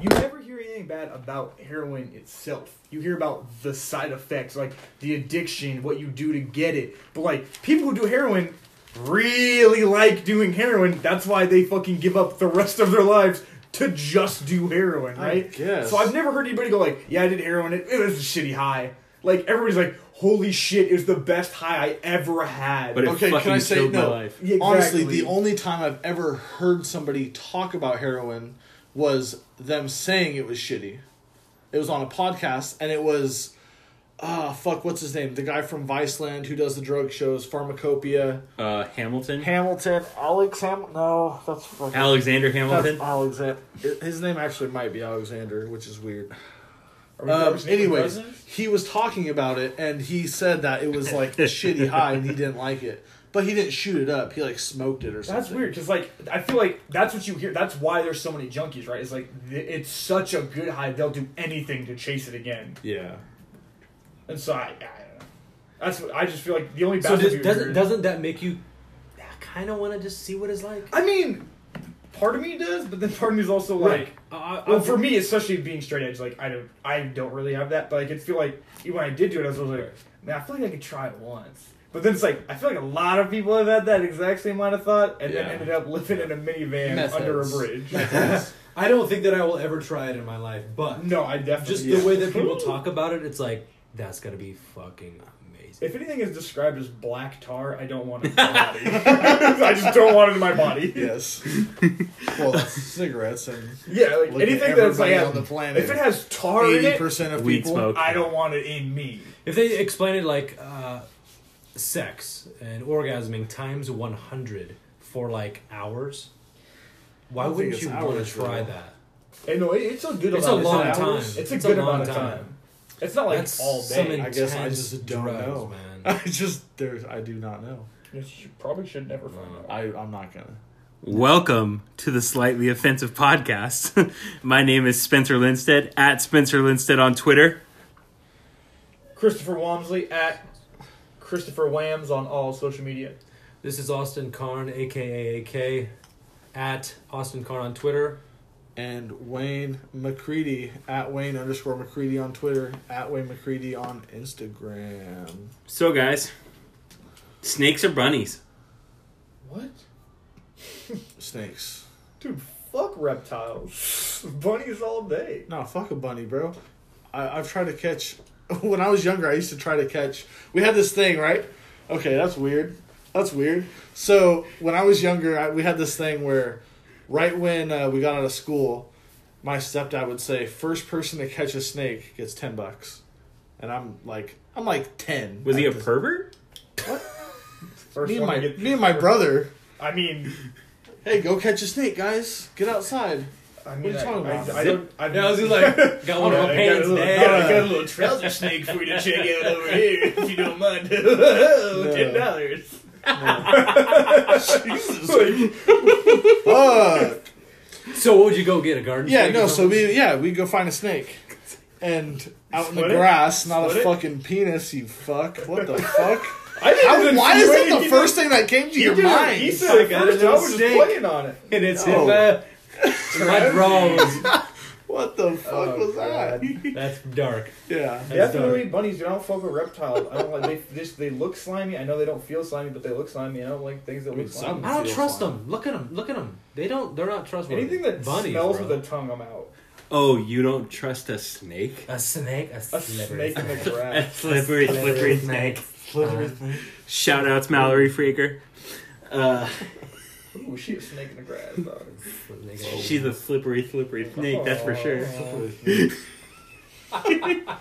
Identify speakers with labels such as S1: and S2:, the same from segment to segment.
S1: you never hear anything bad about heroin itself. You hear about the side effects, like the addiction, what you do to get it. But like people who do heroin really like doing heroin. That's why they fucking give up the rest of their lives to just do heroin, right?
S2: guess.
S1: So I've never heard anybody go like, "Yeah, I did heroin. It, it was a shitty high." Like everybody's like, "Holy shit, it was the best high I ever had."
S3: But it
S2: Okay,
S3: fucking
S2: can I say
S3: killed my
S2: no?
S3: life.
S1: Yeah,
S2: Honestly,
S1: exactly.
S2: the only time I've ever heard somebody talk about heroin was them saying it was shitty. It was on a podcast, and it was, ah, fuck, what's his name? The guy from Viceland who does the drug shows, Pharmacopoeia,
S3: Uh, Hamilton,
S2: Hamilton, Alex Ham. No, that's fucking.
S3: Alexander
S2: that's
S3: Hamilton.
S2: Alexander. His name actually might be Alexander, which is weird.
S1: Are we
S2: Um,
S1: nervous?
S2: anyways, he was talking about it, and he said that it was like shitty high, and he didn't like it. But he didn't shoot it up. He like smoked it or something.
S1: That's weird because like I feel like that's what you hear. That's why there's so many junkies, right? It's like th- it's such a good high, they'll do anything to chase it again.
S2: Yeah.
S1: And so I, I don't know. That's what I just feel like the only bad
S4: So
S1: stuff
S4: does,
S1: you
S4: doesn't
S1: hear-
S4: doesn't that make you kind of want to just see what it's like?
S1: I mean, part of me does, but then part of me is also like,
S4: I, I,
S1: well, for me, especially being straight edge, like I don't, I don't really have that. But I could feel like even when I did do it, I was always like, man, I feel like I could try it once. But then it's like I feel like a lot of people have had that exact same line of thought, and
S2: Yeah.
S1: then ended up living in a minivan
S2: Meth
S1: under a
S2: heads.
S1: bridge.
S4: I don't think that I will ever try it in my life, but
S1: no, I definitely
S4: just
S2: Yeah.
S4: the way that people talk about it, it's like that's gotta be fucking amazing.
S1: If anything is described as black tar, I don't want it in my body. I just don't want it in my body.
S2: Yes. well, that's cigarettes and
S1: Yeah, like
S2: Look at
S1: anything that's like
S2: everybody on the planet.
S1: If it has tar in
S2: eighty
S1: it,
S2: percent of
S3: Weed
S2: people.
S3: smoke.
S1: I don't want it in me.
S4: If they explain it like uh, sex and orgasming times one hundred for like hours, why
S2: I don't
S4: wouldn't
S2: think
S4: you
S2: it's
S4: want
S2: hours,
S4: to try
S2: really.
S4: that?
S1: And no, it- it's a good
S4: It's a
S1: amount of
S4: long
S1: hours.
S4: time.
S1: It's a
S4: It's a
S1: good
S4: long
S1: amount of time.
S4: time.
S1: It's not like
S4: That's
S1: all
S4: some
S1: day.
S2: I guess I
S4: Intense
S2: just don't
S4: drugs,
S2: know.
S4: man.
S2: I just there's I do not know.
S1: you probably should never find out.
S2: I I'm not gonna.
S3: Welcome to the Slightly Offensive Podcast. My name is Spencer Lindstedt, at Spencer Lindstedt on Twitter.
S1: Christopher Walmsley at Christopher Whams on all social media.
S4: This is Austin Karn, aka AK, at Austin Karn on Twitter.
S2: And Wayne McCready at Wayne underscore McCready on Twitter at Wayne McCready on Instagram.
S3: So, guys, snakes or bunnies?
S1: What?
S2: Snakes.
S1: Dude, fuck reptiles. Bunnies all day.
S2: No, fuck a bunny, bro. I, I've tried to catch. When I was younger, I used to try to catch. We had this thing, right? Okay, that's weird. That's weird. So when I was younger, I, we had this thing where, right when uh, we got out of school, my stepdad would say, first person to catch a snake gets ten bucks," and I'm like, I'm like ten.
S3: Was he
S2: at
S3: a
S2: this-
S3: pervert?
S1: First
S2: Me and
S1: one to
S2: my
S1: get-
S2: me and my brother.
S1: I mean,
S2: Hey, go catch a snake, guys! Get outside.
S1: I mean,
S2: you talking
S1: I,
S2: about?
S1: I, I don't. I,
S4: Yeah, I was just like, got one of my
S1: Alright, I got
S4: pants,
S1: a little-
S4: Dad.
S1: I got a little trouser snake for you to check out over here if you don't mind. Ten dollars. Jesus.
S2: Fuck.
S4: So, what would you go get? A garden?
S2: Yeah,
S4: snake or
S2: no. So
S4: something?
S2: we yeah we go find a snake, and out in
S1: Split
S2: the
S1: it?
S2: grass, not
S1: Split
S2: a
S1: it?
S2: fucking penis. You fuck. What the fuck?
S1: I didn't
S2: How,
S1: even
S2: why is
S1: see
S2: that
S1: it.
S2: the first thing that came to
S1: He
S2: your
S1: did it.
S2: mind?
S1: He said
S4: I
S1: it
S4: got a
S1: first. I
S4: little
S1: was just
S4: snake.
S1: playing on it.
S4: and it's
S2: No.
S4: in my, in my drawers.
S2: What the fuck
S1: Oh,
S2: was that?
S4: That's dark.
S2: yeah.
S4: That's
S1: Definitely
S4: dark.
S1: bunnies. Dude, I don't fuck with reptiles. I don't like they just they look slimy. I know they don't feel slimy, but they look slimy. I don't like things that
S2: I mean,
S1: look slimy.
S2: some-
S4: I don't
S2: Feels
S4: trust
S2: fine.
S4: them. Look at them. Look at them. They don't. They're not trustworthy.
S1: Anything that
S4: Bunnies,
S1: smells
S4: bro.
S1: with a tongue, I'm out.
S3: Oh, you don't trust a snake?
S4: a snake, a,
S1: A
S4: slippery
S1: snake in the
S3: A
S1: grass.
S3: slippery, slippery snake.
S2: Slytherin thing.
S3: Shout outs, Mallory Freaker. Uh,
S1: Ooh, she a snake in the grass. Dog.
S4: snake.
S3: she's a slippery, slippery snake, that's for sure.
S4: Oh.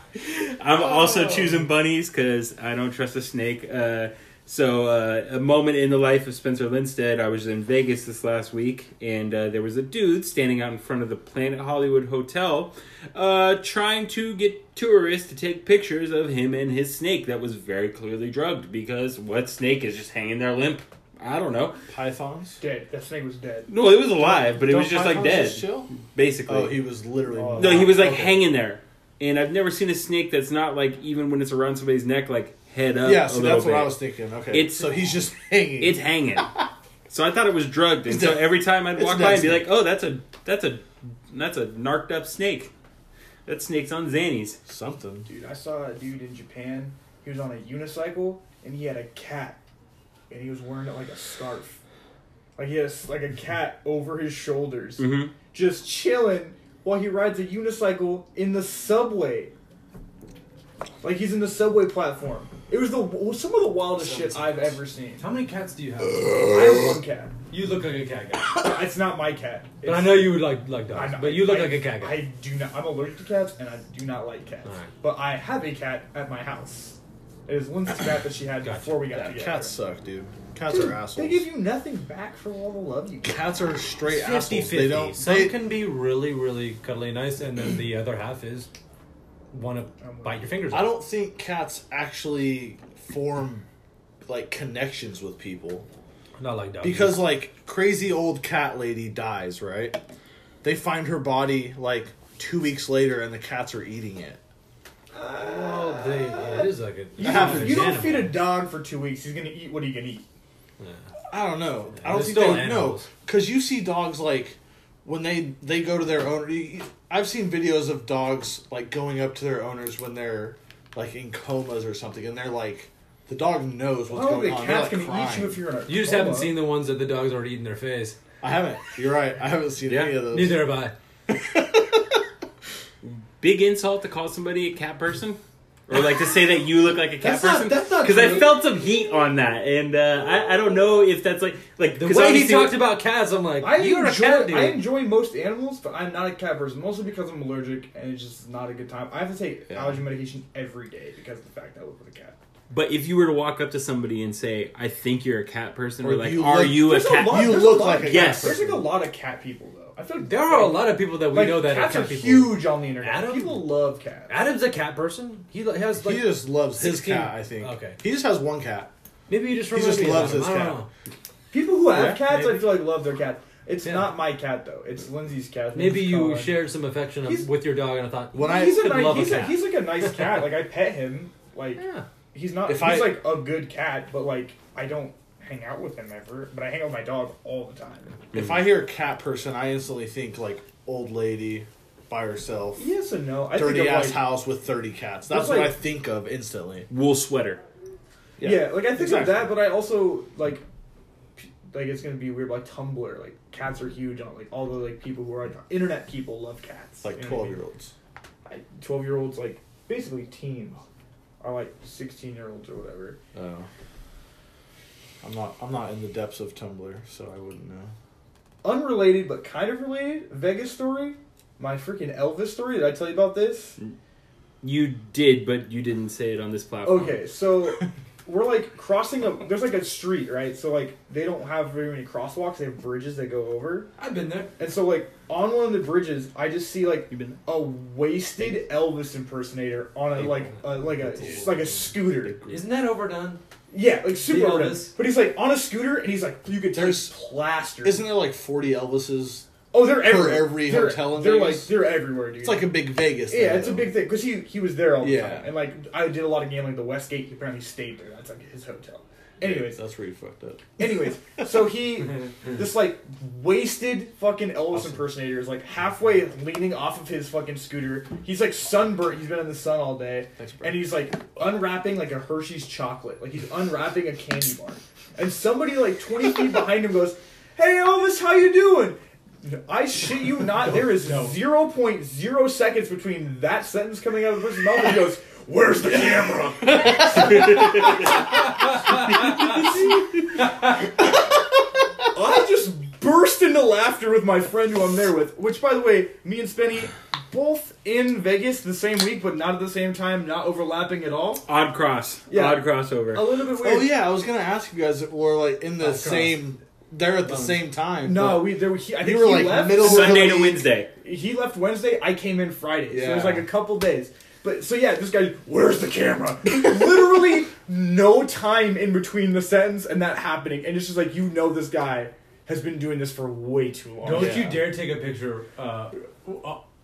S3: I'm
S2: Oh.
S3: also choosing bunnies because I don't trust a snake. Uh, so, uh, a moment in the life of Spencer Lindstedt. I was in Vegas this last week, and uh, there was a dude standing out in front of the Planet Hollywood Hotel uh, trying to get tourists to take pictures of him and his snake that was very clearly drugged because what snake is just hanging there limp? I don't know.
S2: Pythons.
S1: Dead. That snake was dead.
S3: No, it was alive, but it was
S2: Don't
S3: just like
S2: pythons
S3: dead,
S2: just chill?
S3: basically.
S2: Oh, he was literally.
S1: Oh.
S3: No, he was like
S2: Okay.
S3: hanging there, and I've never seen a snake that's not like even when it's around somebody's neck, like head up.
S2: Yeah,
S3: a
S2: so
S3: little
S2: that's what
S3: bit.
S2: I was thinking. Okay,
S3: It's-
S2: so he's just hanging.
S3: It's hanging. so I thought it was drugged, and
S2: It's
S3: so
S2: a-
S3: every time I'd
S2: it's
S3: walk
S2: a
S3: by and be
S2: dead
S3: like, "Oh, that's a that's a And that's a narked up snake. That snake's on Xannies.
S2: Something.
S1: Dude, I saw a dude in Japan. He was on a unicycle and he had a cat, and he was wearing it like a scarf. Like he has like a cat over his shoulders,
S3: Mm-hmm.
S1: just chilling while he rides a unicycle in the subway. Like he's in the subway platform. It was the was some of the wildest shit I've ever seen.
S4: How many cats do you have?
S1: I have one cat.
S4: You look like a cat guy.
S1: It's not my cat.
S4: But I
S1: It's-
S4: know you would like like
S1: I
S4: dogs.
S1: know-
S4: But you look
S1: I-
S4: like a cat guy.
S1: I do not. I'm allergic to cats, and I do not like cats.
S4: Alright.
S1: But I have a cat at my house. It is Lindsay's cat that she had
S4: Gotcha.
S1: before we got
S2: Yeah,
S1: together.
S2: cats suck, dude. Cats
S1: Dude,
S2: are assholes.
S1: They give you nothing back for all the love you get.
S2: cats are straight assholes.
S4: 50
S2: They don't.
S4: Some
S2: They,
S4: can be really, really cuddly and nice, and then the other half is want to bite your fingers.
S2: I
S4: off.
S2: don't think cats actually form like connections with people
S4: not like dogs.
S2: because like crazy old cat lady dies, right? They find her body like two weeks later, and the cats are eating it.
S4: well, Oh, they, yeah, it is like a
S1: You
S2: have
S1: don't,
S2: an
S1: you don't feed a dog for two weeks. He's gonna eat what he can eat.
S2: I don't know. I don't
S4: they're
S2: think
S4: still
S2: they know
S4: animals.
S2: because you see dogs like when they they go to their owner. you- you- I've seen videos of dogs like going up to their owners when they're like in comas or something, and they're like the dog knows what's
S1: Oh,
S2: going
S1: the
S2: on. They're,
S1: cat's
S2: like,
S1: gonna eat
S2: crying.
S1: you if you're in a
S4: You just
S1: coma.
S4: haven't seen the ones that the dogs already eat in their face.
S2: I haven't. You're right. I haven't seen any of those.
S4: Neither have I.
S3: Big insult to call somebody a cat person? Or like to say that you look like a cat
S1: That's not-
S3: person?
S1: that's not
S3: Because I
S1: true.
S3: felt some heat on that, and uh, I, I don't know if that's like like
S4: The
S3: 'cause
S4: way he
S3: obviously-
S4: talked about cats, I'm like,
S1: I
S4: you're
S1: enjoy,
S4: a cat dude.
S1: I enjoy most animals, but I'm not a cat person, mostly because I'm allergic and it's just not a good time. I have to take
S2: Yeah.
S1: allergy medication every day because of the fact that I live with a cat.
S3: But if you were to walk up to somebody and say, "I think you're a cat person,"
S2: Or
S3: or like,
S2: you
S3: "Are
S2: look-
S3: you a
S1: There's
S3: cat?"
S1: lot-
S2: You
S1: there's
S2: look
S1: lot
S2: like
S1: of
S2: a
S1: cat-
S3: Yes.
S1: There's like a lot of cat people though. I feel like
S4: there are a lot of people that we
S1: like,
S4: know that
S1: cats
S4: are cat people.
S1: huge on the internet.
S4: Adam-
S1: people love cats.
S4: Adam's a cat person. He li- has like
S2: he just loves his
S4: 16
S2: cat. I think.
S4: okay.
S2: He just has one cat.
S4: maybe you just
S2: he
S4: remember
S2: just loves his
S4: I don't
S2: cat.
S4: know.
S1: people who have
S2: Yeah,
S1: cats,
S4: maybe.
S1: I feel like love their cat. It's
S4: Yeah.
S1: not my cat though. It's Lindsay's cat.
S4: Maybe
S1: Lindsay's
S4: you
S1: Colin.
S4: shared some affection
S1: He's-
S4: with your dog, and I thought,
S2: When I
S1: He's a
S4: could
S1: nice.
S4: love a
S1: He's, a,
S4: cat.
S1: he's like a nice cat. like I pet him. Like
S4: yeah,
S1: he's not.
S2: If
S1: he's
S2: I-
S1: like a good cat, but like I don't hang out with him ever. But I hang out with my dog all the time.
S2: if I hear a cat person, I instantly think like old lady by herself,
S1: Yes and no. I
S2: dirty
S1: think of,
S2: ass
S1: like,
S2: house with thirty cats. That's
S1: It's
S2: what
S1: like-
S2: I think of instantly.
S3: Wool sweater.
S1: Yeah, like I think
S2: Exactly.
S1: of that, but I also like, p- like it's gonna be weird. Like Tumblr, like cats are huge on like all the like people who are like internet people love cats.
S2: It's like
S1: You know what I
S2: twelve
S1: mean?
S2: year olds.
S1: I- 12 year olds like basically teens are like 16 year olds or whatever
S2: Oh. I'm not. I'm not in the depths of Tumblr, so I wouldn't know.
S1: unrelated but kind of related vegas story my freaking elvis story did i tell you about this
S3: You did, but you didn't say it on this platform.
S1: okay so we're like crossing a there's like a street right so like they don't have very many crosswalks they have bridges that go over
S4: I've been there.
S1: and so like on one of the bridges i just see like
S3: You been
S1: a wasted elvis impersonator on a like a, like a like a scooter
S4: Isn't that overdone?
S1: yeah like super
S4: The
S1: overdone.
S4: Elvis.
S1: but he's like on a scooter and he's like you could
S2: There's-
S1: there's plastered
S2: Isn't there like forty Elvises?
S1: Oh, they're everywhere.
S2: every
S1: they're,
S2: hotel in
S1: they're like
S2: Vegas?
S1: they're everywhere, dude.
S2: It's like a big Vegas. thing,
S1: yeah, it's a
S2: though.
S1: big thing because he he was there all the
S2: Yeah.
S1: time, and like I did a lot of gambling. at The Westgate, he apparently stayed there. That's like his hotel. Anyways,
S2: that's where you fucked up.
S1: anyways, so he this like wasted fucking Elvis impersonator is like halfway leaning off of his fucking scooter. He's like sunburnt. He's been in the sun all day,
S2: Thanks, bro.
S1: and he's like unwrapping like a Hershey's chocolate. Like he's unwrapping a candy bar, and somebody like twenty feet behind him goes, "Hey Elvis, how you doing?" I shit you not. there is zero point zero seconds between that sentence coming out of the person's mouth and he goes, "Where's the camera?" I just burst into laughter with my friend who I'm there with. Which, by the way, me and Spenny both in Vegas the same week, but not at the same time, not overlapping at all.
S3: Odd cross.
S1: Yeah.
S3: Odd crossover.
S1: A little bit weird.
S2: Oh yeah, I was gonna ask you guys if we're like in the
S4: Across.
S2: same. They're at the same time.
S1: No,
S2: but
S1: we there. He, I
S2: You
S1: think
S2: were,
S1: he
S2: like,
S1: left.
S2: middle-
S3: Sunday to
S2: Really?
S3: Wednesday.
S1: He left Wednesday. I came in Friday. So it was
S2: Yeah.
S1: like a couple days. But so yeah, this guy. Where's the camera? Literally no time in between the sentence and that happening, and it's just like you know this guy has been doing this for way too long.
S4: Oh, Don't
S2: Yeah.
S4: you dare take a picture uh,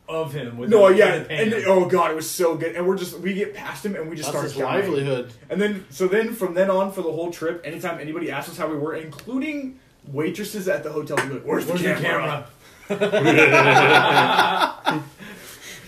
S4: of him. With
S1: No,
S4: with
S1: yeah,
S4: the pan.
S1: and oh god, it was so good. And we're just we get past him and we just
S2: that's his
S1: start dying.
S2: livelihood.
S1: And then so then from then on for the whole trip, anytime anybody asks us how we were, including waitresses at the hotel, we like, "Where's the
S4: Where's
S1: camera?"
S4: the camera?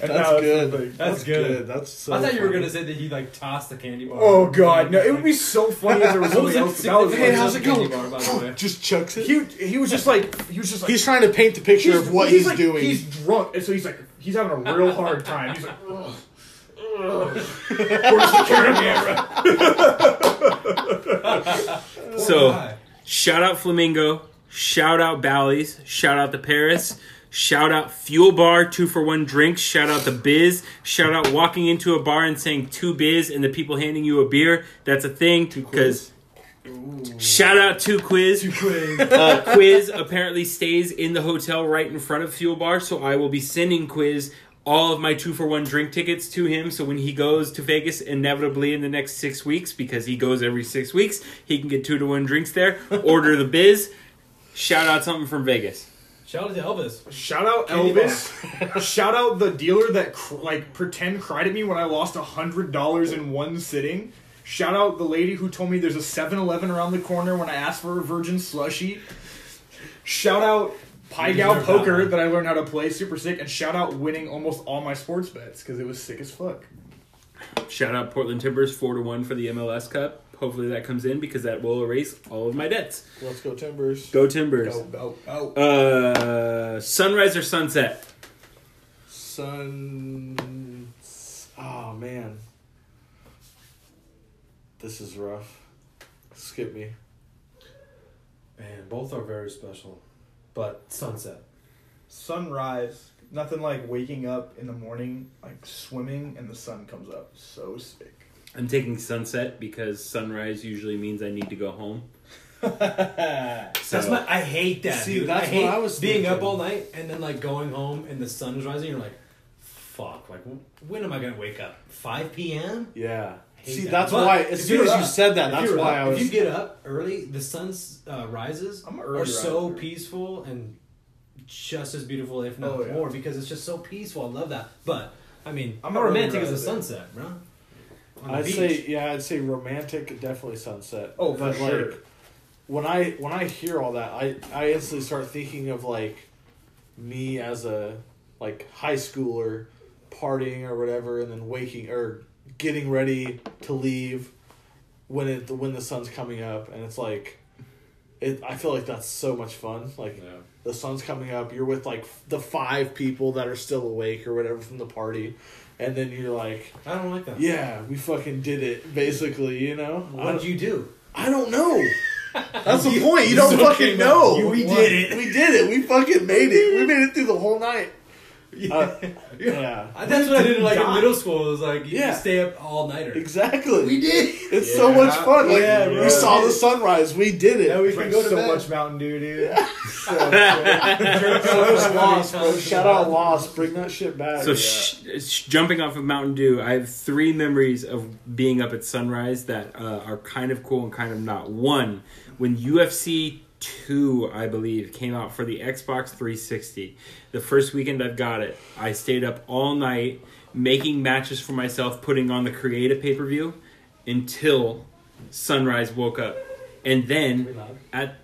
S1: And
S2: That's
S1: now it's
S2: good.
S1: like-
S2: That's
S4: good.
S2: good. That's so.
S5: I thought you were
S2: funny.
S5: gonna say that he like tossed the candy bar.
S1: Oh god, no! It would be so funny if there was
S5: What was
S1: somebody
S5: the
S1: else. That was
S5: significance
S2: Hey,
S5: of
S2: how's
S5: the
S2: it
S5: candy
S2: going?
S5: bar, by the way?
S2: Just chucks it.
S1: he, he was just like he was just like
S2: he's trying to paint the picture of what he's,
S1: like-
S2: doing.
S1: He's drunk, and so he's like he's having a real hard time. He's like, ugh, ugh. where's the camera?
S3: So,
S1: Oh,
S5: Hi.
S3: shout out Flamingo, shout out Bally's, shout out the Paris, shout out Fuel Bar, two for one drinks, shout out the Biz, shout out walking into a bar and saying two Biz and the people handing you a beer. That's a thing because. Shout out to Quiz. uh, Quiz apparently stays in the hotel right in front of Fuel Bar, so I will be sending Quiz all of my two for one drink tickets to him. So when he goes to Vegas, inevitably in the next six weeks, because he goes every six weeks, he can get two to one drinks there. Order the biz. Shout out something from Vegas.
S5: Shout out to Elvis.
S1: Shout out
S5: Candy
S1: Elvis. Shout out the dealer that cr- like pretend cried at me when I lost a hundred dollars in one sitting. Shout out the lady who told me there's a 7-Eleven around the corner when I asked for a virgin slushy. Shout out Pie
S5: You
S1: Gal
S5: deserve that
S1: Poker
S5: one.
S1: that I learned how to play super sick, and shout out winning almost all my sports bets because it was sick as fuck.
S3: Shout out Portland Timbers four to one for the MLS Cup. Hopefully that comes in because that will erase all of my debts.
S2: Let's go Timbers.
S3: Go Timbers.
S1: Go go go!
S3: Uh, sunrise or sunset?
S2: Sun. Oh man, this is rough. Skip me.
S4: Man, both are very special. But sunset.
S1: sunrise. Nothing like waking up in the morning, like swimming, and the sun comes up. So sick.
S3: I'm taking sunset because sunrise usually means I need to go home. So-
S4: That's my. I hate that.
S2: See,
S4: dude.
S2: that's
S4: I hate
S2: what I was
S4: being up
S2: thinking.
S4: all night and then like going home and the sun is rising. You're like, fuck. Like, wh- when am I gonna wake up? Five p.m.
S2: Yeah.
S4: Hate
S2: See,
S4: that.
S2: that's
S4: But
S2: why. As
S4: if
S2: soon
S4: you're
S2: as you
S4: up-
S2: said that,
S4: If
S2: that's
S4: you're
S2: why
S4: up-
S2: I was.
S4: If you get up early, the sun s- uh, rises
S1: I'm an early
S4: are so
S1: riser.
S4: peaceful and just as beautiful, if not
S1: Oh, yeah.
S4: more, because it's just so peaceful. I love that. But I mean, I'm
S1: I'm an
S4: how
S1: early
S4: romantic is a
S1: riser.
S4: sunset, bro? On the
S2: I'd
S4: beach.
S2: say yeah. I'd say romantic, definitely sunset.
S1: Oh, for
S2: But,
S1: sure.
S2: Like, when I when I hear all that, I I instantly start thinking of like me as a like high schooler partying or whatever, and then waking or getting ready to leave when it when the sun's coming up, and it's like. It, I feel like that's so much fun. Like
S4: Yeah.
S2: the sun's coming up, you're with like f- the five people that are still awake or whatever from the party, and then you're like,
S4: I don't like that.
S2: yeah, we fucking did it, basically, you know? I
S4: What'd
S2: don't,
S4: you do?
S2: I don't know. That's the point. You
S4: you
S2: don't
S4: still
S2: fucking
S4: came
S2: know.
S4: up. You- we
S2: What?
S4: did it.
S2: We did it. We fucking made it. We made it through the whole night. Uh, yeah.
S4: I- That's what I did like in
S1: die.
S4: middle school. It was like you
S2: Yeah.
S4: stay up all nighter.
S2: Exactly.
S1: did.
S2: It's so much fun. Like
S1: Yeah,
S2: we
S1: bro.
S2: saw the sunrise. We did it.
S1: Now we can
S2: Drank
S1: go to
S2: so
S1: so
S2: much
S1: much Mountain Dew, dude. So good.
S2: Shout out Lost, bro.
S4: times.
S2: Shout out Lost. Bring that shit back.
S3: So sh- sh- jumping off of Mountain Dew, I have three memories of being up at sunrise that uh, are kind of cool and kind of not. One, when UFC two, I believe, came out for the Xbox 360, the first weekend I've got it, I stayed up all night making matches for myself, putting on the creative pay per view until sunrise woke up, and then at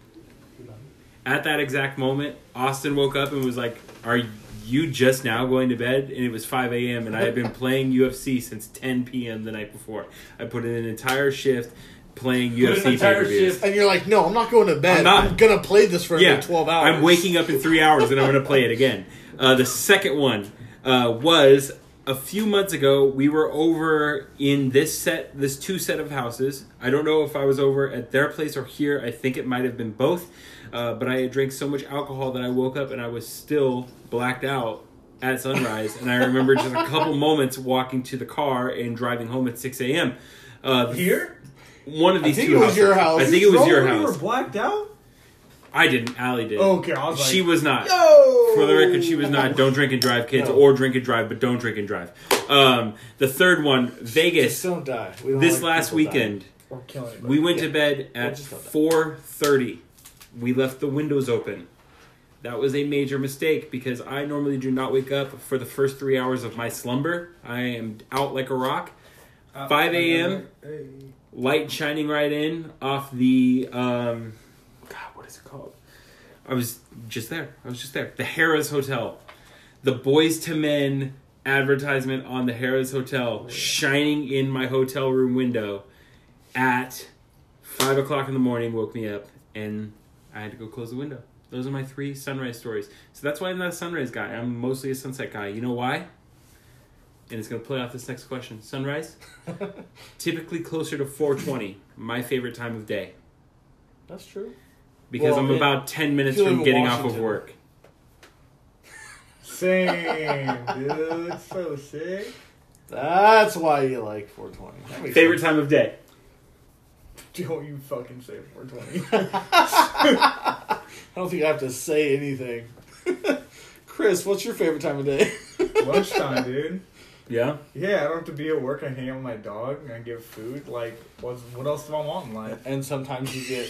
S3: at that exact moment, Austin woke up and was like, "Are you just now going to bed?" And it was 5 a.m. and I had been playing UFC since 10 p.m. the night before. I put in an entire shift playing
S5: an
S3: UFC
S5: entire
S3: pay-per-views.
S5: shift.
S2: and you're like, no, I'm not going to bed.
S3: I'm
S2: I'm,
S3: not.
S2: gonna play this for
S3: Yeah,
S2: another twelve hours.
S3: I'm waking up in three hours and I'm going to play it again. Uh, the second one uh, was a few months ago. We were over in this set, this two set of houses. I don't know if I was over at their place or here. I think it might have been both. Uh, but I had drank so much alcohol that I woke up and I was still blacked out at sunrise. and I remember just a couple moments walking to the car and driving home at 6 a.m. Uh,
S1: Here?
S3: one of
S2: I
S3: these
S2: think
S3: two
S2: it was
S3: houses.
S2: your house.
S3: I think it was
S1: Bro,
S3: your
S1: when
S3: house.
S1: You were blacked out?
S3: I didn't. Allie did.
S1: Okay, I was like,
S3: she was not.
S1: Yo!
S3: For the record, she was not. Don't drink and drive, kids,
S2: No.
S3: or drink and drive, but don't drink and drive. Um, the third one, Vegas.
S2: Just don't die. We don't
S3: This
S2: like
S3: last
S2: people dying.
S3: weekend,
S1: We're killing it.
S3: we went
S2: Yeah.
S3: to bed
S2: We'll
S3: at
S2: just go back.
S3: four thirty. We left the windows open. That was a major mistake because I normally do not wake up for the first three hours of my slumber. I am out like a rock.
S2: Uh,
S3: 5 a.m. Light shining right in off the um, God, what is it called? I was just there. I was just there. The Harrah's Hotel, the Boys to Men advertisement on the Harrah's Hotel shining in my hotel room window at five o'clock in the morning woke me up and I had to go close the window. Those are my three sunrise stories. So that's why I'm not a sunrise guy. I'm mostly a sunset guy. You know why? And it's going to play off this next question. Sunrise, typically closer to 4:20, my favorite time of day,
S2: That's true.
S3: because
S2: Well,
S3: I'm
S2: I mean,
S3: about 10 minutes
S2: if you
S3: from
S2: live in
S3: getting off of
S2: Washington-
S3: work.
S1: Same, dude. So sick.
S2: That's why you like 420. That makes
S3: Favorite
S2: sense.
S3: time of day.
S1: Don't you fucking say 420.
S2: I don't think I have to say anything. Chris, what's your favorite time of day?
S1: Lunchtime, dude.
S3: Yeah.
S1: Yeah, I don't have to be at work. I hang out with my dog and I give food. Like, what's, what else do I want in life?
S2: and sometimes you get.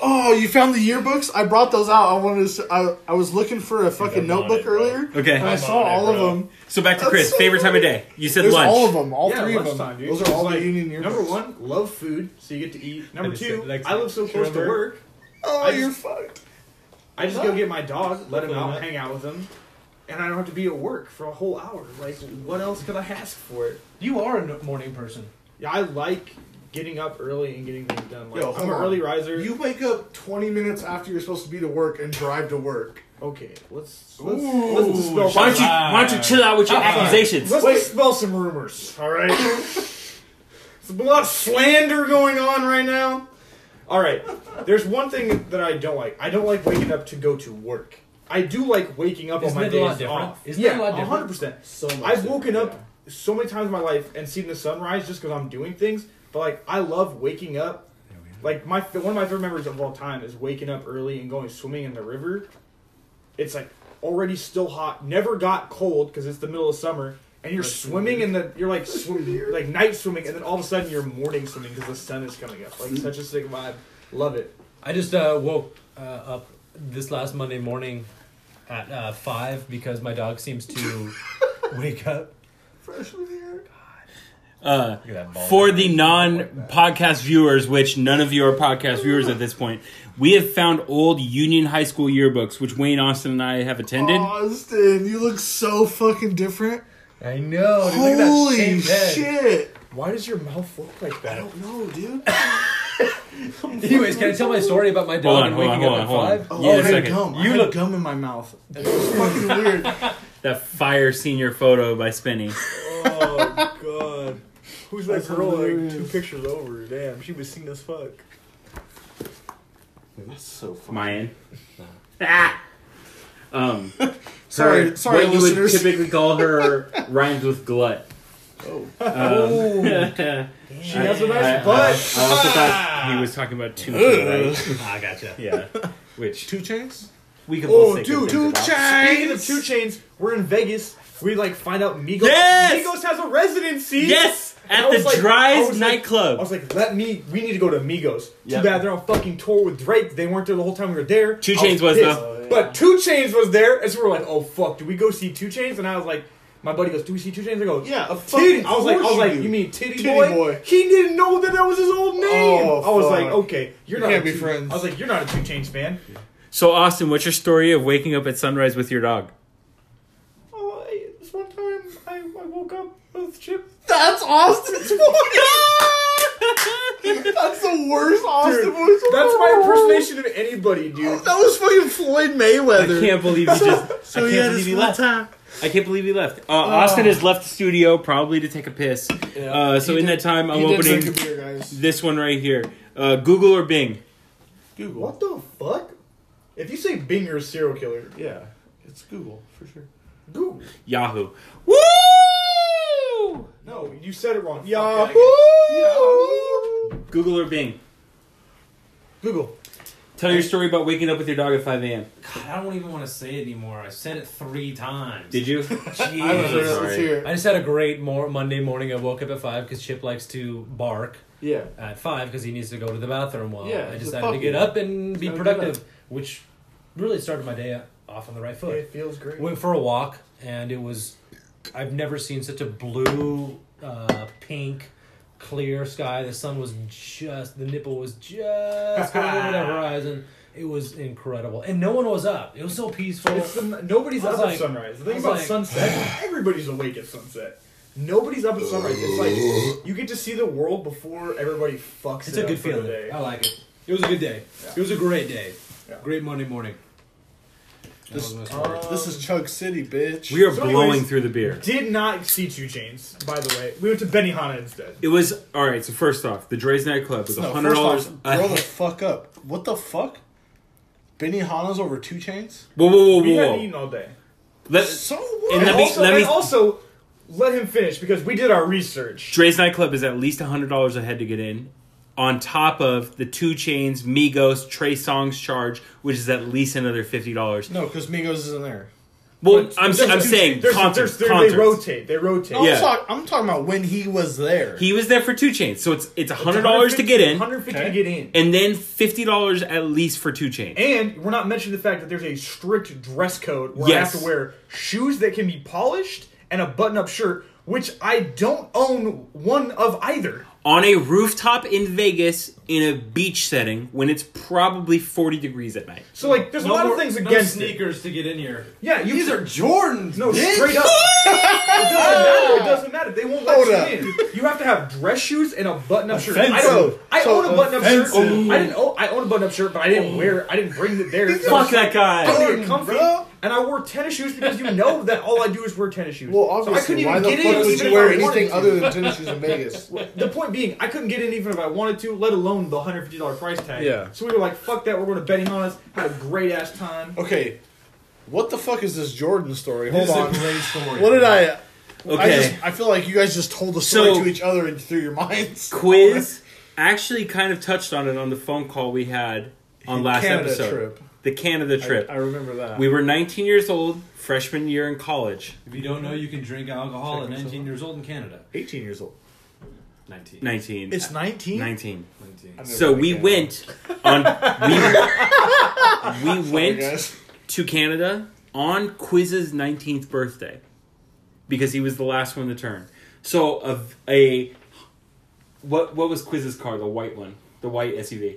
S2: Oh, you found the yearbooks? I brought those out. I wanted to. I, I was looking for a fucking
S5: I'm on
S2: notebook
S5: it, bro.
S2: earlier,
S3: Okay.
S2: and I saw
S5: on it,
S2: all of
S5: bro.
S2: them.
S3: So back to
S2: That's
S3: Chris.
S2: so
S3: favorite time of
S2: funny.
S3: day. You said
S2: There's
S3: lunch.
S2: all of them. All
S1: yeah,
S2: three of them.
S1: lunchtime, dude.
S2: Those are
S1: It's
S2: all
S1: like,
S2: the union yearbooks.
S1: Number one, love food, so you get to eat. Number
S5: just
S1: two,
S5: said, like,
S1: I live so close to
S5: remember?
S1: work.
S2: Oh,
S1: I
S2: you're fucked.
S1: I just go get my dog, let him
S5: Hopefully
S1: out,
S5: not.
S1: hang out with him, and I don't have to be at work for a whole hour. Like, what else could I ask for?
S4: You are a morning person.
S1: Yeah, I like getting up early and getting things done. Like,
S6: Yo,
S1: I'm
S6: hold
S1: an
S6: on.
S1: early riser.
S6: You wake up 20 minutes after you're supposed to be to work and drive to work.
S1: Okay, let's let's,
S6: Ooh,
S1: let's dispel.
S3: Why don't you Why don't you chill out with your
S2: Uh-uh.
S3: accusations?
S1: Let's dispel some rumors, all right? There's a lot of slander going on right now. All right, there's one thing that I don't like. I don't like waking up to go to work. I do like waking up
S4: Isn't
S1: on my
S4: it a
S1: days
S4: lot different?
S1: off.
S4: Isn't it
S1: yeah,
S4: a lot different?
S1: 100%.
S6: So much
S1: I've woken
S6: different,
S1: up so many times in my life and seen the sunrise just because I'm doing things. But like, I love waking up. Like my one of my favorite memories of all time is waking up early and going swimming in the river. It's like already still hot, never got cold because it's the middle of summer, and you're swimming in the you're like swimming like night swimming, and then all of a sudden you're morning swimming because the sun is coming up. Like such a sick vibe. Love it.
S4: I just uh, woke uh, up this last Monday morning at uh, five because my dog seems to wake up.
S3: Uh,
S4: Look at that ball.
S3: for the non-podcast viewers, which none of you are podcast viewers at this point, we have found old Union High School yearbooks, which Wayne Austin and I have attended.
S2: Austin, you look so fucking different.
S4: I know. Dude, look at that
S2: Holy
S4: shaved head.
S2: shit!
S1: Why does your mouth look like
S2: I
S1: that?
S2: don't know, dude.
S4: Anyways, can I tell my story about my
S3: Hold
S4: dog
S3: on,
S4: and
S3: hold
S4: waking
S3: on,
S4: up
S3: hold on, hold
S4: at
S3: on.
S4: five?
S2: Oh,
S3: Yeah,
S2: I
S3: a
S2: had
S3: second.
S2: gum. I
S1: You
S2: had
S1: look-
S2: gum in my mouth. It was fucking weird.
S3: That fire senior photo by Spinny.
S1: Oh god. Who's that
S2: That's
S1: girl
S2: hilarious.
S1: like two pictures over? Damn, she was seen as fuck.
S2: That's so funny.
S3: Mayan. Ah! Um,
S2: Sorry,
S3: her-
S2: sorry,
S3: what you would
S2: listeners.
S3: typically call her rhymes with glut.
S2: Oh.
S3: Um,
S1: Oh. She has a
S3: I,
S1: nice
S3: I-
S2: Uh,
S1: butt.
S2: Ah!
S3: I also thought he was talking about two, right?
S1: Ah,
S4: I gotcha.
S3: Yeah, which
S2: Two chains?
S3: we could both
S1: Oh,
S3: say
S1: dude,
S3: good
S1: two
S3: things
S1: chains.
S3: about.
S1: Speaking of two chains, we're in Vegas. We like find out Migos.
S3: Yes!
S1: Migos has a residency.
S3: Yes,
S1: And
S3: at
S1: I
S3: the
S1: was like- I
S3: Dries
S1: was like- I
S3: nightclub.
S1: was like, let me. We need to go to Migos.
S3: Yep.
S1: Too bad they're on fucking tour with Drake. They weren't there the whole time we were there.
S3: Two
S1: I
S3: Chainz was,
S1: pissed.
S3: though.
S1: But Two Chains was there, and so we we're like, oh fuck, do we go see Two Chains? And I was like, my buddy goes, do we see Two Chains? I go,
S2: Yeah, a
S1: Titty.
S2: fucking.
S1: I was like, I
S2: course
S1: was like,
S2: do.
S1: you mean Titty,
S2: Titty
S1: boy?
S2: Boy.
S1: He didn't know that that was his old name.
S2: Oh,
S1: I was
S2: fuck.
S1: like, okay, you're
S2: We
S1: not
S2: can't
S1: a
S2: be
S1: two-
S2: friends.
S1: I was like, you're not a Two Chains fan.
S3: So, Austin, what's your story of waking up at sunrise with your dog?
S1: Oh, I, this one time I, I woke up with Chip.
S2: That's Austin's voice. That's the worst Austin voice.
S1: That's my impersonation of anybody, dude.
S2: That was fucking Floyd Mayweather.
S3: I can't believe he just.
S2: So
S3: I
S2: he had
S3: can't
S2: his
S3: believe he
S2: full
S3: left.
S2: time. Oh.
S3: I can't believe he left. Uh, Austin has left the studio probably to take a piss. uh, so
S2: He
S3: in
S2: did-
S3: that time, I'm
S2: He did
S3: opening
S2: drink a beer, guys.
S3: this one right here. Uh, Google or Bing?
S2: Google.
S1: What the fuck? If you say Bing, you're a serial killer.
S2: Yeah, it's Google for sure.
S1: Google.
S3: Yahoo. Woo!
S1: No, you said it wrong.
S2: Fuck,
S1: Yahoo!
S3: Google or Bing?
S2: Google.
S3: Tell your story about waking up with your dog at 5 a.m.
S4: God, I don't even want to say it anymore. I said it three times.
S3: Did you?
S4: Jeez.
S2: I was
S3: so
S2: there.
S3: sorry.
S2: Let's hear
S4: I
S2: it.
S4: just had a great mor- Monday morning. I woke up at five because Chip likes to bark
S2: Yeah.
S4: at five because he needs to go to the bathroom. While
S2: Yeah,
S4: I
S2: he's a
S4: decided to
S2: puppy.
S4: get up and be
S2: Gotta get
S4: productive, which really started my day off on the right foot.
S1: It feels great.
S4: Went for a walk and it was. I've never seen such a blue, uh, pink, clear sky. The sun was just the nipple was just going over the horizon. It was incredible, and no one was up. It was so peaceful.
S1: It's the, nobody's
S4: I
S1: up
S4: was
S1: at
S4: like-
S1: sunrise. The
S4: I was
S1: thing about
S4: like-
S1: sunset, everybody's awake at sunset. Nobody's up at sunrise. It's like you get to see the world before everybody fucks.
S4: It's
S1: it
S4: a
S1: up
S4: good
S1: for the
S4: feeling.
S1: day.
S4: I like it. It was a good day. It was a great day.
S1: Yeah.
S4: Great Monday morning. That
S2: This-
S4: was my story.
S1: Um,
S2: this is Chug City, bitch.
S3: We are
S1: So anyways-
S3: blowing through the beer.
S1: Did not see two chains. By the way, we went to Benihana instead.
S3: It was all right. So first off, the Dre's nightclub was
S2: No,
S3: hundred dollars.
S2: first off,
S3: Whoa,
S2: grow the fuck up. What the fuck? Benihana's over two chains?
S3: whoa, whoa,
S1: We
S3: whoa!
S1: hadn't
S3: whoa.
S1: eaten all day.
S3: Let,
S2: So what?
S3: And
S1: And,
S3: let me-
S1: also,
S3: let me-
S1: and also, let him finish because we did our research.
S3: Dre's nightclub is at least hundred dollars a head to get in. On top of the Two Chains, Migos, Trey Songs charge, which is at least another fifty dollars.
S2: no, because Migos isn't there.
S3: Well, I'm,
S1: There's
S3: I'm
S1: two-
S3: saying
S1: there's-
S3: concerts.
S1: there's- they-
S3: concerts.
S1: They rotate. They rotate.
S2: No,
S3: Yeah.
S2: I'm, talk- I'm talking about when he was there.
S3: He was there for Two Chains, so it's it's hundred dollars to get in,
S1: Hundred fifty
S2: Okay.
S1: to get in.
S3: and then fifty dollars at least for Two Chains.
S1: And we're not mentioning the fact that there's a strict dress code where I
S3: Yes.
S1: have to wear shoes that can be polished and a button-up shirt, which I don't own one of either.
S3: on a rooftop in Vegas in a beach setting when it's probably 40 degrees at night.
S1: So like, there's a lot of
S5: more-
S1: things
S5: no
S1: against it.
S5: sneakers to get in here.
S1: Yeah, you
S5: These are Jordans.
S1: No, straight up. it doesn't matter. It doesn't matter. They won't let
S2: Hold
S1: you
S2: up.
S1: in. You have to have dress shoes and a button-up shirt. I
S2: Offensive.
S1: don't. I
S2: So
S1: own a button-up shirt.
S2: offensive.
S1: I didn't. Own, I own a button-up shirt, but I didn't wear. I didn't bring it there. So I
S3: Fuck
S1: was-
S3: that
S1: I
S3: guy.
S1: wanted to
S2: Jordan,
S1: get comfy,
S2: bro.
S1: and I wore tennis shoes because you know that all I do is wear tennis shoes.
S2: well,
S1: so I couldn't
S2: obviously,
S1: even
S2: why the
S1: get
S2: fuck
S1: in
S2: would
S1: even
S2: you
S1: if
S2: wear
S1: I wanted
S2: anything
S1: to.
S2: other than tennis shoes in Vegas?
S1: The point being, I couldn't get in even if I wanted to, let alone the hundred fifty dollar price tag.
S2: Yeah.
S1: So we were like, "Fuck that! We're going to betting on us." Had a great ass time.
S2: Okay, what the fuck is this Jordan story? Hold
S5: This is a
S2: on.
S5: great story.
S2: What did I? I,
S3: Okay.
S2: just, I feel like you guys just told the story
S3: So-
S2: to each other and through your minds.
S3: Quiz actually kind of touched on it on the phone call we had on last
S2: Canada
S3: episode.
S2: trip.
S3: The Canada
S2: I,
S3: trip.
S2: I remember that.
S3: we were 19 years old, freshman year in college.
S5: If you don't know, you can drink alcohol at 19 years old in Canada.
S2: 18 years old.
S5: 19.
S3: 19.
S2: It's 19?
S3: 19.
S5: 19.
S3: Uh, So we went on we,
S2: Oh
S3: we went
S2: guys.
S3: to Canada on Quiz's 19th birthday because he was the last one to turn. So of a what what was Quiz's car? The white one, the white SUV,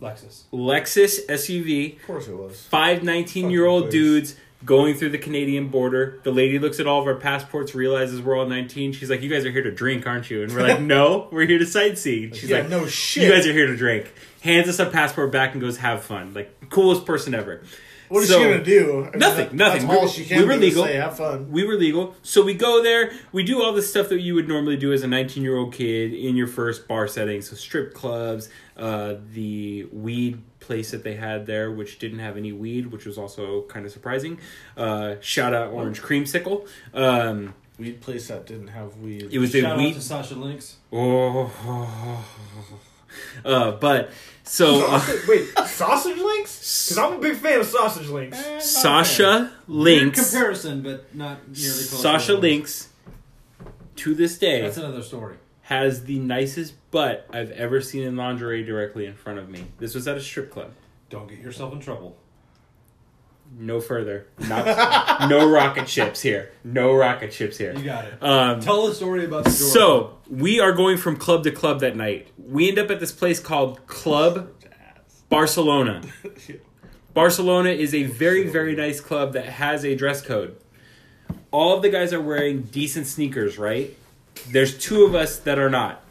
S5: Lexus.
S3: Lexus SUV.
S2: Of course it was.
S3: Five 19 year old
S2: Fucking
S3: dudes going through the Canadian border. The lady looks at all of our passports, realizes we're all 19. She's like, "You guys are here to drink, aren't you?" And we're like, "No, we're here to sightsee." She's
S2: yeah,
S3: like,
S2: no shit.
S3: you guys are here to drink. Hands us a passport back and goes, have fun. Like, coolest person ever.
S2: What is
S3: So-
S2: she gonna do? I mean,
S3: Nothing,
S2: that-
S3: nothing.
S2: That's
S3: We
S2: all
S3: were-
S2: she
S3: we
S2: can
S3: were
S2: do
S3: legal.
S2: Is say, have fun.
S3: We were legal. So we go there. We do all the stuff that you would normally do as a 19 year old kid in your first bar setting. So strip clubs, uh, the weed place that they had there, which didn't have any weed, which was also kind of surprising. Uh, shout out Orange Creamsicle. Um,
S2: Weed place that didn't have weed.
S3: it was a
S5: Shout out
S3: weed.
S5: to Sasha Lynx.
S3: Oh. Uh, but so. uh,
S1: Sausage- Wait, sausage links? Because I'm a big fan of sausage links.
S2: Eh.
S3: Sasha
S5: Weird
S3: Links.
S5: comparison, but not nearly close.
S3: Sasha
S5: to what it was.
S3: Links, to this day,
S5: That's another story.
S3: has the nicest butt I've ever seen in lingerie directly in front of me. This was at a strip club.
S5: Don't get yourself in trouble.
S3: No further. Not, no rocket ships here. No rocket ships here.
S5: You got it.
S3: Um,
S5: Tell the story about the Jordan.
S3: so we are going from club to club that night. We end up at this place called Club Barcelona. Barcelona is a very very nice club that has a dress code. All of the guys are wearing decent sneakers, right? There's two of us that are not.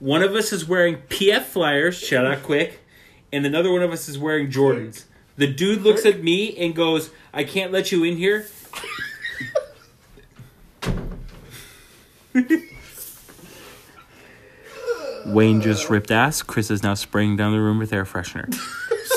S3: One of us is wearing PF Flyers, shout out quick, and another one of us is wearing Jordans. The dude looks at me and goes, "I can't let you in here." Wayne just ripped ass. Chris is now spraying down the room with air freshener.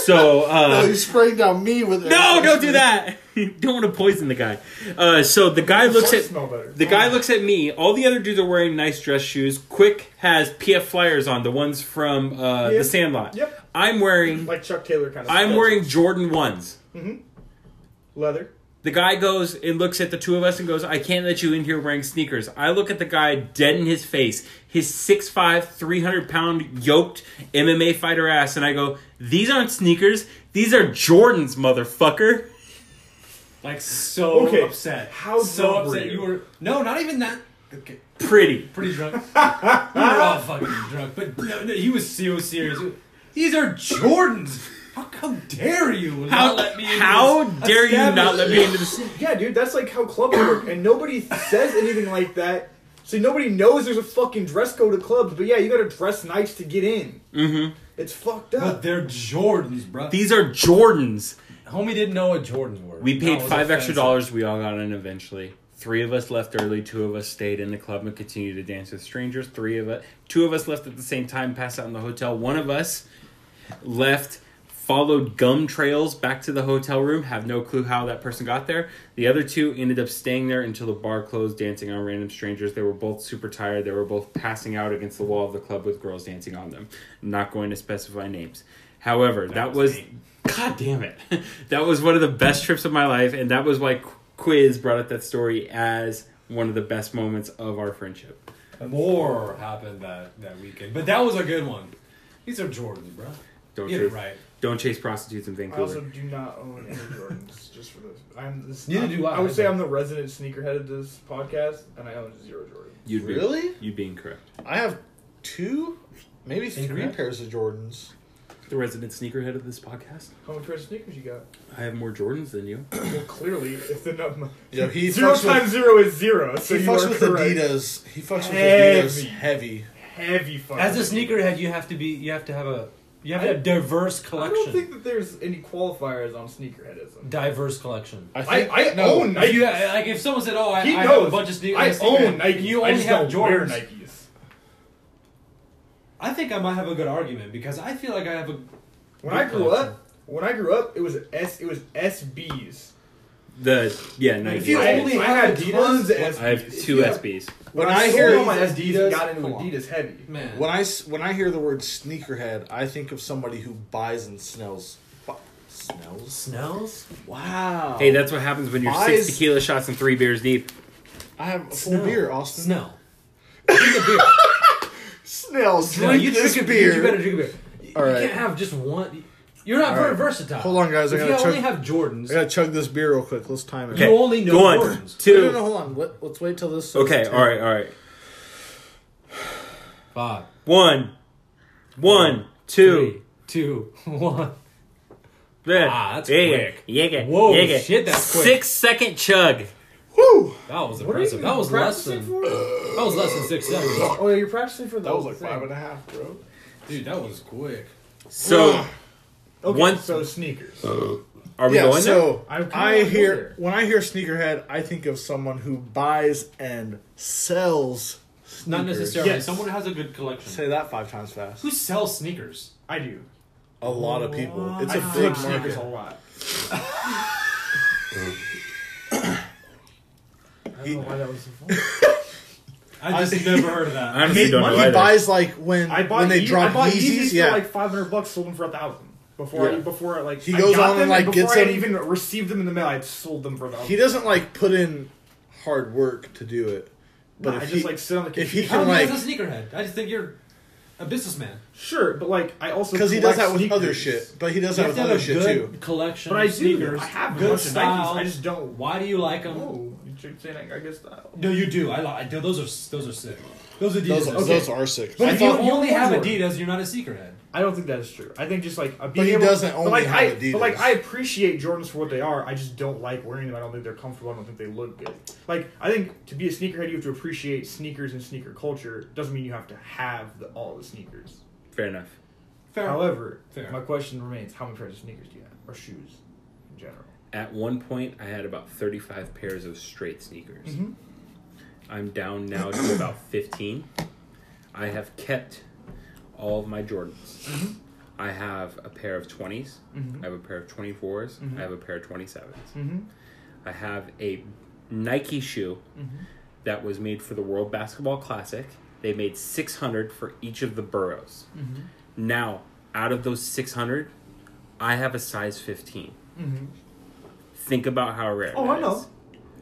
S3: So, uh,
S2: Oh, he's spraying down me with. Oh,
S3: no, don't do that. don't want to poison the guy. Uh, so the guy looks
S1: Does
S3: at
S1: smell better. Um,
S3: the guy looks at me. All the other dudes are wearing nice dress shoes. Quick has PF Flyers on, the ones from uh,
S1: Yeah.
S3: the Sandlot.
S1: Yep.
S3: I'm wearing
S1: like Chuck Taylor kind of.
S3: I'm
S1: stuff.
S3: wearing Jordan ones.
S1: leather.
S3: The guy goes and looks at the two of us and goes, I can't let you in here wearing sneakers. I look at the guy dead in his face, his 6'5, 300 pound yoked MMA fighter ass, and I go, These aren't sneakers. These are Jordans, motherfucker.
S5: like so
S1: Okay.
S5: upset.
S1: How
S5: so
S1: drunk were
S5: upset
S1: you?
S5: you were? No, not even that. Okay.
S3: Pretty.
S5: pretty drunk. we were all fucking drunk, but no, no, he was so serious. These are Jordans. How, how dare you not
S3: How,
S5: let me into
S3: how
S5: this
S3: dare you not let me into this?
S1: Yeah, dude, that's like how clubs work, and nobody says anything like that. So nobody knows there's a fucking dress code at clubs, but yeah, you gotta dress nice to get in.
S3: Mm-hmm.
S1: It's fucked up.
S5: But they're Jordans, bro.
S3: These are Jordans.
S4: Homie didn't know what Jordans were.
S3: We
S4: That
S3: paid
S4: was
S3: five extra
S4: offensive.
S3: dollars. We all got in eventually. Three of us left early. Two of us stayed in the club and continued to dance with strangers. Three of us, two of us left at the same time, passed out in the hotel. One of us left, followed gum trails back to the hotel room. Have no clue how that person got there. The other two ended up staying there until the bar closed, dancing on random strangers. They were both super tired. They were both passing out against the wall of the club with girls dancing on them. not going to specify names. However, that, was,
S4: was me.
S3: God damn it. that was one of the best trips of my life, and that was why Qu- Quiz brought up that story as one of the best moments of our friendship.
S5: More happened that, that weekend. But that was a good one. These are Jordans, bro.
S3: Don't
S5: Get
S3: chase,
S5: it right.
S3: don't chase prostitutes in
S1: I
S3: Vancouver.
S1: also do not own any Jordans. Just for this, I'm this,
S5: Neither
S1: I'm-
S5: do I.
S1: I would say I'm the resident sneakerhead of this podcast, and I own zero Jordans.
S3: you'd be,
S2: Really?
S3: You'd be incorrect.
S2: I have two, maybe three
S4: Incorrect.
S2: pairs of Jordans.
S3: The resident sneakerhead of this podcast.
S1: How many pairs of sneakers you got?
S3: I have more Jordans than you.
S1: well, clearly, if the number
S2: Yeah, he
S1: zero
S2: fucks with-
S1: times zero is zero, so
S2: he
S1: you
S2: fucks
S1: are
S2: with
S1: correct.
S2: Adidas. He fucks with Adidas
S1: Heavy.
S2: heavy.
S1: Heavy fucking.
S4: As a sneakerhead, you have to be. You have to have a. You have to
S1: I-
S4: have diverse
S1: I
S4: collection.
S1: don't think that there's any qualifiers on sneakerheadism.
S4: diverse collection.
S1: I, I own
S5: If
S1: Nike.
S5: you, like if someone said, "Oh, I,
S1: He
S5: I have
S1: knows.
S5: a bunch of sneakers,"
S1: I own Nike.
S5: Nike. You
S1: I
S5: only
S1: just
S5: have
S1: don't wear
S5: Jordans.
S1: Nikes.
S5: I think I might have a good argument because I feel like I have a.
S1: When I grew up, when I grew up, it was S. It was SBs.
S3: The yeah, no,
S5: If
S3: you
S5: you
S1: I,
S3: didn't.
S5: only
S1: I
S5: have
S1: had
S5: Adidas,
S1: tons of
S5: I
S1: SBs.
S3: I have two
S1: Yeah.
S3: SBs.
S2: When I hear-
S1: sold all my SBs and got into
S5: Come on.
S1: Adidas heavy.
S5: Man,
S2: When I s- when I hear the word sneakerhead, I think of somebody who buys and smells. Bu- Smells.
S4: Smells?
S2: Wow.
S3: Hey, that's what happens when you're
S2: Eyes-
S3: six tequila shots and three beers deep.
S2: I have a full
S4: Snell.
S2: beer, Austin.
S4: Snell.
S2: Snell,
S4: Snell,
S2: drink this
S4: drink a
S2: beer.
S4: You better drink a beer. You,
S2: All right.
S4: can't have just one. You're not
S2: All
S4: very
S2: right.
S4: versatile.
S2: Hold on, guys, I
S4: If you
S2: gotta
S4: only
S2: check-
S4: have Jordans,
S2: I gotta chug this beer real quick. Let's time it.
S3: Okay.
S4: you only know
S3: Go on.
S4: Jordans.
S2: No, no, no,
S3: Two.
S2: hold on. Let, let's wait till this.
S3: Okay, all right, all right.
S4: Five,
S3: One, one, two.
S4: three, two, one.
S3: There.
S4: Ah, that's
S3: Yeah,
S4: quick.
S3: Yeah, yeah,
S4: Whoa,
S3: yeah, yeah.
S4: shit, that's quick.
S3: Six second chug.
S2: Woo!
S4: That was
S1: What are you
S4: impressive. That was less
S1: practicing
S4: than.
S1: for?
S4: That was less than six seconds.
S1: Oh, yeah, you're practicing for the
S2: That was
S1: whole
S2: like
S1: thing.
S2: five and a half, bro.
S5: dude, that was quick.
S3: So
S1: Okay,
S3: One-
S1: so sneakers.
S2: Oh.
S3: are we
S2: Yeah,
S3: going
S2: so
S1: there? I'm- come
S2: I
S1: on, go
S2: hear
S1: there.
S2: when I hear sneakerhead, I think of someone who buys and sells. Sneakers.
S4: Not necessarily.
S1: Yes.
S5: Someone has a good collection.
S2: Say that five times fast.
S5: Who sells sneakers?
S1: I do.
S2: A lot of people. It's
S1: I
S2: a
S1: flip
S2: big
S1: sneakers a
S2: market.
S1: lot. I don't
S2: He-
S1: know why that was so funny.
S5: I just never heard of that.
S3: I honestly
S1: Made
S3: don't know
S2: He
S3: either.
S2: buys like when
S1: I bought
S2: when they
S1: Ye-
S2: drop
S1: I bought
S2: Yeezys.
S1: for
S2: Yeah,
S1: like five hundred bucks, sold them for a thousand. Before
S2: Yeah.
S1: I, before I, like
S2: He
S1: I
S2: goes
S1: got
S2: on and,
S1: them,
S2: like, gets
S1: before I had
S2: them-
S1: even received them in the mail, I had sold them for a thousand.
S2: he doesn't like put in hard work to do it. But
S1: Nah,
S2: if
S1: I
S2: he,
S1: just like sit on the
S2: if he
S1: computer.
S5: I don't
S2: can like
S5: think that's a sneakerhead. I just think you're a businessman.
S1: Sure, but like I also
S2: because he does
S1: collect
S2: that with other
S1: sneakers.
S2: shit. But he
S5: You
S2: does that
S5: have
S2: with
S5: to have
S2: other
S5: a
S2: shit
S5: good
S2: too.
S5: collection.
S1: But I
S5: of
S1: do.
S5: Sneakers.
S1: I have a
S5: good
S1: bunch of
S5: style.
S1: Nikes. I just don't.
S5: Why do you like them?
S1: Oh, you're saying I got good style.
S5: No, you do. I like. Dude, those are those are sick. Those Adidas.
S2: Those,
S5: are
S2: are-
S5: sick.
S2: those are sick.
S5: But
S2: I
S5: if
S2: thought-
S5: you only
S1: you
S5: have
S1: own
S5: Adidas, you're not a sneakerhead.
S1: I don't think that is true. I think just like a
S2: he
S1: able-
S2: doesn't only
S1: but, like,
S2: have
S1: I,
S2: Adidas.
S1: But like I appreciate Jordans for what they are. I just don't like wearing them. I don't think they're comfortable. I don't think they look good. Like I think to be a sneakerhead, you have to appreciate sneakers and sneaker culture. Doesn't mean you have to have the, all the sneakers.
S3: Fair enough.
S5: Fair.
S1: However,
S5: Fair.
S1: my question remains: How many pairs of sneakers do you have, or shoes in general?
S3: At one point, I had about 35 pairs of straight sneakers.
S4: Mm-hmm.
S1: Mhm.
S3: I'm down now to about 15. I have kept all of my Jordans.
S4: Mm-hmm.
S3: I have a pair of 20s. I have a pair of 24s. I have a pair of 27s.
S1: Mm-hmm.
S3: I have a Nike shoe
S1: Mm-hmm.
S3: that was made for the World Basketball Classic. They made 600 for each of the boroughs.
S1: Mm-hmm.
S3: Now, out of those 600, I have a size 15.
S1: Mm-hmm.
S3: Think about how rare.
S1: Oh,
S3: that
S1: I know.
S3: is.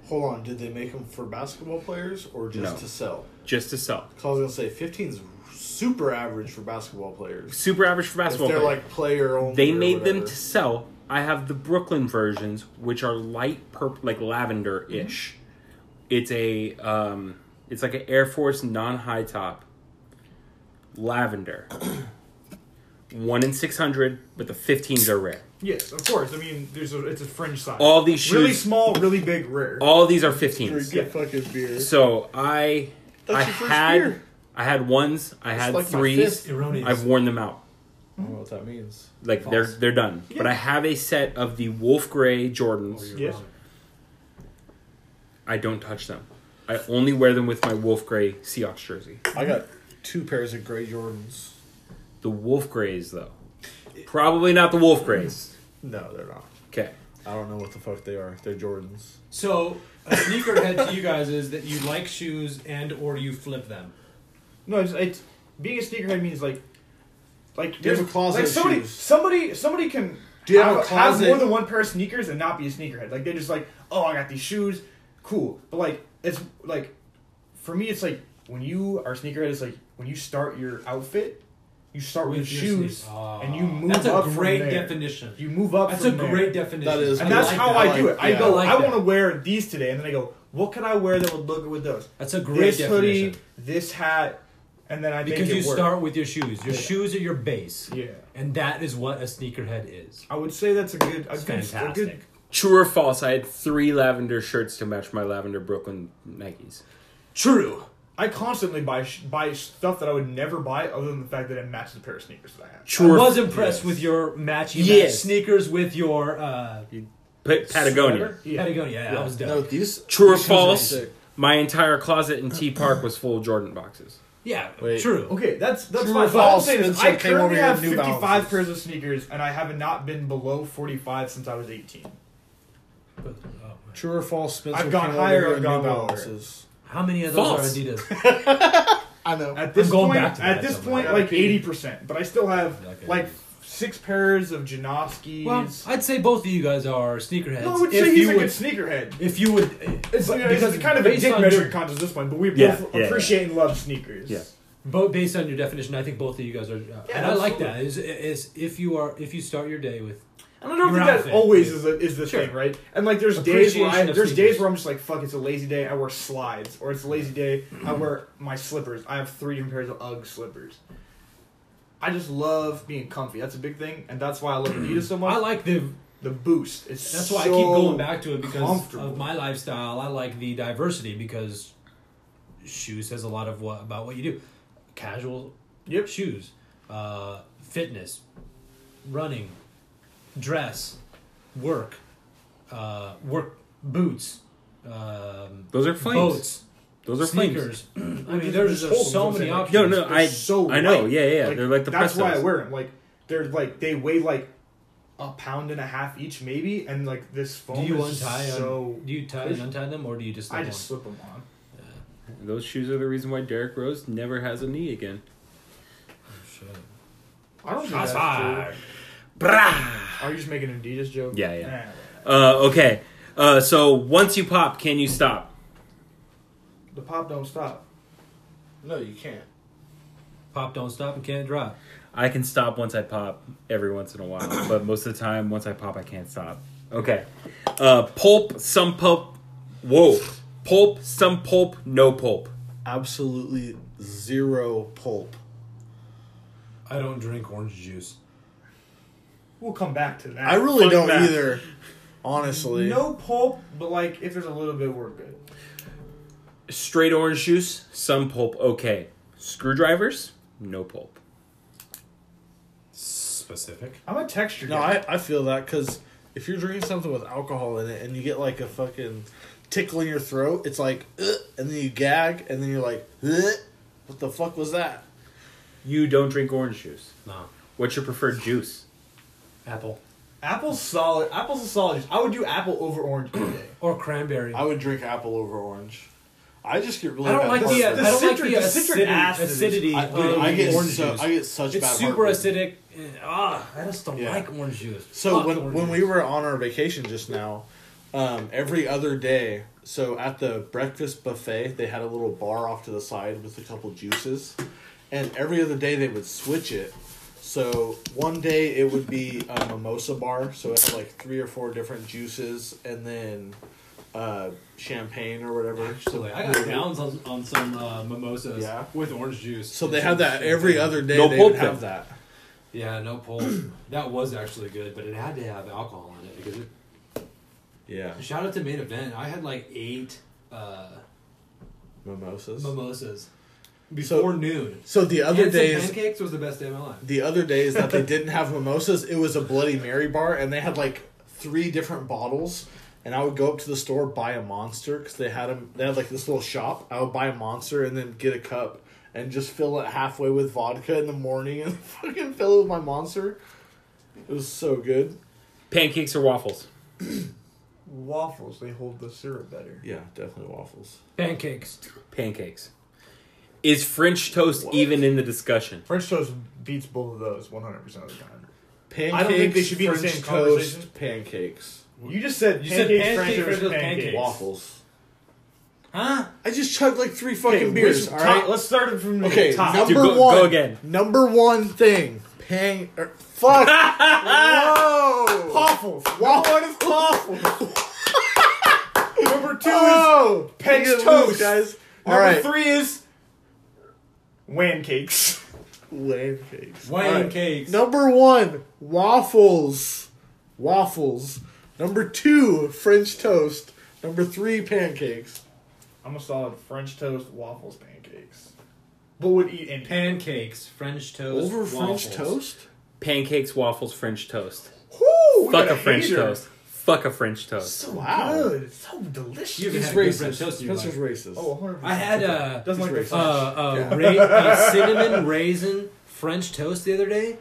S2: hold on, did they make them for basketball players or just
S3: No.
S2: to sell?
S3: Just to sell.
S2: Because I was gonna say 15 is super average for basketball players.
S3: Super average for
S2: If
S3: basketball.
S2: they're
S3: player.
S2: like player only,
S3: they
S2: or
S3: made them
S2: whatever.
S3: to sell. I have the Brooklyn versions, which are light purple, like lavender ish.
S2: Mm-hmm.
S3: It's a, um, it's like an Air Force non high top, lavender. one in 600, but the 15s are rare.
S1: Yes, of course. I mean, there's a, it's a fringe size.
S3: All these shoes,
S1: really small, really big, rare.
S3: all these are
S2: Drink
S3: 15s.
S2: your fucking beer.
S3: So I,
S2: That's
S3: I
S2: your first
S3: had,
S2: beer.
S3: I had ones, I had
S2: like my
S3: threes.
S2: fifth.
S7: Erroneous.
S3: I've worn them out.
S2: I don't know what that means.
S3: Like
S7: False.
S3: they're they're done. But I have a set of the Wolf Gray Jordans.
S1: Yes.
S3: I don't touch them. I only wear them with my Wolf Gray Seahawks jersey.
S2: I got two pairs of gray Jordans.
S3: The Wolf Grays though, probably not the Wolf Grays.
S2: No, they're not.
S3: Okay.
S2: I don't know what the fuck they are. They're Jordans.
S8: So, a sneakerhead to you guys is that you like shoes and or you flip them.
S1: No, it's, it's being a sneakerhead means like, like
S2: Do you have
S1: there's-
S2: a closet
S1: Like
S2: of
S1: somebody,
S2: shoes?
S1: somebody, somebody can.
S2: Do you have a
S1: Have more
S2: closet?
S1: than one pair of sneakers and not be a sneakerhead. Like they're just like, oh, I got these shoes, cool. But like, it's like, for me, it's like when you are a sneakerhead, it's like when you start your outfit, you start with,
S7: With your
S1: shoes
S7: sneakers. Ah.
S1: and you move
S8: That's a
S1: up
S8: great
S1: from there.
S8: definition.
S1: You move up.
S8: That's a
S1: from there.
S8: great definition.
S2: That is
S1: And
S2: I
S1: that's
S2: like
S1: how
S2: that.
S1: I
S2: I
S1: do
S2: like-
S1: it. I
S2: yeah.
S1: go,
S2: I
S1: I,
S8: like that.
S1: want to wear these today, and then I go, what can I wear that would look good with those?
S8: That's a great
S1: This
S8: definition.
S1: hoodie, this hat, and then I make
S8: because
S1: it
S8: you
S1: work.
S8: start with your shoes. Your shoes are your base.
S1: Yeah,
S8: And that is what a sneakerhead is.
S1: I would say that's a good, a
S8: It's
S1: good, a good.
S8: fantastic.
S3: True or false? I had three lavender shirts to match my lavender Brooklyn Nikes.
S8: True.
S1: I constantly buy sh- buy stuff that I would never buy, other than the fact that it matches the pair of sneakers that I have.
S3: True or
S8: I was impressed with your matching
S3: Yes.
S8: sneakers with your uh,
S3: Pa- Patagonia.
S8: sweater? Patagonia. Yeah, I was done.
S2: No, these.
S3: True or
S2: these shoes are
S3: false?
S2: sick.
S3: My entire closet in T Park was full of Jordan boxes.
S8: Yeah,
S2: Wait.
S8: true.
S1: Okay, that's that's
S2: True
S1: fine.
S2: or
S1: What I'm
S2: false,
S1: saying is
S2: Spencer
S1: I
S2: came over
S1: currently
S2: here
S1: have
S2: with New
S1: 55
S2: Balances.
S1: pairs of sneakers, and I have not been below 45 since I was 18.
S8: oh.
S2: True or false? Spencer
S1: I've gone
S2: came over
S1: higher,
S2: here
S1: I've
S2: in
S1: gone
S2: New
S1: lower.
S2: Balances.
S8: How many of those
S3: False.
S8: are Adidas?
S2: I know.
S1: At this
S8: going
S1: point,
S8: back to
S1: at
S8: that,
S1: this
S8: though,
S1: point,
S9: man.
S1: like 80 percent, but I still have
S8: Okay.
S1: like six pairs of Janoskis.
S8: well, I'd say both of you guys are sneakerheads.
S1: no, I would
S8: if
S1: say
S8: you
S1: he's a
S8: would,
S1: good sneakerhead.
S8: if you would,
S1: It's,
S8: but-
S1: you know, it's
S8: because
S1: kind of a
S8: based
S1: dick
S8: on
S1: measuring
S8: your-
S1: contest at this point, but we
S3: Yeah,
S1: both
S3: yeah, yeah.
S1: appreciate and love sneakers.
S3: Yeah.
S8: But based on your definition, I think both of you guys are, uh,
S1: Yeah,
S8: and I like
S1: absolutely.
S8: that. Is, is if you are if you start your day with
S1: And I don't
S8: Your
S1: think that
S8: outfit.
S1: always is, a, is the
S8: Sure.
S1: thing, right? And like, there's days where I,
S8: Appreciation of
S1: there's
S8: sneakers.
S1: days where I'm just like, fuck, it's a lazy day. I wear slides, or it's a lazy day. I wear my slippers. I have three different pairs of UGG slippers. I just love being comfy. That's a big thing, and that's why I love Adidas so much.
S8: I like the
S1: the boost. It's
S8: that's why I
S1: so
S8: keep going back to it because
S1: comfortable.
S8: of my lifestyle. I like the diversity because shoes says a lot of what about what you do. Casual
S1: Yep.
S8: shoes, uh, fitness, running, dress, work, uh, work boots, um,
S3: Those are flames.
S8: boats,
S3: Those are flames.
S8: sneakers. I mean, there's
S1: They're
S8: just
S1: just
S8: so
S1: cold,
S8: many
S1: I'm
S8: options.
S3: No, no,
S1: They're
S3: I
S1: so
S3: I know.
S1: light.
S3: Yeah, yeah. They're like the
S1: that's
S3: press
S1: why I
S3: downs.
S1: wear them. Like they're like they weigh like a pound and a half each, maybe, and like this foam
S8: Do you
S1: is
S8: untie?
S1: so.
S8: do you tie and
S1: cushion.
S8: untie them, or do you just?
S1: I
S8: leave
S1: just slip them on.
S3: Those shoes are the reason why Derrick Rose never has a knee again.
S8: them? Shit.
S1: I don't think
S8: Shots
S1: that's true.
S8: fired.
S1: Are you just making an Adidas joke?
S3: Yeah, yeah.
S1: Nah, whatever.
S3: Uh, okay. Uh, so once you pop, can you stop?
S1: the pop don't stop.
S2: No, you can't.
S8: Pop, don't stop, and can't drop.
S3: I can stop once I pop every once in a while, but most of the time, once I pop, I can't stop. Okay. Uh, pulp, some pulp. Whoa. Pulp, some pulp, no pulp.
S2: Absolutely zero pulp.
S8: I don't drink orange juice.
S1: We'll come back to that.
S2: I really
S1: Fuck
S2: don't
S1: that.
S2: either. Honestly,
S1: No pulp, but like if there's a little bit, we're good.
S3: Straight orange juice, some pulp, okay. Screwdrivers, no pulp.
S8: Specific.
S1: I'm a texture
S2: No,
S1: guy.
S2: I, I feel that because if you're drinking something with alcohol in it and you get like a fucking tickle in your throat, it's like, Ugh, and then you gag, and then you're like, Ugh, what the fuck was that?
S3: You don't drink orange juice.
S8: No.
S3: What's your preferred juice?
S8: Apple.
S1: Apple's solid. Apple's a solid. juice. I would do apple over orange any day.
S8: Or cranberry.
S2: I would drink apple over orange. I just get really.
S8: I don't
S2: bad
S8: like the, uh,
S2: heartburn.
S8: I don't
S1: citric- the
S8: like the
S1: citric
S8: acidity,
S1: acid is-
S8: acidity
S2: I,
S8: of
S2: dude, I get
S8: orange
S2: so
S8: juice.
S2: I get such
S8: it's
S2: bad
S8: super
S2: heartburn.
S8: acidic. and- Ah, I just don't
S2: Yeah.
S8: like orange juice.
S2: So
S8: Fuck
S2: when
S8: orange
S2: when we
S8: juice.
S2: were on our vacation just now, um, every other day, so at the breakfast buffet, they had a little bar off to the side with a couple juices, and every other day they would switch it. So one day it would be a mimosa bar, so it had like three or four different juices, and then uh, champagne or whatever.
S7: Actually, I got downs on, on some uh, mimosas
S2: Yeah.
S7: with orange juice.
S2: So
S7: and
S2: they
S7: some
S2: have that
S7: shit.
S2: every other day.
S3: No
S2: they
S3: pulp
S2: would have
S3: then.
S2: that.
S5: Yeah, no pull. that was actually good, but it had to have alcohol in it because it.
S2: Yeah.
S5: Shout out to main event. I had like eight uh,
S2: Mimosas.
S5: mimosas
S2: So-
S5: before noon.
S2: so the other
S5: and some
S2: days,
S5: pancakes was the best day of my life.
S2: the other days that they didn't have mimosas, it was a Bloody Mary bar, and they had like three different bottles. And I would go up to the store buy a monster because they had them. They had like this little shop. I would buy a monster and then get a cup and just fill it halfway with vodka in the morning and fucking fill it with my monster. It was so good.
S3: Pancakes or waffles?
S1: Waffles, they hold the syrup better.
S2: Yeah, definitely waffles.
S4: Pancakes.
S3: Pancakes. Is French toast even in the discussion?
S1: French toast beats both of those 100% of the time.
S2: Pancakes.
S1: I don't think they should be in the
S2: French
S1: same
S2: toast,
S1: conversation.
S2: pancakes,
S1: You just said
S4: You said
S1: pancakes,
S4: pancake,
S1: French
S4: French
S1: toast,
S4: toast,
S1: pancakes.
S4: pancakes.
S2: waffles.
S4: Huh?
S2: I just chugged like three fucking
S1: Okay,
S2: beers.
S1: which
S2: All
S1: top-
S2: right.
S1: let's start it from the
S2: Okay,
S1: top.
S2: number
S3: Dude, go- go
S2: one.
S3: again.
S2: Number one thing. Pang. Er, fuck. Whoa.
S1: Waffles.
S2: Waffles.
S1: One is waffles. number two is
S2: Oh.
S1: Peg's
S2: Peg's
S1: toast.
S2: guys. All
S1: number
S2: right.
S1: three is wham cakes.
S2: Wham cakes.
S5: Wham
S2: All right.
S5: cakes.
S2: Number one, waffles. Waffles. Number two, French toast. Number three, pancakes.
S1: I'm a solid French toast, waffles, pancakes. But would eat any.
S4: Pancakes, French toast.
S2: Over French
S4: waffles.
S2: toast?
S3: Pancakes, waffles, French toast.
S1: Woo, we
S3: Fuck
S1: got
S3: a French
S1: hater.
S3: toast. Fuck a French toast.
S1: So
S2: Wow.
S1: good. So delicious.
S5: You haven't
S2: He's
S5: had good French
S2: racist.
S5: toast in your
S2: Spencer's racist.
S1: oh, 100%.
S4: I had uh,
S1: Doesn't like
S2: He's
S1: the
S2: racist.
S4: uh,
S1: French.
S4: uh, ra- uh, cinnamon raisin French toast the other day.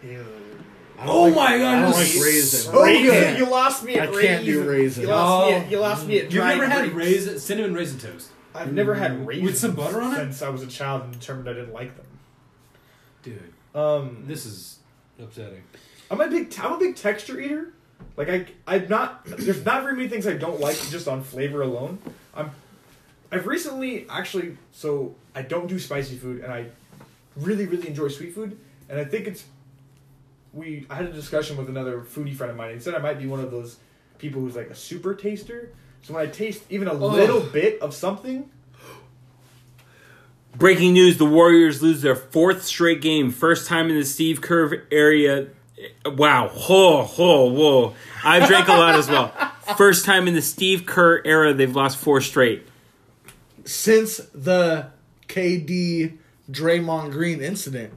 S2: I don't
S4: Oh
S2: like-
S4: my god!
S2: I
S4: it
S2: don't
S4: was
S2: like raisin.
S1: Oh,
S4: Raisin.
S1: yeah, you lost me at
S2: I can't do
S1: raisin.
S2: raisin.
S1: You lost, me
S4: Oh.
S1: at, you lost me at
S5: You've
S1: dried
S5: never had
S1: grapes.
S5: raisin, cinnamon raisin toast,
S1: I've never had raisins
S5: With some butter on it?
S1: since I was a child and determined I didn't like them.
S5: dude.
S1: Um,
S5: This is upsetting.
S1: I'm a big I'm a big texture eater. Like I I'm not there's not very many things I don't like just on flavor alone. I'm I've recently actually so I don't do spicy food and I really really enjoy sweet food and I think it's we I had a discussion with another foodie friend of mine and said I might be one of those people who's like a super taster. So when I taste even a little bit of something,
S3: Breaking news: The Warriors lose their fourth straight game, first time in the Steve Curve area. Wow! Whoa! Whoa! Whoa! I've drank a lot as well. First time in the Steve Kerr era, they've lost four straight.
S2: since the KD Draymond Green incident.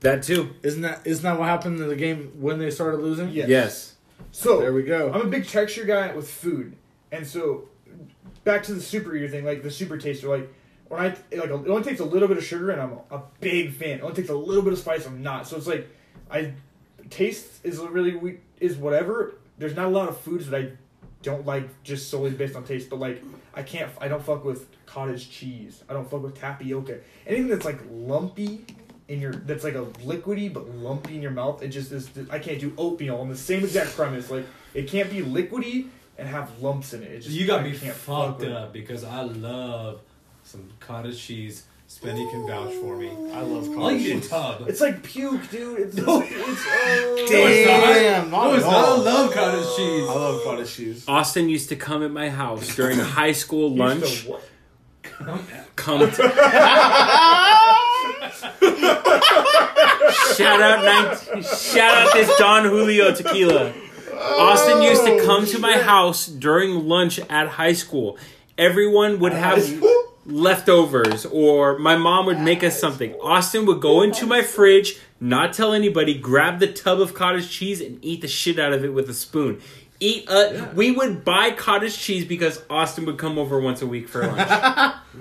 S3: That too.
S2: Isn't that isn't that what happened in the game when they started losing?
S1: Yes.
S3: Yes.
S1: so
S2: There we go.
S1: I'm a big texture guy with food, and so back to the super eater thing, like the super taster, like when I like it only takes a little bit of sugar, and I'm a big fan. It only takes a little bit of spice, I'm not. So it's like I taste is really we is whatever. There's not a lot of foods that I don't like just solely based on taste, but like I can't I don't fuck with cottage cheese. I don't fuck with tapioca. Anything that's like lumpy in your that's like a liquidy but lumpy in your mouth. It just is I can't do oatmeal on the same exact premise. Like it can't be liquidy and have lumps in it. it just,
S5: You got
S1: I
S5: me
S1: can't fuck
S5: fucked
S1: with it.
S5: up because I love some cottage cheese. Spendy can vouch for me.
S2: I love
S5: I like
S2: college.
S5: it in tub.
S1: It's like puke, dude. It's, it's, it's oh.
S5: No, it's not.
S2: Damn, not
S5: No,
S2: at
S5: it's
S2: all.
S5: I love cottage cheese.
S2: I love cottage cheese.
S3: Austin used to come at my house during high school
S1: Here's
S3: lunch.
S1: the what?
S3: Come. to- shout out, 19, shout out this Don Julio tequila. Austin used to come to my house during lunch at high school. Everyone would have leftovers, or my mom would make us something. Austin would go into my fridge, not tell anybody, grab the tub of cottage cheese, and eat the shit out of it with a spoon. Eat. Uh, We would buy cottage cheese because Austin would come over once a week for lunch.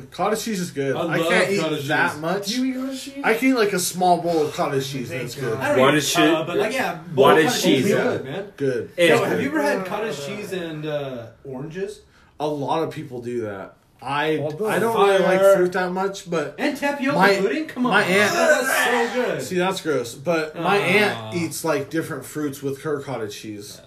S2: Cottage cheese is good.
S5: I
S2: I,
S5: love
S2: can't eat
S5: cottage
S2: that
S5: cheese.
S2: much.
S1: Do you eat cottage cheese?
S2: I can eat like a small bowl of cottage cheese.
S1: Thank
S2: and it's good.
S1: God.
S5: I don't
S3: What
S5: eat
S3: is
S5: tub,
S3: shit-
S5: But like, yeah,
S3: what is
S5: cottage cheese is
S2: cheese?
S5: Good, man.
S2: Good.
S3: It's
S5: Yo, have
S3: good.
S5: you ever had cottage cheese and uh, oranges
S2: A lot of people do that. I
S1: Although-
S2: I don't really
S5: Fire.
S2: like fruit that much, but
S5: and tapioca
S2: My-
S5: pudding? Come on,
S2: my aunt-
S5: that's so good.
S2: see that's gross. But my
S5: Aw.
S2: aunt eats like different fruits with her cottage cheese.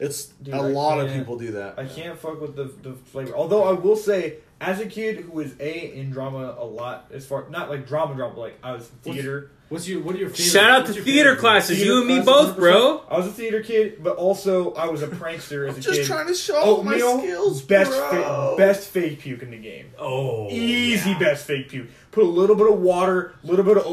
S2: It's
S1: Dude,
S2: a
S1: I
S2: lot of
S1: can't-
S2: people do that.
S1: I can't fuck with the, the flavor. Although I will say, as a kid who was a in drama a lot, as far not like drama drama, but, like I was theater.
S5: What's your what are your favorite?
S3: Shout out to
S5: what's your
S3: theater
S5: favorite?
S3: classes,
S1: theater
S3: you and me
S1: class,
S3: both, bro.
S1: 100%. I was a theater kid, but also I was a prankster as a
S2: Just
S1: kid.
S2: trying to show off my
S1: Oatmeal,
S2: skills,
S1: best
S2: bro.
S1: fa- best fake puke in the game.
S4: Oh,
S1: Easy best fake puke.
S4: Oh.
S1: Put a little bit of water, a little bit of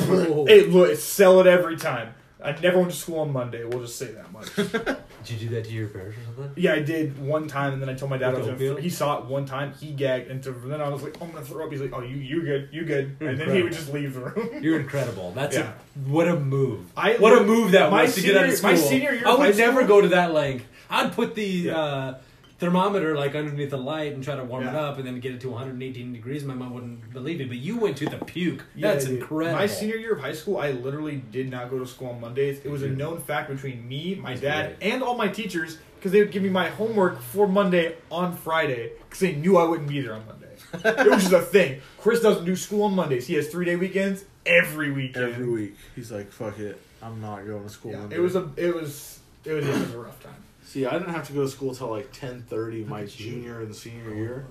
S1: oatmeal. It look sell it every time. I never went to school on Monday. We'll just say that much.
S4: Did you do that to your parents or something?
S1: yeah, I did one time, and then I told my dad I
S4: With
S1: was gonna.
S4: oatmeal?
S1: He saw it one time. He gagged, and so from then I was like, "Oh, I'm gonna throw up." He's like, "Oh, you, you good, you good," and then he would
S4: Incredible.
S1: just leave the room.
S4: You're incredible. That's
S1: Yeah.
S4: a, what a move.
S1: I-
S4: what a move that
S1: my
S4: was to get out of
S1: senior-
S4: school.
S1: my senior year
S4: I
S1: of
S4: would
S1: high
S4: never
S1: school-
S4: go to that length. I'd put the
S1: Yeah.
S4: uh, thermometer like underneath the light and try to warm it
S1: Yeah.
S4: up, and then get it to 118 degrees. My mom wouldn't believe me, but you went to the puke.
S1: Yeah,
S4: That's
S1: dude.
S4: incredible.
S1: My senior year of high school, I literally did not go to school on Mondays. It was a known fact between me, my
S4: That's
S1: dad, and all my teachers because they would give me my homework for Monday on Friday because they knew I wouldn't be there on Monday. it was just a thing. Chris doesn't do school on Mondays. He has three day weekends every weekend.
S2: Every week, he's like, "Fuck it, I'm not going to school."
S1: Yeah,
S2: Monday."
S1: it was a it was it was, it was a rough time.
S2: See, I didn't have to go to school till like ten thirty my junior and senior year.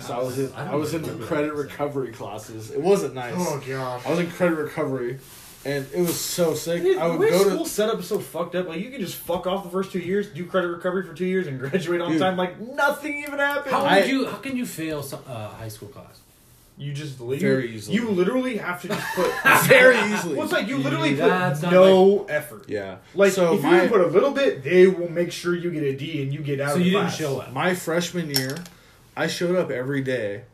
S2: So I was in,
S5: I don't
S2: I, was in
S5: remember
S2: credit
S5: that.
S2: recovery classes. It wasn't nice.
S6: Oh gosh.
S2: I was in credit recovery, and it was so sick.
S1: Dude,
S2: I would
S1: the way
S2: go
S1: school
S2: to
S1: setup is so fucked up. Like you can just fuck off the first two years, do credit recovery for two years, and graduate on
S2: Dude.
S1: time. Like nothing even happened.
S4: how
S2: I-
S4: would you? How can you fail some, uh, high school class?
S1: You just leave.
S2: Very easily.
S1: You literally have to just put.
S2: very easily.
S1: well, it's like you literally
S4: That's
S1: put
S4: not
S1: no effort.
S2: yeah.
S1: Like
S2: so,
S1: if
S2: my
S1: you put a little bit, they will make sure you get a D and you get out.
S4: So
S1: of
S4: you didn't
S1: class.
S4: show up.
S2: my freshman year, I showed up every day,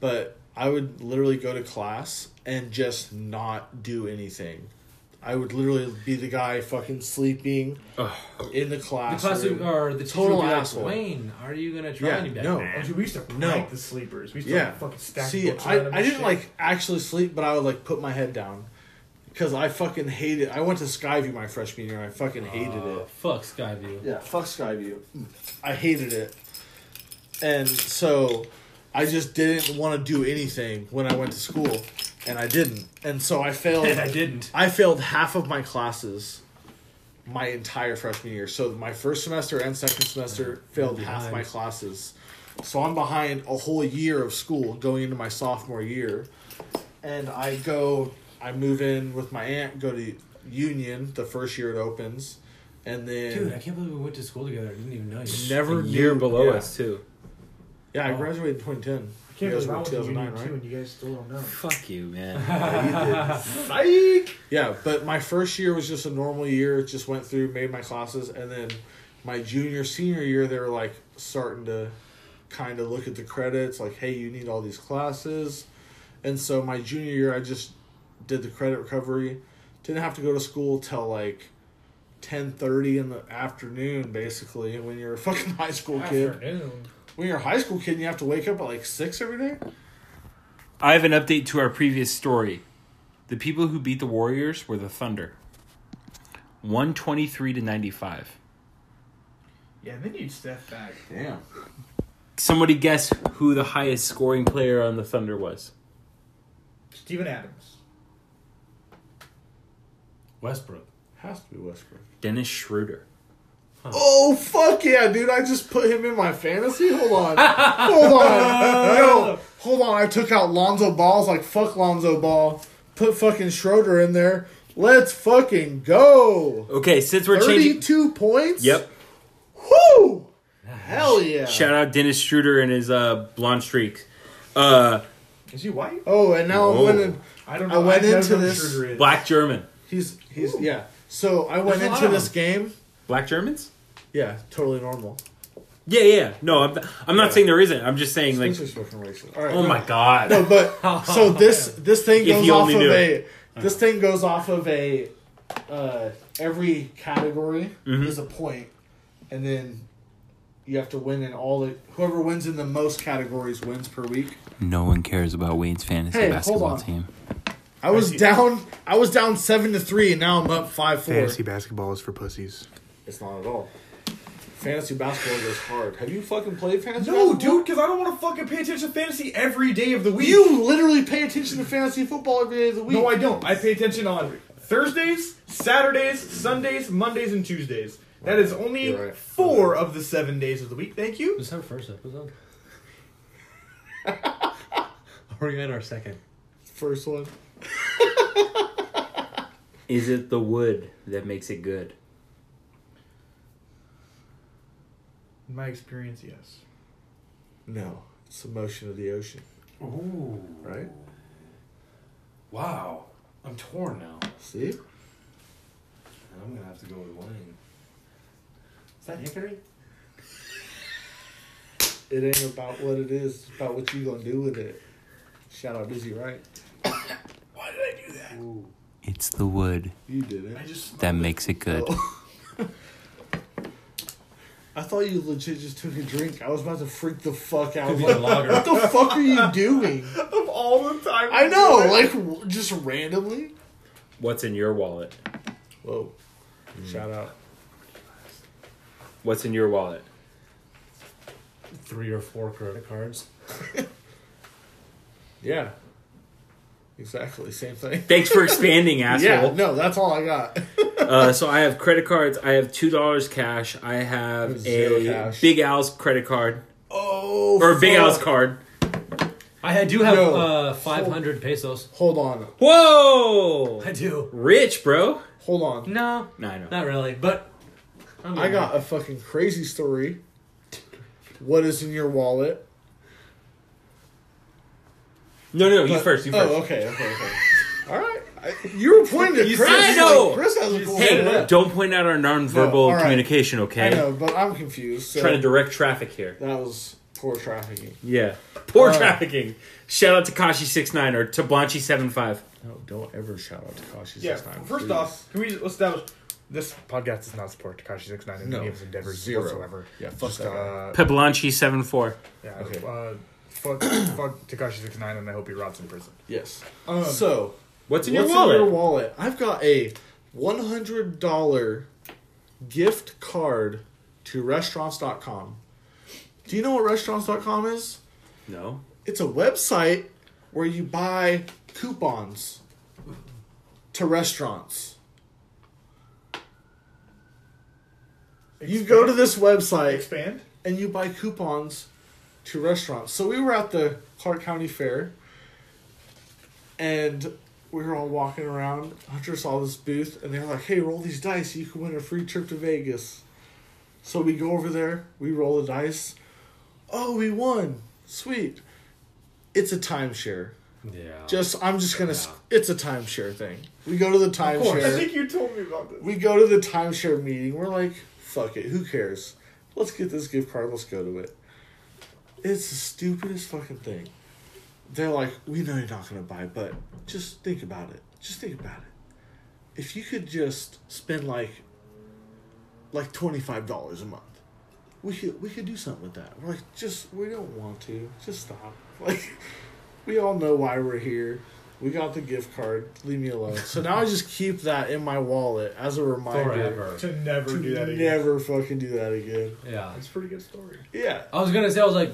S2: but I would literally go to class and just not do anything. I would literally be the guy fucking sleeping in the
S4: The
S2: class.
S4: class or the teacher
S2: Total
S4: would be like,
S2: asshole.
S4: Wayne, are you gonna try?
S2: Yeah,
S4: and you'd be
S2: no.
S1: Oh,
S4: Like,
S1: dude, we used to prank
S2: No.
S1: the sleepers. We used to
S2: Yeah.
S1: like, fucking stack
S2: See,
S1: books
S2: I,
S1: around them
S2: I
S1: and
S2: didn't
S1: shit.
S2: like actually sleep, but I would like put my head down because I fucking hated. I went to Skyview my freshman year. and I fucking hated
S4: nah.
S2: it.
S4: Fuck Skyview.
S2: Yeah, fuck Skyview. I hated it, and so I just didn't want to do anything when I went to school, and I didn't, and so I failed.
S4: And I didn't.
S2: I failed half of my classes my entire freshman year. So my first semester and second semester failed half
S4: behind.
S2: my classes. So I'm behind a whole year of school going into my sophomore year. And I go, I move in with my aunt, go to Union the first year it opens. And then,
S4: Dude, I can't believe we went to school together. I didn't even know you.
S2: never
S3: A year
S2: knew-
S3: below
S2: yeah.
S3: us too.
S2: Yeah, I
S4: Oh.
S2: graduated in 2010.
S1: I can't
S2: You
S1: believe
S2: guys
S1: I
S2: were
S1: went to Union
S2: 2009,
S1: too, and you guys still don't know.
S3: Fuck you, man.
S1: Psych.
S2: Yeah, but my first year was just a normal year. Just went through, made my classes, and then my junior, senior year, they were like starting to kind of look at the credits, like, hey, you need all these classes. And so my junior year, I just did the credit recovery. Didn't have to go to school till like ten thirty in the afternoon, basically. When you're a fucking high school kid,
S1: Afternoon.
S2: when you're a high school kid, and you have to wake up at like six every day.
S3: I have an update to our previous story. The people who beat the Warriors were the Thunder. 123 to 95.
S1: Yeah, and then you'd step back.
S2: Damn.
S3: Somebody guess who the highest scoring player on the Thunder was.
S1: Steven Adams.
S4: Westbrook.
S2: Has to be Westbrook.
S3: Dennis Schroeder.
S2: Oh fuck yeah, dude! I just put him in my fantasy. Hold on, hold on, no, hold on. I took out Lonzo Ball's like fuck Lonzo Ball. Put fucking Schroeder in there. Let's fucking go.
S3: Okay, since we're changing.
S2: Thirty-two points.
S3: Yep.
S2: Whoo! Hell yeah.
S3: Shout out Dennis Schroeder and his uh, blonde streak. Uh,
S1: Is he white?
S2: Oh, and now
S3: Whoa.
S2: I'm winning.
S1: I don't
S2: I
S1: know.
S2: went
S1: know
S2: into
S1: who
S2: this-
S1: Schroeder is.
S3: black German.
S2: He's he's yeah. So I went
S4: There's a lot
S2: into
S4: of
S2: this game.
S3: Black Germans?
S2: Yeah, totally normal.
S3: Yeah, yeah. No, I'm, I'm not saying there isn't. I'm just saying, like,
S2: Spencer's fucking racist. All right.
S3: oh my god.
S2: No, but so this this thing
S3: If
S2: goes
S3: you
S2: off
S3: only
S2: of
S3: knew
S2: a this thing goes off of a uh, every category
S1: Mm-hmm.
S2: is a point, and then you have to win in all the whoever wins in the most categories wins per week.
S3: No one cares about Wayne's fantasy
S2: Hey, hold basketball on.
S3: team.
S2: I was down I was down seven to three, and now I'm up five four.
S6: Fantasy basketball is for pussies.
S2: It's not at all. Fantasy basketball goes hard. Have you fucking played fantasy?
S1: No,
S2: basketball?
S1: dude, because I don't want to fucking pay attention to fantasy every day of the week.
S2: You literally pay attention to fantasy football every day of the week.
S1: No, I don't. I pay attention on Thursdays, Saturdays, Sundays, Mondays, and Tuesdays. That is only
S2: You're right.
S1: four of the seven days of the week. Thank you.
S4: Was our first episode? or even our second?
S2: First one.
S3: Is it the wood that makes it good?
S1: In my experience, yes.
S2: No, it's the motion of the ocean,
S5: Ooh.
S2: right?
S5: Wow. I'm torn now.
S2: See?
S5: I'm gonna have to go with wine. Is that hickory?
S2: It ain't about what it is, it's about what you gonna do with it. Shout out Dizzy Wright.
S1: Why did I do that?
S10: It's the wood
S2: You did it.
S1: I just
S10: that makes it good.
S2: I thought you legit just took a drink. I was about to freak the fuck out.
S5: Could be
S2: Like,
S5: a lager.
S2: what the fuck are you doing?
S1: of all the time.
S2: I know, like w- just randomly.
S3: What's in your wallet?
S2: Whoa! Shout out.
S3: What's in your wallet?
S4: Three or four credit cards.
S2: Yeah. Exactly same thing.
S3: Thanks for expanding,
S2: Yeah.
S3: asshole.
S2: No, that's all I got.
S3: Uh, so I have credit cards. I have two dollars cash. I have
S2: Zero
S3: a
S2: cash.
S3: Big Al's credit card
S2: oh.
S3: or a Big
S2: fuck.
S3: Al's card.
S4: I do have
S2: Yo.
S4: uh, 500 pesos.
S2: Hold on.
S3: Whoa,
S4: I do.
S3: rich bro.
S2: Hold on.
S4: No,
S3: No, I know.
S4: not really. But I'm
S2: I got a fucking crazy story. What is in your wallet?
S3: No, no, you
S2: But-
S3: first. You first.
S2: Oh, okay, okay, okay. All right. I, you were pointing at
S3: You
S2: Chris.
S3: said- I
S2: Like,
S3: know.
S2: Chris has a cool
S3: Hey,
S2: head.
S3: don't point out our nonverbal
S2: No, all right.
S3: communication, okay?
S2: I know, but I'm confused. So
S3: Trying to direct traffic here.
S2: that was poor trafficking.
S3: Yeah. Poor
S2: Uh.
S3: trafficking. Shout out to Kashi69 or to seven five.
S2: No, don't ever shout out Takashi.
S1: Yeah. First off, can we just establish this podcast does not support Takashi Six Nine in
S2: No.
S1: any of his endeavors
S2: Zero.
S1: whatsoever.
S2: yeah, fuck
S1: Just
S2: that. guy.
S1: uh,
S3: Peblanchi74.
S1: yeah.
S2: Okay.
S1: Uh, fuck, fuck Takashi Six Nine, and I hope he rots in prison.
S2: yes. so
S3: What's in
S2: what's
S3: your wallet?
S2: in your wallet? I've got a one hundred dollar gift card to restaurants.com. Do you know what restaurants.com is?
S3: no.
S2: It's a website where you buy coupons to restaurants. You go to this website
S1: Expand.
S2: and you buy coupons to restaurants. So we were at the Clark County Fair and we were all walking around. Hunter saw this booth and they're like, hey, roll these dice. You can win a free trip to Vegas. So we go over there, we roll the dice. Oh, we won. Sweet. It's a timeshare.
S4: yeah.
S2: Just, I'm just gonna, s it's a timeshare thing. We go to the timeshare.
S1: I think you told me about this.
S2: We go to the timeshare meeting. We're like, fuck it, who cares? Let's get this gift card. Let's go to it. It's the stupidest fucking thing. They're like, we know you're not gonna buy, but just think about it. Just think about it. If you could just spend like, like twenty five dollars a month, we could we could do something with that. We're like, just we don't want to. Just stop. Like, we all know why we're here. We got the gift card. Leave me alone. So now I just keep that in my wallet as a reminder
S4: forever.
S1: To never
S2: to
S1: do that again.
S2: never fucking do that again.
S4: Yeah.
S1: That's a pretty good story.
S2: Yeah,
S4: I was gonna say I was like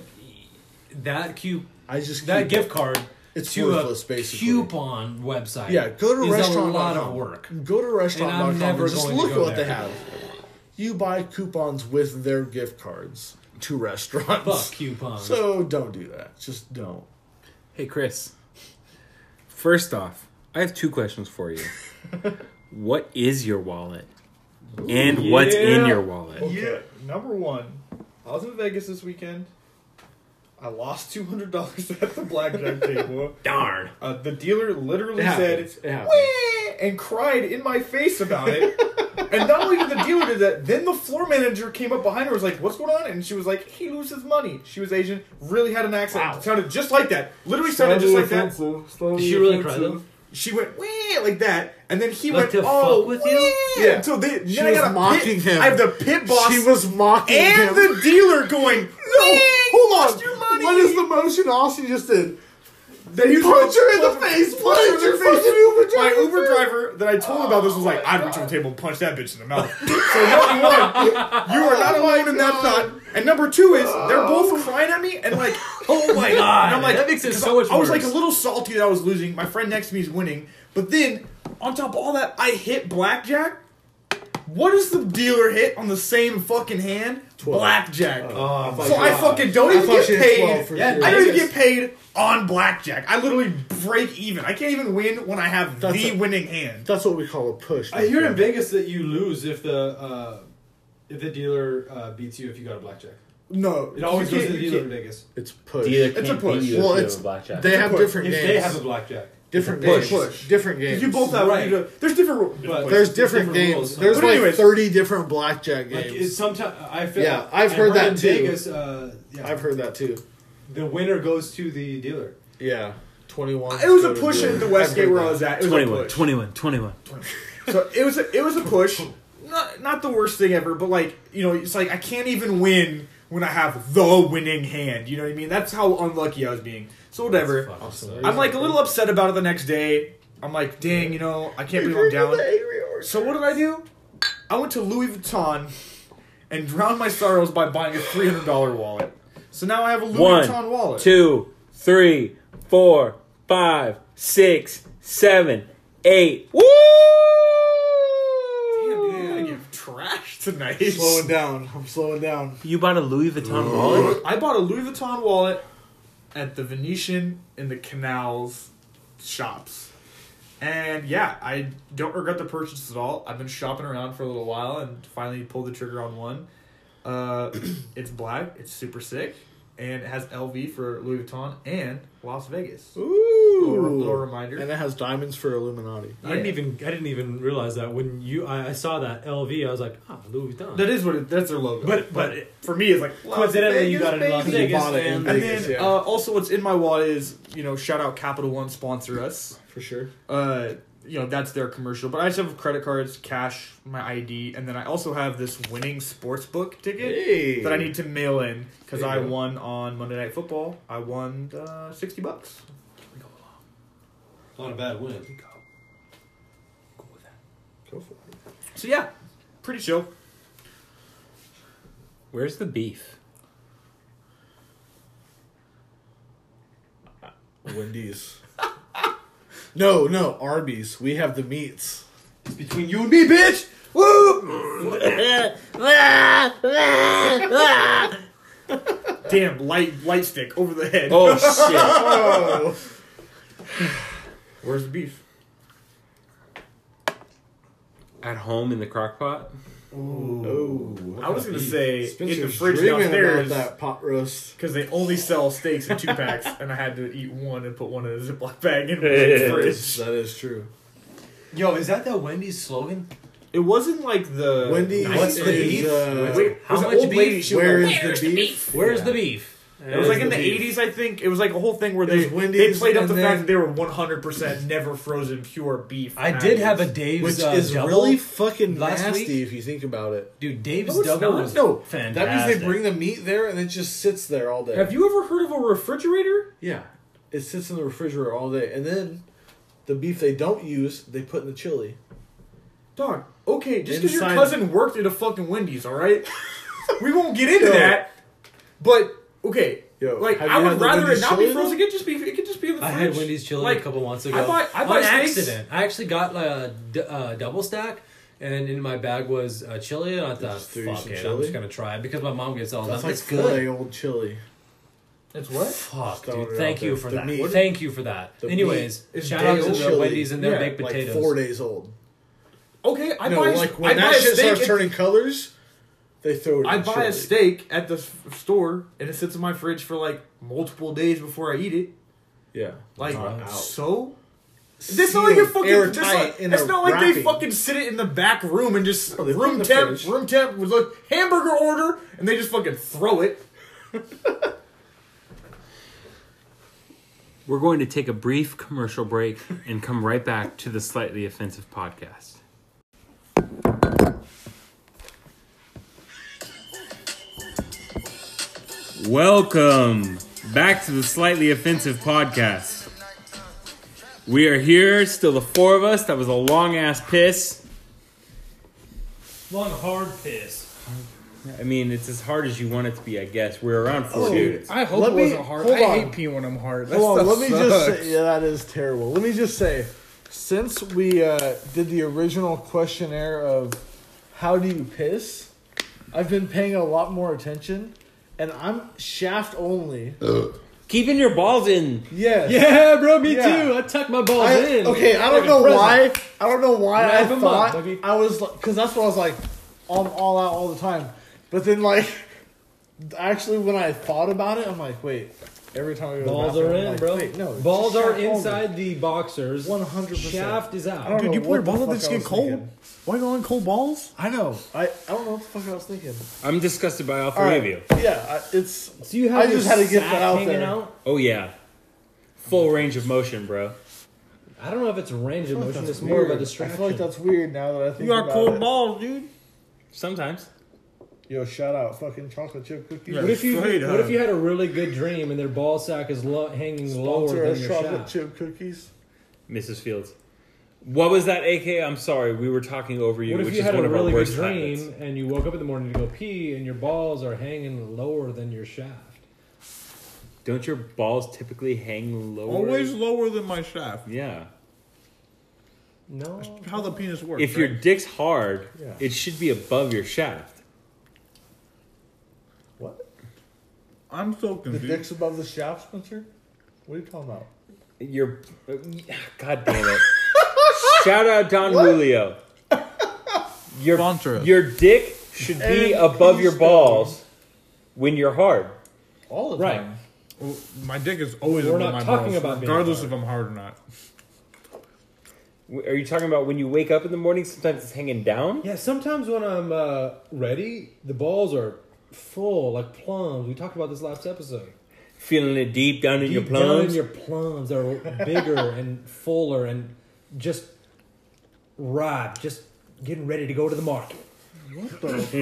S4: that cube
S2: I just
S4: that
S2: keep
S4: gift
S2: it.
S4: card
S2: It's
S4: to a
S2: worthless, basically.
S4: coupon website.
S2: Yeah, go to
S4: is
S2: restaurant.
S4: a lot of work.
S2: Go to restaurant.com and,
S4: never
S2: just
S4: going to
S2: look at
S4: go
S2: what they
S4: there.
S2: have. You buy coupons with their gift cards to restaurants.
S4: Fuck coupons.
S2: So don't do that. Just don't.
S3: Hey, Chris. First off, I have two questions for you. what is your wallet? And what's in
S1: yeah.
S3: your wallet?
S1: Okay. Number one, I was in Vegas this weekend. I lost two hundred dollars at the blackjack table.
S3: Darn.
S1: Uh, the dealer literally
S2: It
S1: said,
S2: happens. It happens.
S1: "Wah!" and cried in my face about it. and not only did the dealer do that, then the floor manager came up behind her and was like, what's going on? And she was like, he loses money. She was Asian, really had an accent.
S2: Wow.
S1: Sounded just like that. Literally sounded just like that.
S4: Did she really cry though?
S1: She went, Wah! like that. And then he
S4: Like
S1: went,
S4: to
S1: oh,
S4: fuck with you?
S1: wah!"
S2: Yeah.
S1: And So they,
S2: She
S1: then I
S2: was
S1: got a
S2: mocking
S1: pit,
S2: him.
S1: I have the pit boss
S2: She was mocking him.
S1: and the dealer going,
S2: no,
S1: "Wah,
S2: hold
S1: lost your
S2: on.
S1: money."
S2: What is the motion Austin just did?
S1: Then he
S2: Punch
S1: punched
S2: her in the face.
S1: Punch her in
S2: Punch
S1: the
S2: your
S1: face.
S2: fucking Uber
S1: My
S2: driver.
S1: Uber driver that I told about this was like, I'd reach on the table and punch that bitch in the mouth. so number one, you are not alone in that thought. And number two is they're both crying at me and like, oh my god. And I'm like,
S4: that makes it
S1: 'cause
S4: so much
S1: I was like a
S4: worse.
S1: little salty that I was losing. My friend next to me is winning, but then on top of all that, I hit blackjack. What does the dealer hit on the same fucking hand? Blackjack.
S4: Oh,
S1: so I fucking don't even
S2: thought
S1: get
S2: she hit
S1: paid.
S2: 12 for
S1: Yeah,
S2: sure.
S1: I don't even get paid on blackjack. I literally break even. I can't even win when I have
S2: That's
S1: the
S2: a-
S1: winning hand.
S2: That's what we call a push.
S5: I hear in Vegas that you lose if the uh, if the dealer uh, beats you if you got a blackjack.
S1: No,
S5: It always
S1: you
S5: goes
S1: can't-
S5: to the
S1: you
S5: dealer in
S1: can't-
S5: Vegas.
S2: It's push.
S3: Dealer
S1: a
S3: can't
S1: push.
S3: beat you
S2: Well,
S3: if you
S2: it's-
S3: have a blackjack.
S2: They have
S1: push.
S2: different
S5: If
S2: games.
S5: they have a blackjack.
S2: different
S1: It's a
S2: games.
S1: push.
S2: Different games.
S1: You both have.
S5: Right.
S1: you do- there's different rules.
S5: But-
S2: There's different,
S5: Different rules.
S2: games. There's
S1: But
S2: like
S1: anyways-
S2: 30 different blackjack
S5: Like
S2: games.
S5: it's sometimes I feel.
S2: Yeah, I've
S5: I
S2: heard that
S5: in
S2: too.
S5: Vegas, uh, yeah,
S2: I've heard that too.
S5: the winner goes to the dealer.
S2: Yeah. 21.
S1: It was a push in the Westgate where I was at. It was a
S3: 21,
S1: push.
S3: 21, 21.
S1: So it was a, it was a push. Not not the worst thing ever, but like you know, it's like I can't even win when I have the winning hand. You know what I mean? That's how unlucky I was being. So whatever.
S4: Fuck,
S2: Awesome.
S1: I'm like a little upset about it the next day. I'm like, dang, you know, I can't believe I'm down. So what did I do? I went to Louis Vuitton and drowned my sorrows by buying a three hundred dollar wallet. So now I have a Louis Vuitton
S3: One,
S1: wallet.
S3: two, three, four, five, six, seven, eight. Woo!
S1: Damn, dude, I'm gonna get trashed tonight.
S2: Slowing down. I'm slowing down.
S3: You bought a Louis Vuitton wallet?
S1: I bought a Louis Vuitton wallet at the Venetian in the canals shops. And yeah, I don't regret the purchase at all. I've been shopping around for a little while and finally pulled the trigger on one. Uh, it's black, it's super sick, and it has LV for Louis Vuitton and Las Vegas. Little, little
S2: Ooh.
S1: reminder.
S2: And it has diamonds for Illuminati.
S1: Yeah.
S4: I didn't even I didn't even realize that when you I, I saw that LV I was like ah Louis Vuitton.
S1: that is what it, that's their logo.
S4: But- but it-
S1: for me, it's like Las
S4: Coincidentally, you
S1: Vegas,
S4: got it in Las
S1: baby.
S2: You
S4: Vegas,
S2: bought it in
S4: man.
S1: And
S2: Vegas,
S1: then
S2: yeah.
S1: uh, also, what's in my wallet is you know shout out Capital One sponsor us.
S2: for sure.
S1: uh, you know, that's their commercial. But I just have credit cards, cash, my ID, and then I also have this winning sports book ticket
S2: Hey.
S1: that I need to mail in because
S2: There you
S1: I
S2: go.
S1: won on Monday Night Football. I won uh, sixty bucks.
S5: Not a bad win.
S2: Go for it.
S1: So yeah, pretty chill.
S3: Where's the beef?
S2: Wendy's. no, no, Arby's. We have the meats.
S5: It's between you and me, bitch.
S1: Damn, light light stick over the head.
S3: Oh, shit.
S1: Where's the beef?
S3: At home in the crock pot?
S2: Oh,
S1: I was gonna say in the
S2: Spencer's
S1: fridge
S2: dreaming
S1: downstairs
S2: about that pot roast.
S1: because they only sell steaks in two packs, and I had to eat one and put one in a Ziploc bag in the fridge.
S2: That is true.
S5: Yo, is that that Wendy's slogan?
S1: It wasn't like the
S2: Wendy's
S5: what's the
S2: is,
S5: beef?
S2: uh,
S1: Wait,
S4: How
S1: was an
S4: much
S1: old lady,
S4: beef?
S1: she was
S2: where
S1: like,
S2: is the beef?
S4: Where's the beef?
S1: It was like in the
S2: the
S1: eighties, I think. It was like a whole thing where
S2: It was
S1: they they
S2: Wendy's
S1: played up
S2: and
S1: the
S2: then-
S1: fact that they were one hundred percent never frozen pure beef.
S4: I did have a
S1: patties.
S4: Dave's
S2: Which
S4: uh,
S2: is
S4: double.
S2: really fucking
S4: last
S2: nasty
S4: week?
S2: if you think about it.
S4: dude. Dave's
S1: No, it's
S4: double
S1: not.
S4: was
S2: No,
S4: fantastic.
S2: that means they bring the meat there and it just sits there all day.
S1: Have you ever heard of a refrigerator?
S2: yeah, it sits in the refrigerator all day, and then the beef they don't use, they put in the chili.
S1: Dog. Okay, just because your
S2: Inside-
S1: cousin worked at a fucking Wendy's, all right? we won't get into that. But okay,
S2: Yo,
S1: like
S2: have
S1: I
S2: you
S1: would
S2: had the
S1: rather it
S2: Wendy's
S1: not be
S2: chili
S1: frozen. It could just be it could just be in the
S4: I
S1: fridge.
S4: had Wendy's chili
S1: Like,
S4: a couple months ago.
S1: I buy- I buy
S4: on
S1: steaks.
S4: accident. I actually got a d- uh, double stack, and in my bag was uh, chili, and I thought,
S2: just threw you
S4: fuck
S2: some
S4: it, I'm
S2: chili?
S4: just gonna try it because my mom gets all
S2: That's
S4: that.
S2: like
S4: It's good.
S2: filet old chili.
S1: That's what.
S4: Fuck,
S2: throwing
S4: dude.
S2: it
S4: Thank
S2: out
S4: you
S2: there.
S4: for
S2: The
S4: that.
S2: meat.
S4: Thank you for that.
S2: The
S4: Anyways,
S2: meat is
S4: shout out
S2: day
S4: to
S2: old
S4: the
S2: chili.
S4: Wendy's and their
S1: Yeah,
S4: baked
S2: Like
S4: potatoes.
S2: four days old.
S1: Okay, I
S2: no,
S1: buy I
S2: like when
S1: buy
S2: that
S1: a
S2: shit
S1: steak
S2: starts
S1: at-
S2: turning colors, they throw it.
S1: I
S2: in
S1: buy
S2: chili.
S1: a steak at the f- store and it sits in my fridge for like multiple days before I eat it.
S2: Yeah,
S1: Like
S2: Wow.
S1: so. That's not like it
S2: Sealed,
S1: fucking. That's
S2: airtight
S1: not,
S2: in
S1: that's
S2: a
S1: not like they
S2: wrapping.
S1: fucking sit it in the back room and just
S2: they put it in
S1: room
S2: the
S1: temp,
S2: fridge.
S1: room temp with like hamburger order, and they just fucking throw it.
S3: We're going to take a brief commercial break and come right back to the slightly offensive podcast. Welcome back to the slightly offensive podcast. We are here, still the four of us. That was a long ass piss.
S4: Long hard piss.
S3: I mean, it's as hard as you want it to be, I guess. We're around four
S4: Oh,
S3: dudes.
S8: I hope
S2: Let
S8: it
S2: me-
S8: wasn't hard.
S2: hold
S8: I
S2: on.
S8: hate peeing when I'm hard. That
S2: Hold on,
S8: stuff
S2: let me just
S8: sucks.
S2: say yeah, that is terrible. Let me just say, since we uh, did the original questionnaire of how do you piss, I've been paying a lot more attention, and I'm shaft only.
S3: Keeping your balls in.
S2: Yes.
S4: Yeah, bro, me
S2: Yeah.
S4: too. I tuck my balls
S2: I-
S4: in.
S2: okay, I don't know why. I don't know why
S4: Wrap
S2: I
S4: 'em up,
S2: thought
S4: Dougie.
S2: I was because that's what I was like, all, all out all the time. But then like actually, when I thought about it, I'm like, wait. Every time I go to the
S8: Balls
S2: bathroom,
S8: are
S2: I'm
S8: in,
S2: like,
S8: bro.
S2: Wait, no, it's
S8: balls
S2: just Shaq
S8: are
S2: Baldwin.
S8: inside the boxers.
S2: 100%.
S8: Shaft is
S2: I don't
S8: out.
S1: Dude,
S2: know
S1: you
S2: what
S1: put a
S2: the
S1: ball in
S2: fuck
S1: that's
S2: I
S1: getting
S2: was
S1: cold.
S2: thinking.
S1: Why go on cold balls?
S2: I know. I, I don't know what the fuck I was thinking.
S3: I'm disgusted by all three
S2: All right.
S3: of you.
S2: Yeah, I, it's
S8: So you
S2: I
S8: have
S2: just
S8: your
S2: had to get
S8: sack
S2: that out
S8: hanging
S2: there.
S8: out?
S3: Oh yeah, full range of motion, bro.
S8: I don't know if it's range of motion.
S2: that's
S8: It's more of a
S2: weird. I
S8: distraction.
S2: feel like that's weird now that I think about it.
S3: balls, dude. Sometimes.
S2: Yo, shout out, fucking chocolate chip cookies.
S8: what if you
S3: Straight up.
S8: What if you had a really good dream and their ball sack is lo- hanging
S2: Sponsor
S8: lower than
S2: us
S8: your
S2: chocolate
S8: shaft?
S2: chip cookies.
S3: Mrs. Fields. What was that, AK? I'm sorry, we were talking over you,
S8: What if
S3: which
S8: you
S3: is
S8: had
S3: one
S8: a
S3: of
S8: really
S3: our
S8: good
S3: worst
S8: dream
S3: habits.
S8: and you woke up in the morning to go pee and your balls are hanging lower than your shaft?
S3: Don't your balls typically hang lower?
S11: Always lower than my shaft.
S3: Yeah.
S8: No.
S11: How the penis works.
S3: If your
S11: right?
S3: dick's hard,
S2: Yeah.
S3: it should be above your shaft.
S2: What?
S11: I'm so
S2: The
S11: confused.
S2: dick's above the shaft, Spencer? What are you talking about?
S3: Your, uh, god damn it! Shout out Don Julio. Your
S11: Sponsor us.
S3: your dick should be
S2: And
S3: above
S2: please
S3: your
S2: don't.
S3: balls when you're hard.
S2: All the
S8: Right.
S2: time.
S11: Well, my dick is always
S8: We're
S11: above
S8: not
S11: my
S8: talking
S11: balls,
S8: about being
S11: regardless
S8: hard.
S11: if I'm hard or not.
S3: W- Are you talking about when you wake up in the morning? Sometimes it's hanging down.
S8: Yeah, sometimes when I'm uh, ready, the balls are full, like plums. We talked about this last episode.
S3: feeling it deep down in your
S8: Deep down in
S3: plums.
S8: your plums, they're bigger and fuller and just ripe, just getting ready to go to the market.
S2: Market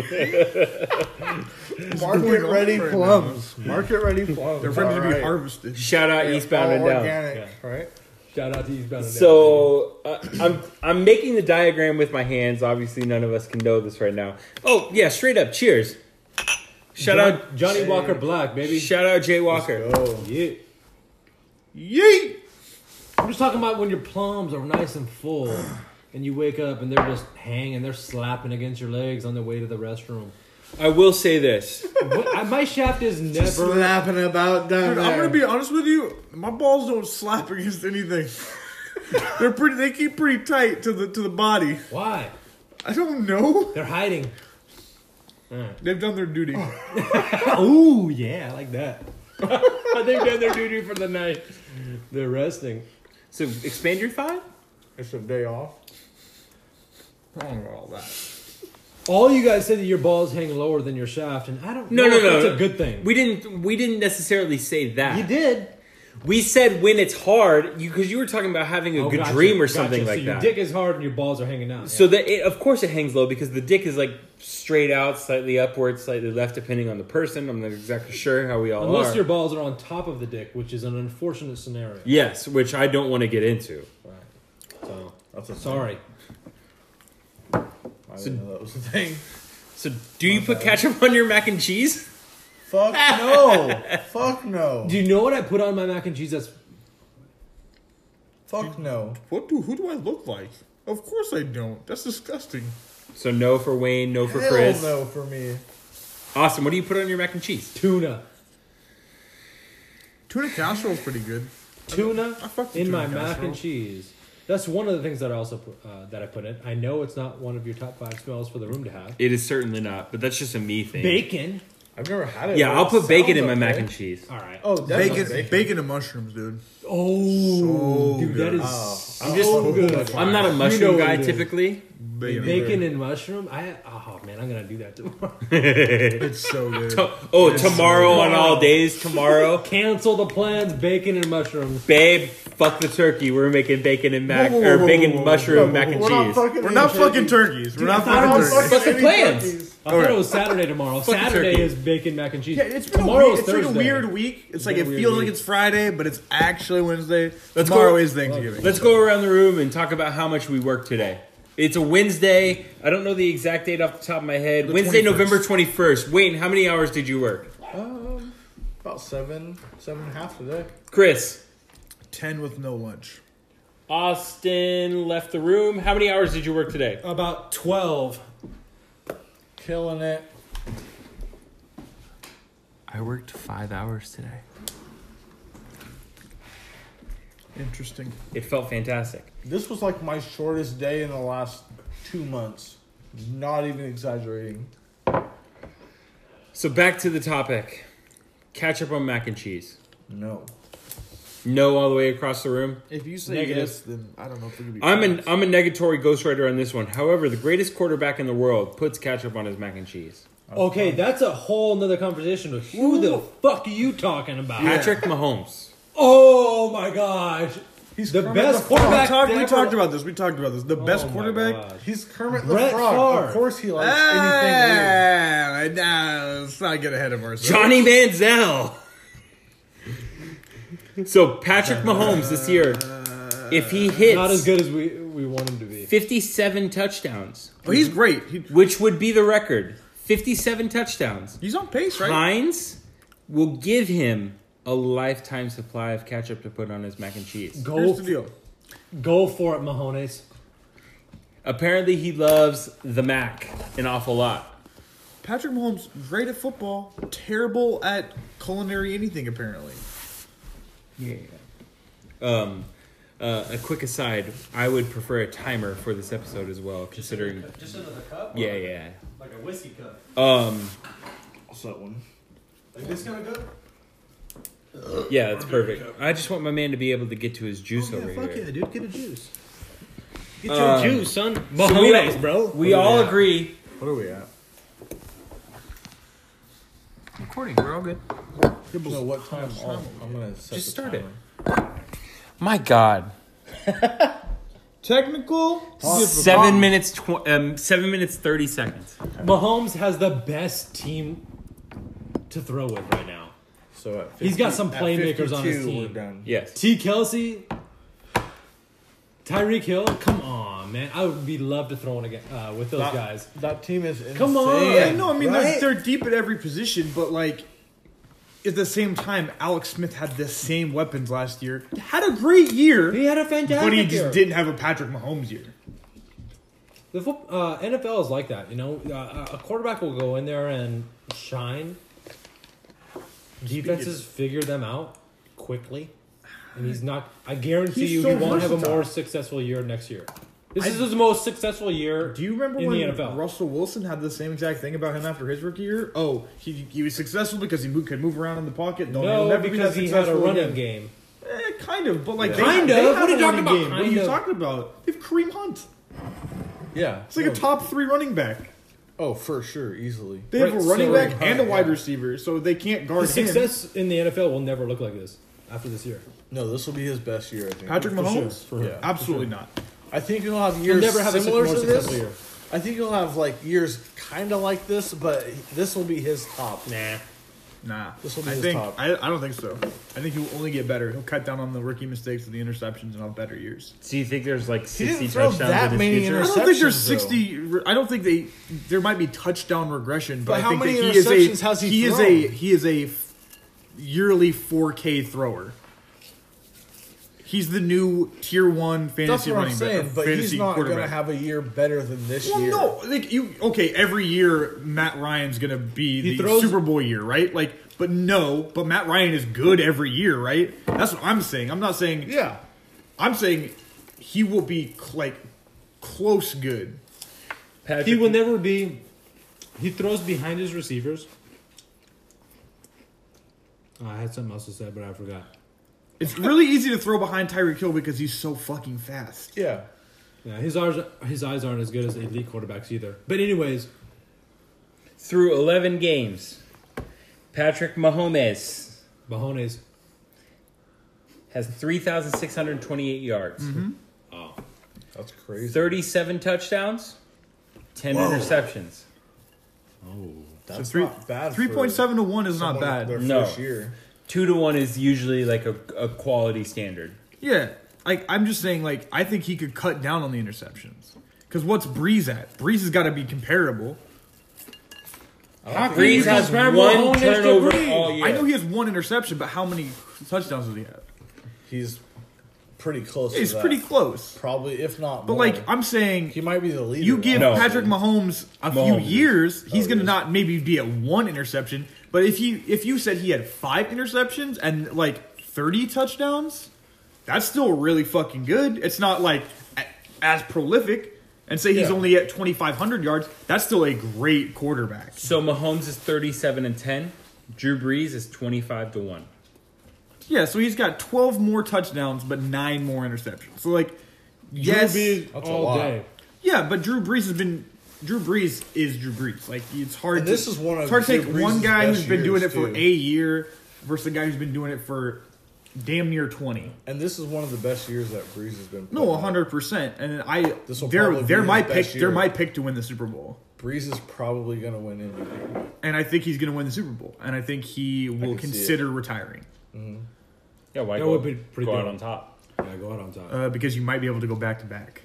S2: ready
S11: right
S2: plums. Market ready plums.
S11: They're ready to be
S2: Alright.
S11: harvested.
S3: Shout out
S2: Yeah,
S3: Eastbound
S2: all
S3: and Down.
S2: organic, right?
S8: Shout out to East Bound. and
S3: So uh, I'm I'm making the diagram with my hands. Obviously, none of us can know this right now. Oh yeah, straight up. Cheers. Shout
S8: Down.
S3: out
S8: John- Johnny Walker Black, baby.
S3: Shout out Jay Walker.
S2: Oh,
S8: Yeah.
S11: Yeet!
S8: I'm just talking about when your plums are nice and full and you wake up and they're just hanging, they're slapping against your legs on the way to the restroom.
S3: I will say this.
S8: What- I- my shaft is never.
S2: slapping about down
S11: Dude, I'm gonna be honest with you. My balls don't slap against anything. They're pretty. They keep pretty tight to the to the body.
S8: Why?
S11: I don't know.
S8: They're hiding.
S11: They've done their duty.
S8: Oh yeah, I like that. They've done their duty for the night. They're resting.
S3: So expand your thought.
S2: It's a day off.
S11: I don't know all that.
S8: All you guys said that your balls hang lower than your shaft, and I don't.
S3: No,
S8: know
S3: no,
S8: if
S3: no.
S8: That's
S3: no.
S8: a good thing.
S3: We didn't. We didn't necessarily say that.
S8: you did.
S3: We said when it's hard, you because you were talking about having a
S8: Oh,
S3: good
S8: gotcha,
S3: dream or
S8: gotcha.
S3: something
S8: So
S3: like
S8: your
S3: that.
S8: dick is hard and your balls are hanging out.
S3: So that it, of course it hangs low because the dick is like straight out, slightly upward, slightly left, depending on the person. I'm not exactly sure how we all
S8: Unless
S3: are.
S8: your balls are on top of the dick, which is an unfortunate scenario.
S3: yes, which I don't want to get into.
S8: So
S2: That's a
S8: sorry.
S2: I didn't know that was a thing.
S3: So, do you put ketchup on your mac and cheese?
S2: Fuck no. Fuck no.
S8: Do you know what I put on my mac and cheese? That's
S2: Fuck no.
S11: What do? Who do I look like? Of course I don't. That's disgusting.
S3: So no for Wayne, no for
S2: Hell
S3: Chris.
S2: no for me.
S3: Austin, what do you put on your mac and cheese?
S8: tuna.
S11: Tuna casserole's pretty good.
S8: Tuna
S11: I fuck with
S8: in
S11: tuna
S8: my mac
S11: casserole.
S8: and cheese. That's one of the things that I also put, uh, that I put in. I know it's not one of your top five smells for the room to have.
S3: It is certainly not, but that's just a me thing.
S8: Bacon.
S2: I've never had it.
S3: Yeah,
S2: but
S3: I'll
S2: it
S3: put bacon
S2: sounds
S3: in my mac
S2: okay.
S3: and cheese.
S8: All right.
S2: Oh, definitely
S11: Bacon, bacon, bacon and mushrooms, dude.
S8: Oh,
S11: So
S8: dude, that
S11: good. Ah,
S8: is
S2: Oh,
S8: so
S2: I'm just-
S8: good.
S3: I'm not a mushroom
S8: what
S3: guy
S8: it is.
S3: typically.
S11: Bacon,
S8: Bacon and mushroom. I oh man, I'm gonna do that tomorrow.
S11: It's so good.
S3: To- oh, tomorrow on all days, tomorrow.
S8: Cancel the plans. Bacon and mushrooms.
S3: Babe, fuck the turkey. We're making bacon and mac
S11: Whoa, whoa,
S3: or
S11: whoa,
S3: bacon
S11: whoa, whoa,
S3: mushroom
S2: We're not
S3: mac and cheese.
S2: fucking
S11: We're not
S2: eating
S11: fucking
S2: turkey.
S11: turkeys. We're not
S2: I
S11: fucking
S2: don't
S11: turkeys.
S2: fucking
S3: What's the
S2: eat
S3: plans?
S2: turkeys.
S8: I thought it was Saturday tomorrow.
S3: Fuck
S8: Saturday
S3: turkey.
S8: is bacon mac and cheese.
S11: Yeah, it's been, a
S8: tomorrow
S11: weird,
S8: is
S11: it's been
S8: Thursday.
S11: a weird week. It's like
S8: been
S11: it
S8: a
S11: feels
S8: weird
S11: like
S8: week.
S11: it's Friday, but it's actually Wednesday.
S3: Let's
S11: Tomorrow
S3: go-
S11: is Thanksgiving.
S3: Let's go around the room and talk about how much we worked today. It's a Wednesday. I don't know the exact date off the top of my head.
S11: The
S3: Wednesday,
S11: 21st.
S3: November 21st. Wayne, how many hours did you work?
S2: Um, about seven, seven and a half today.
S3: Chris.
S11: Ten with no lunch.
S3: Austin left the room. How many hours did you work today?
S8: About twelve.
S2: Killing it.
S10: I worked five hours today.
S11: Interesting.
S3: It felt fantastic.
S2: This was like my shortest day in the last two months. Not even exaggerating.
S3: So back to the topic. Ketchup on mac and cheese.
S1: No.
S3: No all the way across the room.
S11: If you say
S3: Negative.
S11: yes, then I don't know if we could be.
S3: I'm an
S11: friends.
S3: I'm a negatory ghostwriter on this one. However, the greatest quarterback in the world puts ketchup on his mac and cheese.
S8: Okay, that's a whole nother conversation. But who the fuck are you talking about?
S3: Patrick Mahomes.
S8: Oh my gosh, he's the best
S11: We
S8: quarterback.
S11: talked,
S8: to
S11: we
S8: ever-
S11: talked about this. We talked about this. The best
S8: Oh my
S11: quarterback.
S8: gosh.
S2: He's Kermit the
S8: Brett
S2: Frog.
S8: Favre.
S2: Of course, he likes anything weird.
S11: Ah, nah, let's not get ahead of ourselves.
S3: Johnny Manziel. So Patrick Mahomes this year, if he
S8: Not
S3: hits
S8: as good as we we want him to be.
S3: 57 touchdowns,
S11: But he's great. He,
S3: which would be the record, 57 touchdowns,
S11: he's on pace, right?
S3: Hines will give him a lifetime supply of ketchup to put on his mac and cheese.
S8: Go
S11: Here's the deal.
S8: go for it, Mahones.
S3: Apparently, he loves the mac an awful lot.
S11: Patrick Mahomes, great at football, terrible at culinary anything, apparently.
S3: Yeah. Um, uh, a quick aside: I would prefer a timer for this episode as well, considering.
S4: Just another cup?
S3: Yeah, yeah.
S4: Like a whiskey cup.
S3: Um,
S2: What's that one?
S4: Like this kind of cup?
S3: yeah, that's perfect. I just want my man to be able to get to his
S8: Oh,
S3: juice
S2: Oh,
S3: over here.
S8: dude, get a juice. Get
S3: your Um, juice,
S8: son.
S3: So we- We all agree.
S11: What are we at?
S10: Recording, we're all good.
S11: So what time? I'm gonna set
S3: Just
S11: the
S3: start it.
S11: timer.
S10: My God,
S11: Technical.
S3: Seven minutes, tw- um, seven minutes thirty seconds.
S8: Mahomes has the best team to throw with right now.
S11: So at 50,
S8: He's got some
S11: at
S8: playmakers on his
S11: 52,
S8: team.
S11: We're done.
S3: Yes.
S8: T. Kelsey, Tyreek Hill. Come on, man. I would be love to throw one again uh, with those
S2: Not-
S8: guys.
S2: That team is insane.
S8: Come on.
S1: Yeah, Uh, no, I mean
S2: Right?
S1: they're, they're deep at every position, but like at the same time, Alex Smith had the same weapons last year. Had a great year,
S8: He had a fantastic
S1: but he
S8: year.
S1: just didn't have a Patrick Mahomes year.
S8: The foot, uh, NFL is like that, you know. Uh, a quarterback will go in there and shine. Defenses figure them out quickly, and he's not. I guarantee
S1: He's
S8: you,
S1: so
S8: he won't have a
S1: versatile.
S8: more successful year next year. This is his most successful year.
S1: Do you remember
S8: In the
S1: when
S8: NFL.
S1: Russell Wilson had the same exact thing about him after his rookie year? Oh, he he was successful because he moved, could move around in the pocket. No, he'll
S8: no,
S1: never be
S8: because
S1: that
S8: he had a
S1: successful
S8: running
S1: again.
S8: game.
S1: Eh, kind of, but like they-
S8: Kind
S1: they
S8: of?
S1: have
S8: What are you
S1: a
S8: talking
S1: running
S8: about,
S1: game. What are
S8: kind
S1: you
S8: of?
S1: talking about? They have Kareem Hunt.
S11: Yeah.
S1: It's like a top three running back.
S11: Oh, for sure, easily.
S1: They have
S8: Right,
S1: a running
S8: so-
S1: back and a wide receiver, so they can't guard
S8: His
S1: him.
S8: success in the NFL will never look like this after this year.
S2: No, this will be his best year. I think.
S1: Patrick
S8: For sure,
S1: Mahomes?
S8: for sure.
S2: Yeah.
S1: Absolutely not.
S2: I think he'll have
S8: He'll
S2: years
S8: never have a
S2: similar
S8: more
S2: to this.
S8: successful year.
S2: I think he'll have like years kind of like this, but this will be his top.
S8: Nah.
S1: Nah.
S2: This will be
S1: I
S2: his
S1: think,
S2: top.
S1: I, I don't think so. I think he'll only get better. He'll cut down on the rookie mistakes and the interceptions and have better years.
S3: So you think there's like
S2: didn't
S3: sixty
S2: throw
S3: touchdowns
S2: that
S3: in his
S2: many
S3: future?
S1: I don't think there's
S2: Interceptions, though.
S1: 60. I don't think they. There might be touchdown regression, but,
S2: But
S1: I
S2: how
S1: think
S2: many
S1: that he is
S2: interceptions
S1: a.
S2: has he
S1: is
S2: thrown?
S1: a. He is a f- yearly 4K thrower. He's the new tier one
S2: That's
S1: fantasy
S2: what I'm
S1: running back.
S2: saying. But he's
S1: fantasy
S2: not going to
S1: quarterback.
S2: have a year better than this
S1: Well,
S2: year.
S1: no, like you. Okay, every year Matt Ryan's gonna be the
S8: throws-
S1: Super Bowl year, right? Like, but no, but Matt Ryan is good every year, right? That's what I'm saying. I'm not saying.
S2: Yeah.
S1: I'm saying he will be cl- like close good.
S8: He will never be. He throws behind his receivers. Oh, I had something else to say, but I forgot.
S1: It's really easy to throw behind Tyreek Hill because he's so fucking fast.
S2: Yeah.
S8: Yeah, his eyes, his eyes aren't as good as elite quarterbacks either. But anyways,
S3: Through eleven games, Patrick Mahomes
S8: Mahomes.
S3: has three thousand six hundred twenty-eight yards,
S2: Mm.
S8: Oh,
S2: That's crazy.
S3: thirty-seven touchdowns, ten interceptions.
S2: That's
S1: three-
S2: not bad.
S1: Three point seven to one is not bad.
S2: Their
S3: No.
S2: first year.
S3: Two to one is usually like a, a quality standard.
S1: Yeah, like I'm just saying, like I think he could cut down on the interceptions. Because what's Breeze at? Breeze has got to be comparable.
S3: Breeze has one turnover all year.
S1: I know he has one interception, but how many touchdowns does he have?
S2: He's pretty close. to
S1: It's
S2: that.
S1: pretty close.
S2: Probably, if not.
S1: But
S2: more.
S1: like I'm saying,
S2: he might be the leader.
S1: you give
S3: No.
S1: Patrick Mahomes
S3: Mahomes
S1: a
S3: is-
S1: few years, he's
S2: Oh,
S1: gonna
S2: yes.
S1: not maybe be at one interception. But if he if you said he had five interceptions and like thirty touchdowns, that's still really fucking good. It's not like a- as prolific, and say he's
S3: Yeah.
S1: only at 2,500 yards, that's still a great quarterback.
S3: So Mahomes is thirty-seven and ten. Drew Brees is twenty-five to one.
S1: Yeah, so he's got 12 more touchdowns, but nine more interceptions. So, like, yes.
S2: Brees-
S8: That's all day.
S1: Yeah, but Drew Brees has been. Drew Brees is Drew Brees. Like it's hard.
S2: And
S1: to,
S2: this is one of
S1: it's hard to
S2: Drew
S1: take
S2: Brees'
S1: one guy
S2: best
S1: who's been doing it
S2: years,
S1: for
S2: too.
S1: a year versus a guy who's been doing it for damn near twenty.
S2: And this is one of the best years that Breeze has been.
S1: No, hundred percent. And I
S2: This will
S1: they're
S2: probably
S1: they're
S2: be
S1: my
S2: his
S1: pick.
S2: best
S1: They're
S2: year.
S1: my pick to win the Super Bowl,
S2: Breeze is probably going to win MVP.
S1: and I think he's going to win the Super Bowl, and I think he will
S2: can see
S1: consider retiring
S3: Yeah, why
S8: That
S3: go,
S8: would be pretty
S3: go
S8: good.
S3: out on top?
S8: Yeah, go out on top.
S1: uh, because you might be able to go back to back.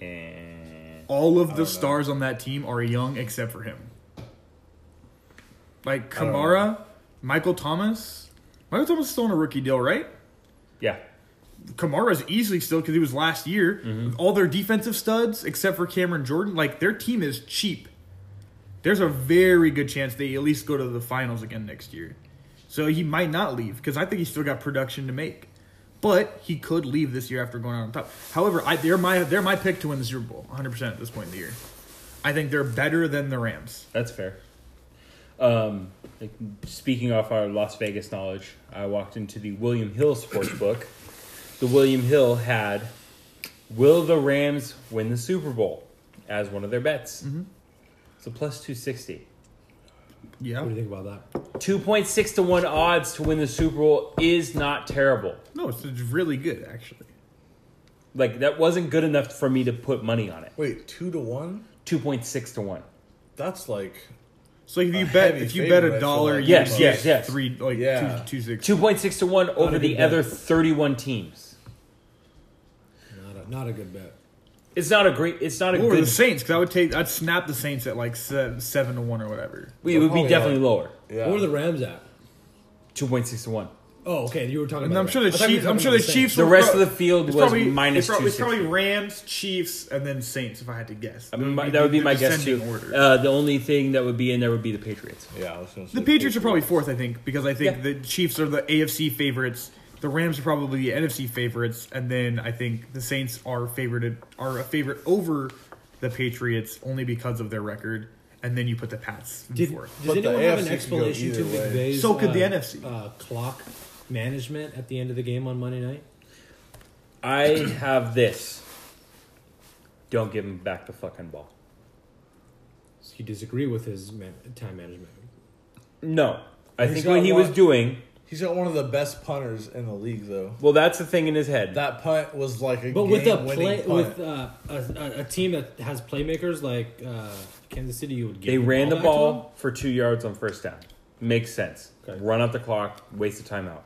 S3: And
S1: All of the stars on that team are young except for him. Like Kamara, Michael Thomas. Michael Thomas is still on a rookie deal, right?
S3: yeah,
S1: Kamara's easily still because he was last year.
S3: Mm-hmm.
S1: All their defensive studs, except for Cameron Jordan, like their team is cheap. There's a very good chance they at least go to the finals again next year. So he might not leave because I think he's still got production to make. But he could leave this year after going out on top. However, I, they're my they're my pick to win the Super Bowl 100% at this point in the year. I think they're better than the Rams.
S3: that's fair. Um, like, speaking off our Las Vegas knowledge, I walked into the William Hill sports book. The William Hill had, "Will the Rams win the Super Bowl?" as one of their bets.
S8: Mm-hmm.
S3: It's a plus two sixty.
S1: Yeah.
S8: what do you think about that?
S3: 2.6 to 1 odds to win the Super Bowl is not terrible.
S1: No, it's it's really good actually.
S3: Like, that wasn't good enough for me to put money on it.
S2: Wait, two to one?
S3: 2.6 to 1.
S2: That's like
S1: So if you
S2: A
S1: bet
S2: heavy
S1: if you
S2: favorite,
S1: bet
S2: I
S1: a
S2: feel
S1: dollar,
S2: like.
S1: you
S3: Yes,
S1: get
S3: yes, yes.
S1: three like
S2: Yeah.
S1: two, two six.
S3: 2.6 to 1 over
S8: good
S3: the
S8: bet.
S3: other 31 teams.
S8: Not a, not a good bet.
S3: It's not a great, it's not a
S1: Or
S3: good,
S1: the Saints, because I would take, I'd snap the Saints at like se- seven to one or whatever.
S3: it would be
S2: Probably
S3: definitely lower.
S2: yeah.
S8: Where are the Rams at?
S3: 2.6 to 1.
S8: Oh, okay. You were talking
S1: And
S8: about.
S1: I'm
S8: the
S1: sure the
S8: Rams. I thought you were
S1: Chiefs.
S8: talking
S1: I'm sure
S8: about
S1: the
S8: Saints.
S1: Chiefs.
S3: The
S1: were
S3: rest of
S1: pro-
S3: the field
S1: it's
S3: was
S1: probably,
S3: minus
S1: it's probably, it's probably
S3: 260.
S1: Rams, Chiefs, and then Saints. If I had to guess,
S3: I mean,
S1: Those
S3: my-
S1: be
S3: that would be
S1: the
S3: my guess too.
S1: descending order.
S3: Uh, the only thing that would be in there would be the Patriots.
S2: Yeah, I was gonna say
S1: the Patriots are probably fourth, I think, because I think
S3: Yeah.
S1: the Chiefs are the AFC favorites. The Rams are probably the NFC favorites, and then I think the Saints are favored are a favorite over the Patriots only because of their record. And then you put the Pats in
S8: Did,
S1: fourth.
S8: does
S2: But the
S8: anyone have an
S2: AFC could go
S8: explanation to
S2: either way.
S8: McVay's?
S1: So could the
S8: uh,
S1: NFC.
S8: uh, clock management at the end of the game on Monday night.
S3: I have this. Don't give him back the fucking ball.
S8: So you disagree with his man- time management?
S3: No. I
S2: He's
S3: think
S2: got
S3: what he was
S2: one-
S3: doing,
S2: He's got one of the best punters in the league, though.
S3: well, that's the thing in his head.
S2: That punt was like a
S8: But with a play
S2: game-winning punt.
S8: with uh, a, a, a team that has playmakers like uh, Kansas City, you would give
S3: They
S8: the
S3: ran the
S8: back to them?
S3: ball for two yards on first down. Makes sense.
S8: Okay.
S3: Run out the clock, waste a timeout.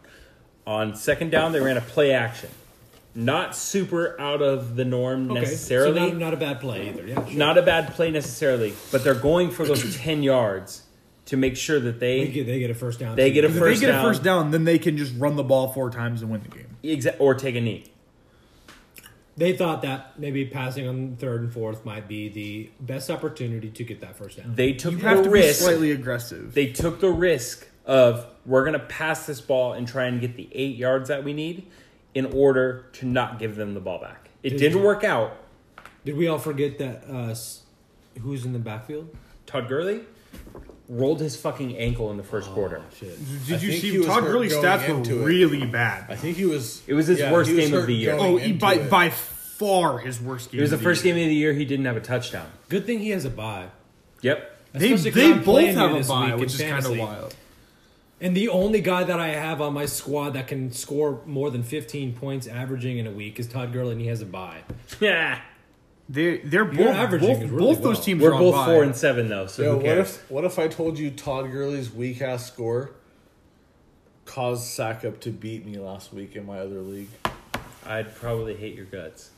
S3: On second down, they ran a play action. Not super out of the norm
S8: Okay,
S3: necessarily.
S8: So not,
S3: not,
S8: not a bad play either. Yeah, sure.
S3: a bad play necessarily, but they're going for those 10 yards to make sure that
S8: they
S3: they,
S8: get they get a first down.
S3: they
S8: too.
S3: get a
S1: If
S3: first
S1: they get
S3: down
S1: a first down, then they can just run the ball four times and win the game.
S3: exa- or take a knee.
S8: They thought that maybe passing on third and fourth might be the best opportunity to get that first down.
S3: They took
S1: You
S3: the
S1: have to
S3: risk.
S1: be slightly aggressive.
S3: they took the risk of we're going to pass this ball and try and get the eight yards that we need in order to not give them the ball back. It
S8: Did
S3: didn't
S8: you-
S3: work out.
S8: Did we all forget that uh, s- who's in the backfield?
S3: Todd Gurley rolled his fucking ankle in the first quarter.
S8: Shit.
S1: Did
S2: I
S1: you
S2: think he
S1: see
S2: was
S1: Todd
S2: hurt
S1: Gurley's
S2: going
S1: stats
S2: into
S1: were
S2: it.
S1: really
S2: I
S1: bad?
S2: think he was.
S3: It was his worst
S2: he was
S3: game of
S2: hurt
S3: the year.
S2: going
S1: Oh, he,
S2: into
S1: by
S2: it.
S1: by far his worst game.
S3: It was the
S1: of
S3: first
S1: year.
S3: game of the year he didn't have a touchdown.
S8: Good thing he has a bye.
S3: Yep.
S1: They,
S8: Especially 'cause
S1: they
S8: I'm
S1: both
S8: playing you
S1: have a
S8: this
S1: bye,
S8: week
S1: which is
S8: in
S1: kind of
S8: fantasy.
S1: wild.
S8: And the only guy that I have on my squad that can score more than 15 points averaging in a week is Todd Gurley, and he has a bye.
S3: Yeah.
S1: They they're both
S8: You're averaging
S1: both,
S8: it really
S1: both those
S8: well.
S1: teams
S3: We're
S1: are on
S3: both
S1: bye.
S3: four and seven though, so
S2: Yo,
S3: who
S2: what
S3: cares?
S2: if what if I told you Todd Gurley's weak ass score caused Sackup to beat me last week in my other league
S3: I'd probably hate your guts.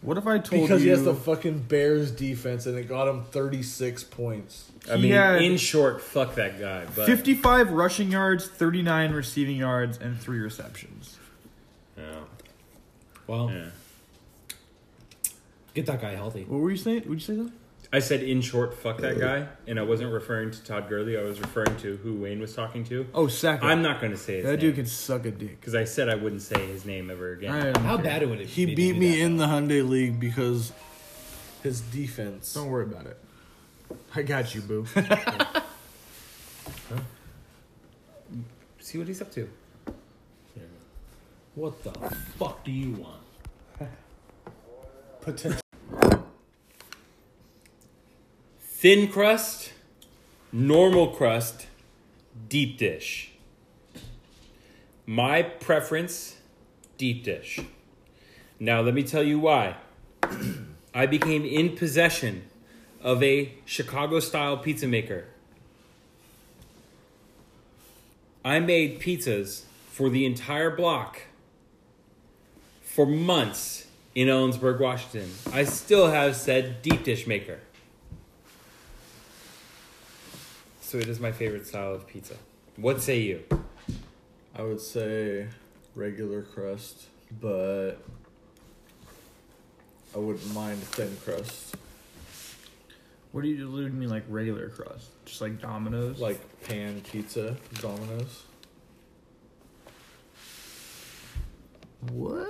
S1: What if I told
S2: because
S1: you?
S2: he has the fucking Bears defense and it got him thirty six points.
S3: I
S1: He
S3: mean,
S1: had-
S3: in short, fuck that guy. But
S1: 55 rushing yards, 39 receiving yards, and three receptions.
S3: Yeah.
S8: Well,
S3: Yeah.
S8: get that guy healthy.
S1: What were you saying? Would you say that?
S3: I said, in short, fuck that guy, and I wasn't referring to Todd Gurley. I was referring to who Wayne was talking to.
S1: Oh, Sack.
S3: I'm not going to say his
S1: that dude
S3: name
S1: can suck a dick.
S3: because I said I wouldn't say his name ever again.
S1: I don't
S8: How
S1: care.
S8: bad would it
S2: He
S8: be to
S2: beat
S8: do
S2: me
S8: that?
S2: in the Hyundai league because his defense.
S1: Don't worry about it. I got you, boo.
S3: See what he's up to.
S12: What the fuck do you want?
S2: Potential.
S3: Thin crust, normal crust, deep dish. My preference, deep dish. Now, let me tell you why. I became in possession of a Chicago style pizza maker. I made pizzas for the entire block for months in Ellensburg, Washington. I still have said deep dish maker. So it is my favorite style of pizza. What say you?
S2: I would say regular crust, but I wouldn't mind thin crust,
S1: what do you allude me like regular crust? Just like Domino's?
S2: like pan pizza, Domino's.
S1: what?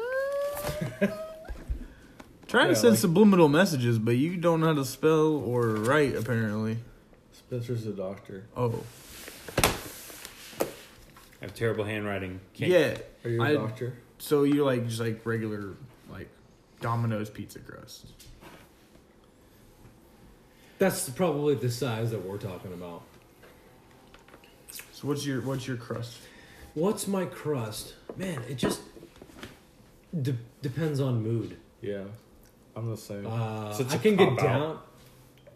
S1: Trying
S2: Yeah,
S1: to send
S2: like-
S1: subliminal messages, but you don't know how to spell or write apparently.
S2: Spencer's a doctor.
S1: Oh,
S3: I have terrible handwriting.
S1: yeah.
S2: Are you a
S1: I-
S2: doctor?
S1: So you like just like regular like Domino's pizza crust?
S8: That's probably the size that we're talking about.
S1: So what's your what's your crust?
S8: What's my crust? Man, it just de- depends on mood.
S2: Yeah, I'm the same.
S8: Uh,
S3: Such
S8: I
S3: a
S8: can get
S3: cop-out.
S8: down.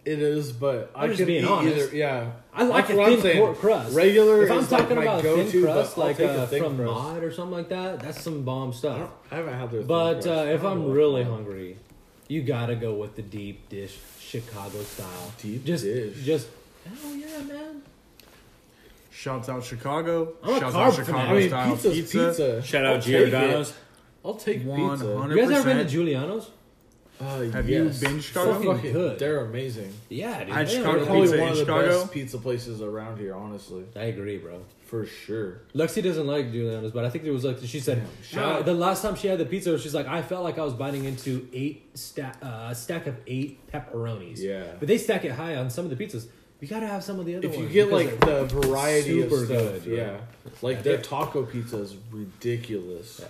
S2: it is, but i
S8: I'm just
S2: could
S8: being
S2: eat
S8: honest.
S2: either. Yeah,
S8: I like
S2: That's
S8: a
S2: what I'm
S8: thin
S2: saying.
S8: cor- crust.
S2: Regular
S8: If I'm
S2: is, like,
S8: talking
S2: my
S8: about
S2: go-to,
S8: thin crust,
S2: but I'll
S8: like
S2: take a
S8: uh,
S2: thin
S8: from
S2: crust.
S8: Mod or something like that, that's some bomb
S2: I,
S8: stuff.
S2: don't, I haven't had their. thin
S8: But
S2: crust.
S8: uh, if
S2: I don't
S8: I'm
S2: know.
S8: really hungry, you gotta go with the deep dish Chicago style.
S2: Deep
S8: just,
S2: dish.
S8: Just hell yeah, man.
S1: Shouts out Chicago.
S8: I'm a
S1: Shouts
S8: carb
S1: out
S8: fanatic.
S1: Chicago
S2: I mean,
S1: style
S2: pizza's
S1: pizza.
S2: pizza.
S3: Shout
S2: I'll
S3: out
S2: take it.
S3: Giordano's.
S2: I'll take
S1: One
S2: pizza.
S8: You
S1: hundred
S8: guys ever been to
S1: percent.
S8: Giuliano's?
S2: Uh,
S1: Have you
S2: yes.
S1: been to Chicago?
S2: Fucking
S8: Fucking good.
S2: They're amazing.
S8: Yeah, dude.
S1: I had
S8: they
S1: Chicago
S8: are-
S2: Probably
S1: pizza
S2: one
S1: in
S2: of the
S1: Chicago?
S2: best pizza places around here, honestly,
S8: I agree, bro.
S2: for sure.
S8: Lexi doesn't like Giuliano's, but I think there was like she said uh, the last time she had the pizza, she's like, I felt like I was biting into eight stack uh, stack of eight pepperonis.
S2: Yeah.
S8: but they stack it high on some of the pizzas. You gotta have some of the other
S2: If you
S8: ones
S2: get
S8: because uh,
S2: like
S8: they're-
S2: the variety of
S8: super
S2: stuff,
S8: good, right?
S2: yeah, like their taco pizza is ridiculous.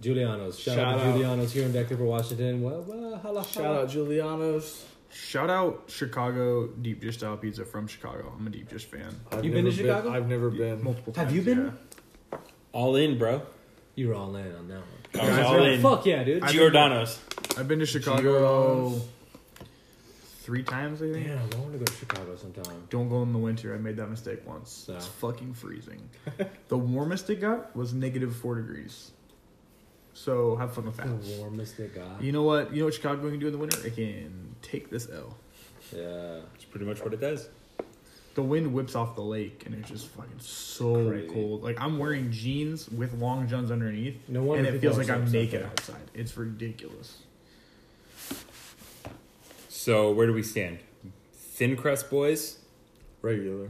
S8: Giuliano's, shout, out
S2: Shout
S8: to
S2: out.
S8: Giuliano's here in Vancouver, Washington. Well, well, holla,
S2: Shout
S8: holla.
S2: out Giuliano's.
S1: Shout out Chicago deep dish style pizza from Chicago. I'm a deep dish fan.
S2: I've
S8: You been to
S2: never
S8: Chicago?
S2: I've never been.
S1: Multiple
S8: Have
S1: times,
S8: you been?
S1: yeah.
S3: All in, bro.
S8: You were all in on that one.
S3: I was
S1: Guys,
S3: all
S1: bro,
S3: in.
S8: Fuck yeah, dude.
S1: I-
S3: Giordano's.
S1: I've been to Chicago
S2: Giro's.
S1: three times, I think.
S8: Damn, I want to go to Chicago sometime.
S1: Don't go in the winter. I made that mistake once.
S8: No.
S1: It's fucking freezing. the warmest it got was negative four degrees. So have fun with that.
S8: The warmest they got.
S1: You know what? You know what Chicago can do in the winter? It can take this L.
S8: Yeah.
S3: That's pretty much what it does.
S1: The wind whips off the lake, and it's just fucking so
S8: Crazy.
S1: cold. Like I'm wearing jeans with long johns underneath,
S8: No wonder
S1: and it feels
S8: people are
S1: like
S8: so
S1: I'm
S8: upset
S1: naked
S8: by that.
S1: outside. It's ridiculous.
S3: So where do we stand? Thin crust boys.
S2: Regular.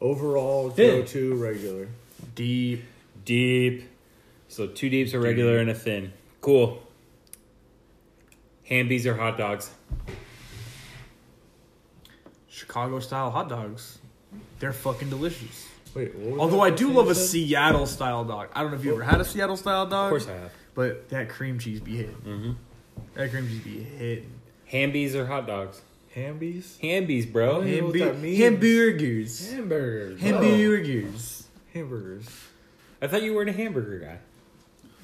S2: Overall,
S8: Thin.
S2: go to regular.
S1: Deep.
S3: Deep. So two deeps are regular and a thin. Cool. Hambies are hot dogs.
S1: Chicago style hot dogs. They're fucking delicious.
S2: Wait, what was
S1: Although
S2: that
S1: I
S2: first
S1: do
S2: thing
S1: love
S2: you
S1: a
S2: said?
S1: Seattle style dog. I don't know if you ever had a Seattle style dog.
S3: Of course I have.
S1: But that cream cheese be hitting.
S3: Mhm.
S1: That cream cheese be hitting.
S3: Hambies are hot dogs.
S2: Hambies.
S3: Hambies,
S2: I
S3: bro.
S2: don't know what that means.
S1: Hamburgers.
S8: Hamburgers.
S1: Hamburgers.
S2: Hamburgers.
S3: I thought you weren't a hamburger guy.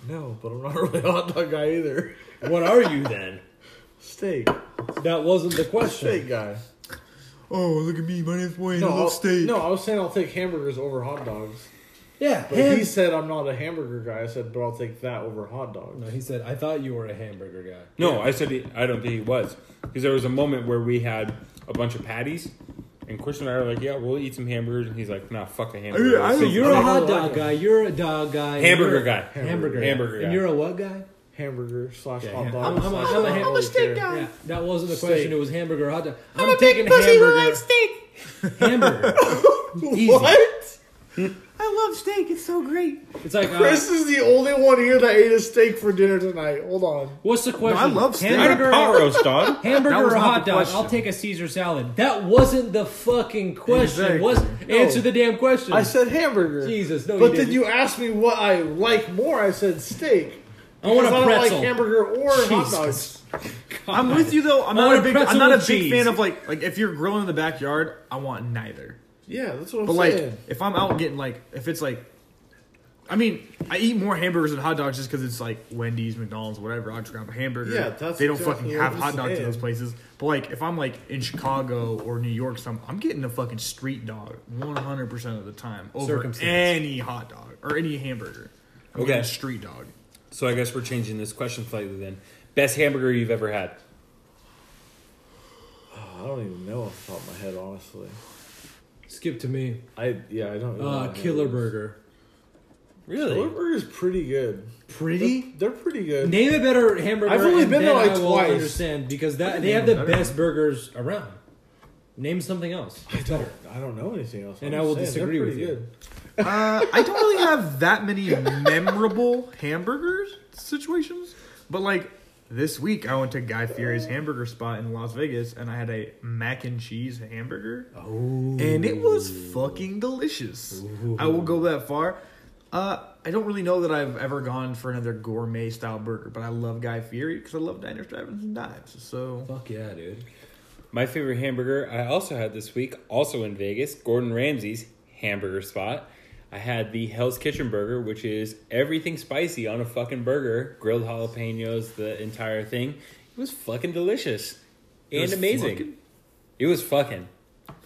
S2: No, but I'm not really a hot dog guy either.
S8: What are you then?
S2: Steak.
S8: That wasn't the
S2: Steak
S8: question.
S2: guy.
S1: Oh, look at me. My name's Wayne. I
S2: I'll-
S1: love steak.
S2: no, I was saying I'll take hamburgers over hot dogs.
S8: Yeah,
S2: But
S8: ham-
S2: he said I'm not a hamburger guy. I said, but I'll take that over hot dogs.
S8: No, he said, I thought you were a hamburger guy.
S3: No, I said he, I don't think he was because there was a moment where we had a bunch of patties, and Christian and I were like, "Yeah, we'll eat some hamburgers," and he's like, "Nah, fuck a hamburger."
S1: I-
S8: So
S3: So you-
S8: you're a
S2: I'm
S8: hot
S2: a
S8: dog
S2: hamburger.
S8: guy, you're a dog guy. and
S3: Hamburger
S8: you're a-
S3: guy.
S8: Hamburger.
S3: Hamburger
S8: guy.
S3: guy.
S8: And you're a what guy?
S2: Hamburger slash
S8: Yeah,
S2: hot
S8: yeah.
S2: dog.
S8: I'm- I'm a-
S2: slash
S8: I'm a
S2: I don't
S8: ham-
S2: really care.
S8: Yeah, that wasn't the
S2: Steak.
S8: question. It was hamburger or hot dog. I'm, taking hamburger.
S3: steak.
S8: Hamburger. Easy.
S2: What?
S1: I love steak. It's so great.
S13: It's like, uh,
S2: Chris is the only one here that ate a steak for dinner tonight. Hold on.
S13: what's the question?
S1: I love steak.
S3: I had a
S13: Hamburger,
S3: pot roast, dog.
S1: That
S13: hamburger
S1: was
S13: or
S1: not
S13: hot
S1: the
S13: dog?
S1: question.
S13: I'll take a Caesar salad. That wasn't the fucking question.
S1: Exactly.
S13: Was answer the damn question?
S2: I said hamburger.
S13: Jesus, no,
S2: But
S13: you
S2: then
S13: didn't.
S2: you asked me what I like more. I said steak.
S13: I want a
S2: Because I
S13: pretzel.
S2: don't like hamburger or hot dogs.
S1: I'm with you though. I'm
S13: I
S1: not
S13: want
S1: a
S13: a
S1: big.
S13: pretzel
S1: I'm not a
S13: with
S1: big
S13: cheese.
S1: fan of like like if you're grilling in the backyard. I want neither.
S2: Yeah, that's what I'm
S1: But
S2: saying.
S1: like if I'm out getting like if it's like, I mean I eat more hamburgers and hot dogs just because it's like Wendy's, McDonald's, whatever. I will just grab a hamburger.
S2: Yeah, that's
S1: they don't
S2: exactly
S1: fucking
S2: what
S1: have
S2: I'm
S1: hot dogs in
S2: saying.
S1: those places. But like if I'm like in Chicago or New York, some I'm getting a fucking street dog 100 percent of the time over
S13: Circumstance.
S1: any hot dog or any hamburger. I'm
S3: Okay.
S1: getting a street dog.
S3: So I guess we're changing this question slightly then. Best hamburger you've ever had?
S2: I don't even know off the top of my head, honestly.
S13: Skip to me.
S2: I yeah, I don't. know
S13: Uh,
S2: what
S13: Killer
S2: it is.
S13: Burger.
S2: Killer
S3: Really?
S2: Burger is pretty good.
S13: Pretty.
S2: They're pretty good.
S13: Name a better hamburger.
S2: I've only
S13: and
S2: been there
S13: then
S2: like
S13: I will
S2: twice.
S13: Understand because that they have the best burgers around. Name something else. It's better.
S2: I don't know anything else.
S13: And
S2: I'm
S13: I will
S2: just saying,
S13: disagree
S2: they're
S13: with you.
S2: pretty Good.
S1: Uh, I don't really have that many memorable hamburger situations, but like this week I went to Guy Fieri's hamburger spot in Las Vegas and I had a mac and cheese hamburger. And it was fucking delicious. I will go that far. Uh, I don't really know that I've ever gone for another gourmet style burger, but I love Guy Fieri because I love diners, drive-ins, and dives. So
S13: Fuck yeah, dude.
S3: My favorite hamburger I also had this week, also in Vegas, Gordon Ramsay's hamburger spot. I had the Hell's Kitchen burger, which is everything spicy on a fucking burger, grilled jalapenos, the entire thing. It was fucking delicious and
S1: was
S3: amazing.
S1: fucking?
S3: It was fucking.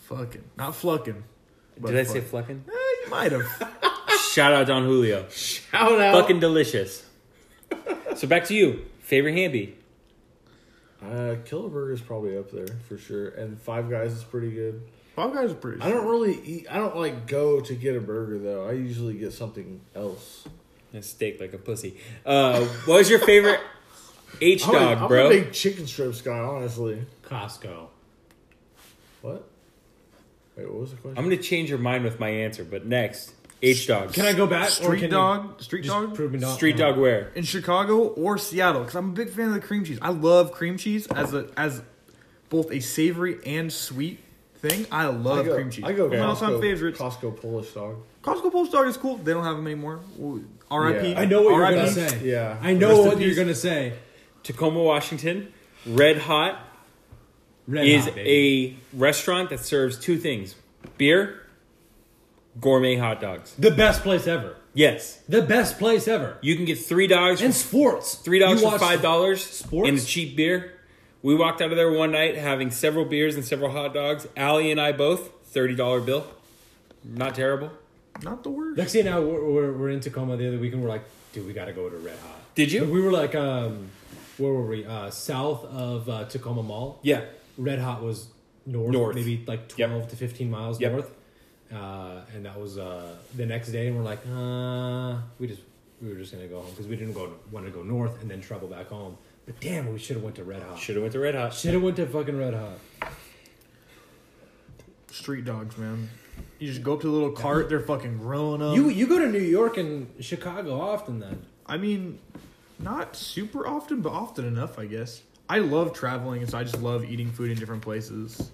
S1: fucking not flucking. but
S3: Did I say
S1: fucking.
S3: fucking?
S1: Eh, you might have.
S3: Shout out Don Julio.
S2: Shout out.
S3: Fucking delicious. so back to you. Favorite hamby.
S2: Uh, Killer Burger is probably up there for sure, and Five Guys is pretty good.
S1: Five Guys are pretty.
S2: I don't really eat. I don't like go to get a burger though. I usually get something else.
S3: A steak like a pussy. Uh, what was your favorite H
S2: I'm a- I'm
S3: dog,
S2: a
S3: bro?
S2: big chicken strips guy, honestly.
S8: Costco.
S2: What? Wait, what was the question?
S3: I'm gonna change your mind with my answer, but next H dogs.
S8: Can I go back? or
S1: Street
S8: can
S1: dog,
S8: You
S1: street
S8: just
S1: dog,
S8: prove me not
S3: Street
S8: wrong?
S3: dog where?
S1: in Chicago or Seattle because I'm a big fan of the cream cheese. I love cream cheese as a as both a savory and sweet thing. I love
S2: I go,
S1: cream cheese.
S2: I go
S1: One of my
S2: Costco,
S1: favorites.
S2: Costco Polish dog.
S1: Costco Polish Dog is cool. They don't have them anymore. Ooh, R.I.P.
S2: Yeah.
S8: I know what you're
S1: R.I.P..
S8: gonna say.
S2: Yeah.
S8: I know
S1: Rest in
S8: what you're
S1: peace.
S8: gonna say.
S3: Tacoma, Washington. Red Hot
S8: Red
S3: is
S8: hot, baby.
S3: a restaurant that serves two things: beer, gourmet hot dogs.
S8: the best place ever.
S3: Yes,
S8: The best place ever.
S3: you can get three dogs
S8: And sports.
S3: Three dollars
S8: You
S3: for
S8: watch
S3: five dollars.
S8: sports?
S3: and a cheap beer. We walked out of there one night having several beers and several hot dogs. Allie and I both thirty dollar bill. Not terrible.
S1: Not the worst.
S8: Lexi and I were, were, were in Tacoma the other week and we're like, dude, we gotta go to Red Hot.
S3: Did you?
S8: We were like, um, where were we? Uh, south of uh, Tacoma Mall.
S3: Yeah.
S8: Red Hot was north,
S3: North.
S8: maybe like
S3: Yep.
S8: 12 to 15 miles
S3: Yep.
S8: north. Uh, and that was uh, the next day, and we're like, uh, we just we were just gonna go home because we didn't go want to go north and then travel back home. But damn, we should have went to Red Hot.
S3: Should have went to Red Hot.
S8: Should have went to fucking Red Hot.
S1: Street dogs, man. You just go up to the little cart. They're fucking grilling them.
S8: you you go to New York and Chicago often then.
S1: I mean, not super often, but often enough, I guess. I love traveling, and so I just love eating food in different places.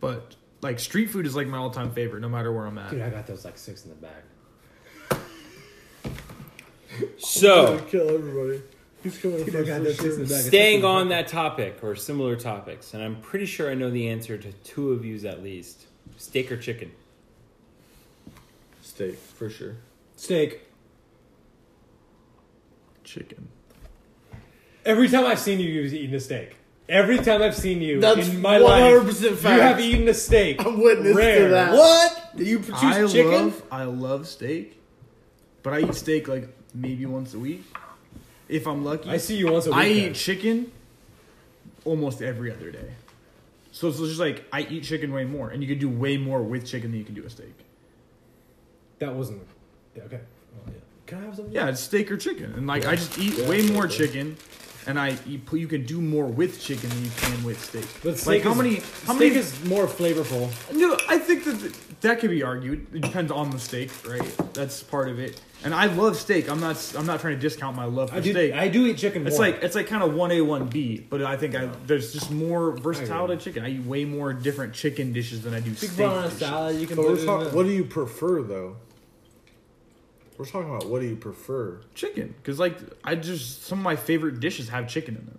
S1: But like street food is like my all-time favorite, no matter where I'm at.
S8: Dude, I got those like six in the bag.
S3: So.
S2: Gonna kill everybody. He's coming
S8: Dude, I got those
S2: for
S8: six
S2: sure.
S8: in the bag. It's
S3: Staying
S8: fucking-
S3: on that topic or similar topics, and I'm pretty sure I know the answer to two of yous at least: steak or chicken.
S2: Steak for sure.
S8: steak.
S1: Chicken.
S8: Every time I've seen you, you've eaten a steak. Every time I've seen you
S2: That's
S8: in my
S2: 100%
S8: life, you
S2: fact.
S8: have eaten a steak.
S2: I'm witness
S8: Rare.
S2: to that.
S8: What? You choose
S1: I
S8: chicken?
S1: love I love steak, but I eat steak like maybe once a week, if I'm lucky.
S8: I see you once a week.
S1: I eat chicken almost every other day, so it's just like I eat chicken way more, and you can do way more with chicken than you can do with steak.
S8: That wasn't. Yeah, okay. Oh, yeah. Can I have some?
S1: Yeah, it's steak or chicken, and like I just eat way more chicken, and I eat, you can do more with chicken than you can with steak.
S8: But
S1: like
S8: steak
S1: how
S8: is,
S1: many? How
S8: steak
S1: many?
S8: is more flavorful.
S1: no, I think that the, that could be argued. It depends on the steak, right? That's part of it. And I love steak. I'm not. I'm not trying to discount my love for
S8: I do.
S1: steak.
S8: I do eat chicken.
S1: it's
S8: more.
S1: like it's like kind of one A one B, but I think I there's just more versatile to chicken. I eat way more different chicken dishes than I do
S14: Big
S1: steak.
S14: bone on a
S1: dishes.
S14: salad, you can
S2: But
S14: put
S2: we're
S14: it
S2: talking.
S14: in
S2: What do you prefer, though? We're talking about what do you prefer?
S1: Chicken, because like I just some of my favorite dishes have chicken in them.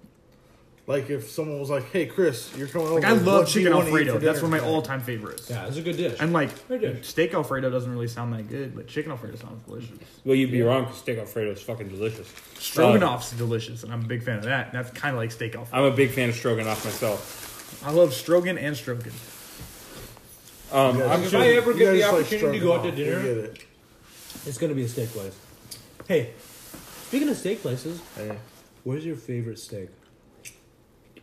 S2: Like if someone was like, "Hey, Chris, you're coming
S1: Like
S2: over."
S1: I
S2: what
S1: love
S2: do
S1: chicken
S2: you wanna eat
S1: alfredo.
S2: for
S1: That's
S2: dinner
S1: one of my
S2: tonight?"
S1: all time favorites.
S8: Yeah, it's a good dish.
S1: And like
S8: do.
S1: steak alfredo doesn't really sound that good, but chicken alfredo sounds delicious.
S3: Well, you'd be wrong because steak alfredo is fucking delicious.
S1: Stroganoff's delicious, and I'm a big fan of that. And that's kind of like steak alfredo.
S3: I'm a big fan of stroganoff myself.
S1: I love Strogan and Strogan.
S3: Um,
S2: Yeah,
S3: I'm
S2: just-
S8: if I ever
S2: you
S8: get the
S2: guys like
S8: opportunity to go out to
S2: stroganoff, we
S8: dinner-
S2: get it.
S8: It's gonna be a steak place. Hey, speaking of steak places,
S2: Hey.
S8: where's your favorite steak?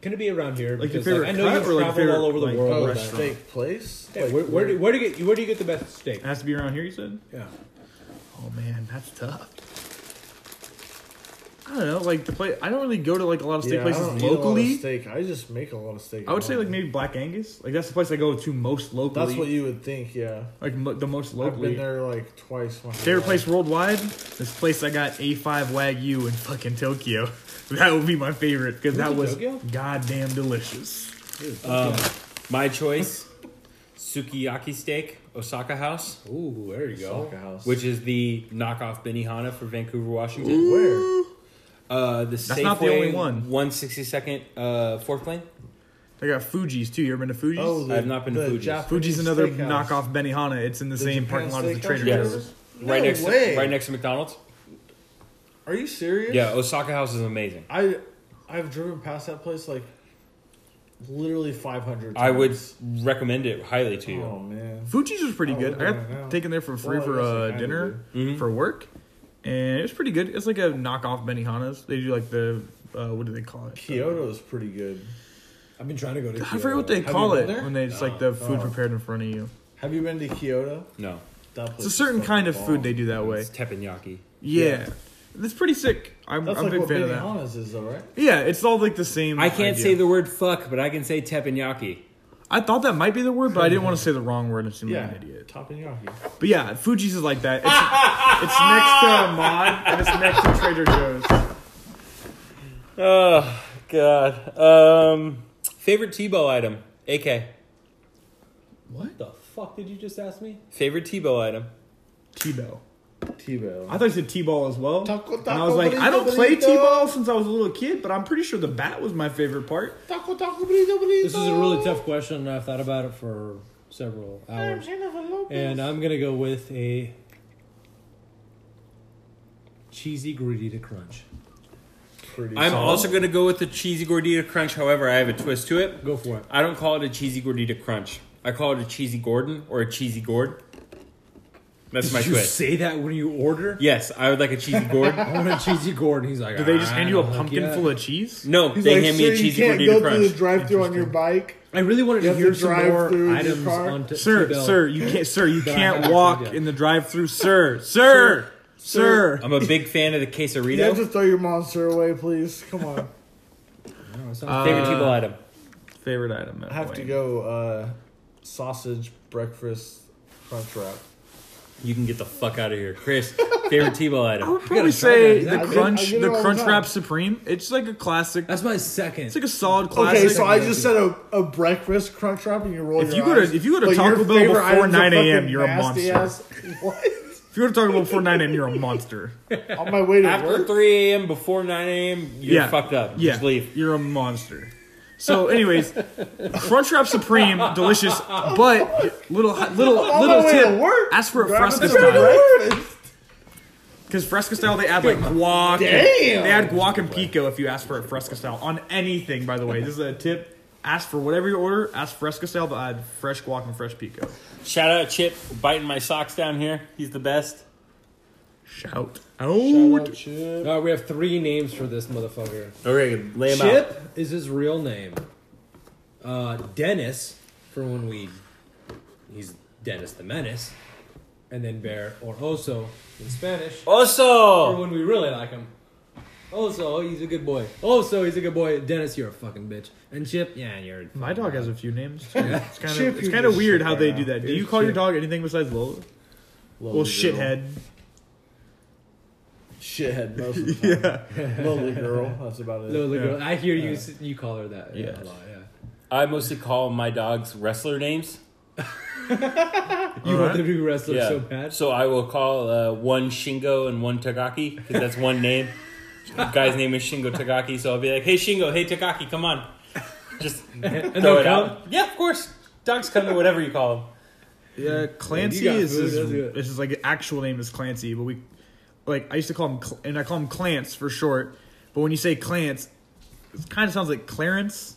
S8: Can it be around here?
S1: Like your
S8: Because,
S1: favorite
S8: I know
S1: cut
S8: you've
S1: or like
S8: traveled
S1: favorite,
S8: all over the
S1: like,
S8: world.
S2: Oh,
S8: with
S2: a
S8: that.
S2: steak place.
S8: Yeah, where, where, do, where do you get where do you get the best steak?
S1: It has to be around here, you said?
S8: Yeah.
S1: Oh man, that's tough. I don't know, like the place. I don't really go to like a lot of steak
S2: Yeah, I
S1: places
S2: don't eat a lot of
S1: locally.
S2: steak. I just make a lot of steak.
S1: I would say
S2: at
S1: like
S2: home.
S1: maybe Black Angus. Like that's the place I go to most locally.
S2: That's what you would think, yeah.
S1: like mo- the most
S2: I've been
S1: locally.
S2: there like twice. my whole
S1: Favorite
S2: life.
S1: place worldwide? This place I got A5 Wagyu in fucking Tokyo. That would be my favorite because that was
S8: Tokyo?
S1: goddamn delicious.
S3: Um, my choice: sukiyaki steak, Osaka House,
S8: Ooh, there you go.
S2: Soccer house.
S3: which is the knockoff Benihana for Vancouver, Washington.
S2: where?
S3: Uh, the
S1: That's not the only one.
S3: One sixty second uh, fourth lane.
S1: I got Fuji's too. You ever been to Fuji's?
S3: I have not been to
S2: Oh, the
S3: Fuji's.
S2: Japanese
S1: Fuji's another
S2: steakhouse.
S1: knockoff Benihana. It's in the,
S2: The
S1: same parking
S2: Japan
S1: lot as the
S2: steakhouse
S1: Trader
S2: or
S3: Yes.
S1: Joe's.
S2: whatever?
S3: right
S2: No
S3: next,
S2: way.
S3: to, right next to McDonald's.
S2: Are you serious?
S3: Yeah, Osaka House is amazing.
S2: I I've driven past that place like literally 500 times.
S3: I would recommend it highly to you.
S2: Oh man.
S1: Fuji's was pretty
S2: Oh,
S1: good. I
S2: yeah,
S1: got
S2: yeah.
S1: taken there for free
S2: Well, I
S1: for
S2: guess I
S1: uh,
S2: kinda
S1: dinner
S3: Mhm.
S1: for work, and it was pretty good. It's like a knockoff Benihana's. They do like the uh, what do they call it?
S2: Kyoto is pretty good.
S8: I've been trying to go to.
S1: I forget
S8: Kyoto.
S1: what they
S2: you
S1: call
S2: been
S1: it
S2: there?
S1: when they it's like the food
S2: Oh.
S1: prepared in front of you.
S2: Have you been to Kyoto?
S3: No,
S2: That place
S1: It's a
S2: is
S1: certain
S2: fucking
S1: kind of
S2: bomb.
S1: food they do that way.
S3: it's teppanyaki.
S1: Yeah, that's pretty sick. I'm,
S2: That's
S1: I'm a
S2: like
S1: big
S2: what
S1: fan of that.
S2: Benihana's is though, right?
S1: Yeah, it's all like the same.
S3: I can't
S1: idea.
S3: say the word fuck, but I can say teppanyaki.
S1: I thought that might be the word, but I didn't want to say the wrong word and seem
S2: Yeah.
S1: like an idiot.
S2: Tapanyaki.
S1: But yeah, Fuji's is like that. It's, it's next to Mod and it's next to Trader Joe's.
S3: Oh God. Um, favorite Tebow item, AK.
S8: What the fuck did you just ask me?
S3: Favorite Tebow item.
S1: T-Bell.
S2: T-bell.
S1: I thought you said T-ball as well.
S2: Taco,
S1: and I
S2: taco,
S1: was like, I don't
S2: burrito,
S1: play
S2: burrito.
S1: T-ball since I was a little kid, but I'm pretty sure the bat was my favorite part.
S2: Taco, taco, burrito, burrito.
S8: This is a really tough question. and I've thought about it for several hours, and I'm gonna go with a cheesy gordita crunch.
S2: Pretty
S3: I'm
S2: solid.
S3: also gonna go with the cheesy gordita crunch. However, I have a twist to it.
S8: Go for it.
S3: I don't call it a cheesy gordita crunch. I call it a cheesy Gordon or a cheesy gourd. That's my
S8: Did you
S3: twist.
S8: say that when you order?
S3: Yes, I would like a cheesy gourd.
S8: I want a cheesy gourd. and He's like, "Ah,
S1: Did they just
S8: "I
S1: hand you a
S8: don't
S1: pumpkin
S8: yet."
S1: full of cheese?
S3: No,
S2: He's
S3: they
S2: like,
S3: hand me
S2: "Sir,
S3: a cheesy
S2: you can't
S3: gordita
S2: go through
S3: crunch.
S2: the drive-through on your bike.
S8: I really wanted
S2: You
S8: to
S2: have to
S8: hear some
S2: drive
S8: more
S2: through your
S8: items
S2: car.
S8: on t-
S1: Sir,
S8: T-Bell.
S1: sir, you can't sir, you
S8: But I
S1: can't
S8: haven't
S1: walk
S8: yet.
S1: in the drive through sir, sir, sir.
S3: I'm a big fan of the
S2: You have to
S3: quesarito.
S2: throw your monster away, please. Come on.
S8: I don't know, it sounds-
S3: Favorite T-ball item.
S1: Favorite item. at
S2: I have to
S1: Wayne.
S2: go uh, sausage breakfast crunch wrap.
S3: You can get the fuck out of here, Chris. Favorite T-ball
S1: I
S3: item.
S1: would probably
S2: try
S1: say
S2: that.
S1: the
S2: I get- I
S1: crunch,
S2: get it
S1: the
S2: all the
S1: crunch
S2: time.
S1: wrap supreme. It's like a classic.
S8: that's my second.
S1: It's like a solid classic.
S2: Okay, so I just said a, a breakfast crunch wrap, and you roll
S1: If
S2: your
S1: you go to-
S2: eyes.
S1: if you go to
S2: But
S1: Taco
S2: your
S1: Bell
S2: favorite
S1: before
S2: items are
S1: 9 a.m.,
S2: fucking
S1: you're a
S2: nasty
S1: monster.
S2: ass- What?
S1: if you were to talk about before nine a.m., you're a monster.
S2: On my way to
S3: After
S2: work.
S3: 3 a.m., before 9 a.m., you're
S1: Yeah.
S3: fucked up.
S1: Yeah,
S3: Just leave.
S1: You're a monster. So, anyways, Crunchwrap Supreme, delicious, but little little
S2: On
S1: little
S2: my way to
S1: tip.
S2: work.
S1: Ask for a
S2: Grab
S1: Fresca
S2: it to
S1: style
S2: breakfast.
S1: because Fresca style they add like guac.
S2: Damn.
S1: They add guac and pico if you ask for a Fresca style on anything. By the way, this is a tip. Ask for whatever you order. Ask Fresca style, but add fresh guac and fresh pico.
S3: Shout out Chip biting my socks down here. He's the best.
S1: Shout
S2: Shout
S1: out.
S2: out, Chip.
S8: All right, we have three names for this motherfucker.
S3: Okay, lay him out.
S8: Chip is his real name. Uh, Dennis, for when we, he's Dennis the Menace, and then Bear or Oso in Spanish,
S3: Also, Oh.
S8: for when we really like him. Oh, so he's a good boy. Oh, so he's a good boy. Dennis, you're a fucking bitch. And Chip, yeah, you're. a
S1: My
S8: fucking
S1: dog
S8: bitch.
S1: has a few names. It's kind of, it's kind
S2: Chip,
S1: of,
S2: you just
S1: weird
S2: shit
S1: how they
S2: right
S1: do
S2: now.
S1: that. Do
S2: Dude,
S1: you call your
S2: shit.
S1: dog anything besides Lola? Well, shithead.
S2: Shithead most of the time. Yeah. Lonely girl. That's about it.
S8: Little
S1: Yeah.
S8: girl. I hear you. s You call her that.
S3: Yeah.
S8: a lot. Yeah.
S3: I mostly call my dogs wrestler names.
S8: You want them to be wrestlers
S3: yeah.
S8: so bad.
S3: So I will call uh, one Shingo and one Tagaki because that's one name. guy's name is Shingo Tagaki, so I'll be like, "Hey Shingo, hey Tagaki, come on." Just throw
S8: they'll
S3: it out. Yeah, of course. Dogs come to whatever you call them.
S1: Yeah, Clancy
S8: got
S1: is
S8: food,
S1: his,
S8: that's good.
S1: is his like actual name is Clancy, but we like I used to call him Cl- and I call him Clance for short. But when you say Clance, it kind of sounds like Clarence.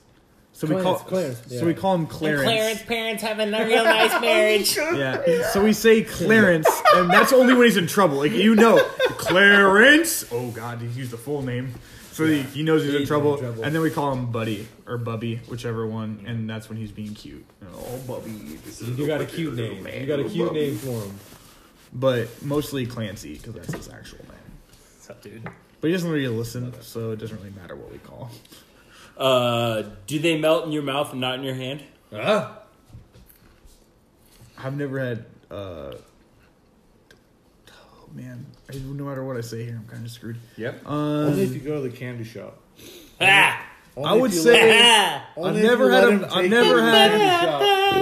S1: So we call
S8: Clarence, Clarence,
S1: so we call him Clarence.
S3: parents having a real nice marriage.
S1: Yeah. So we say Clarence, and that's only when he's in trouble. Like you know, Clarence. Oh God, he used the full name, so he, he knows he's, in,
S8: He's in
S1: trouble.
S8: trouble.
S1: And then we call him Buddy or Bubby, whichever one, and that's when he's being cute. Oh, Bubby. this is
S8: You
S1: a
S8: got a
S1: Bubby,
S8: cute
S1: little
S8: name.
S1: man,
S8: You got a
S1: little
S8: cute
S1: Bubby.
S8: name for him.
S1: But mostly Clancy, because that's his actual name.
S3: What's up, dude?
S1: But he doesn't really listen, so it doesn't really matter what we call. him.
S3: Uh, do they melt in your mouth and not in your hand?
S8: Ah,
S1: I've never had. uh Oh man, I, no matter what I say here, I'm kind of screwed.
S15: Yep.
S2: Only if you go to the candy shop.
S3: Ah!
S2: Only
S1: I would
S2: if you
S1: say-
S2: let-
S3: Ah!
S2: only
S1: I've
S2: if
S1: never
S2: you
S1: had
S2: let
S1: a-
S2: him
S1: I've
S2: take
S1: never
S2: you to the
S1: had-
S2: candy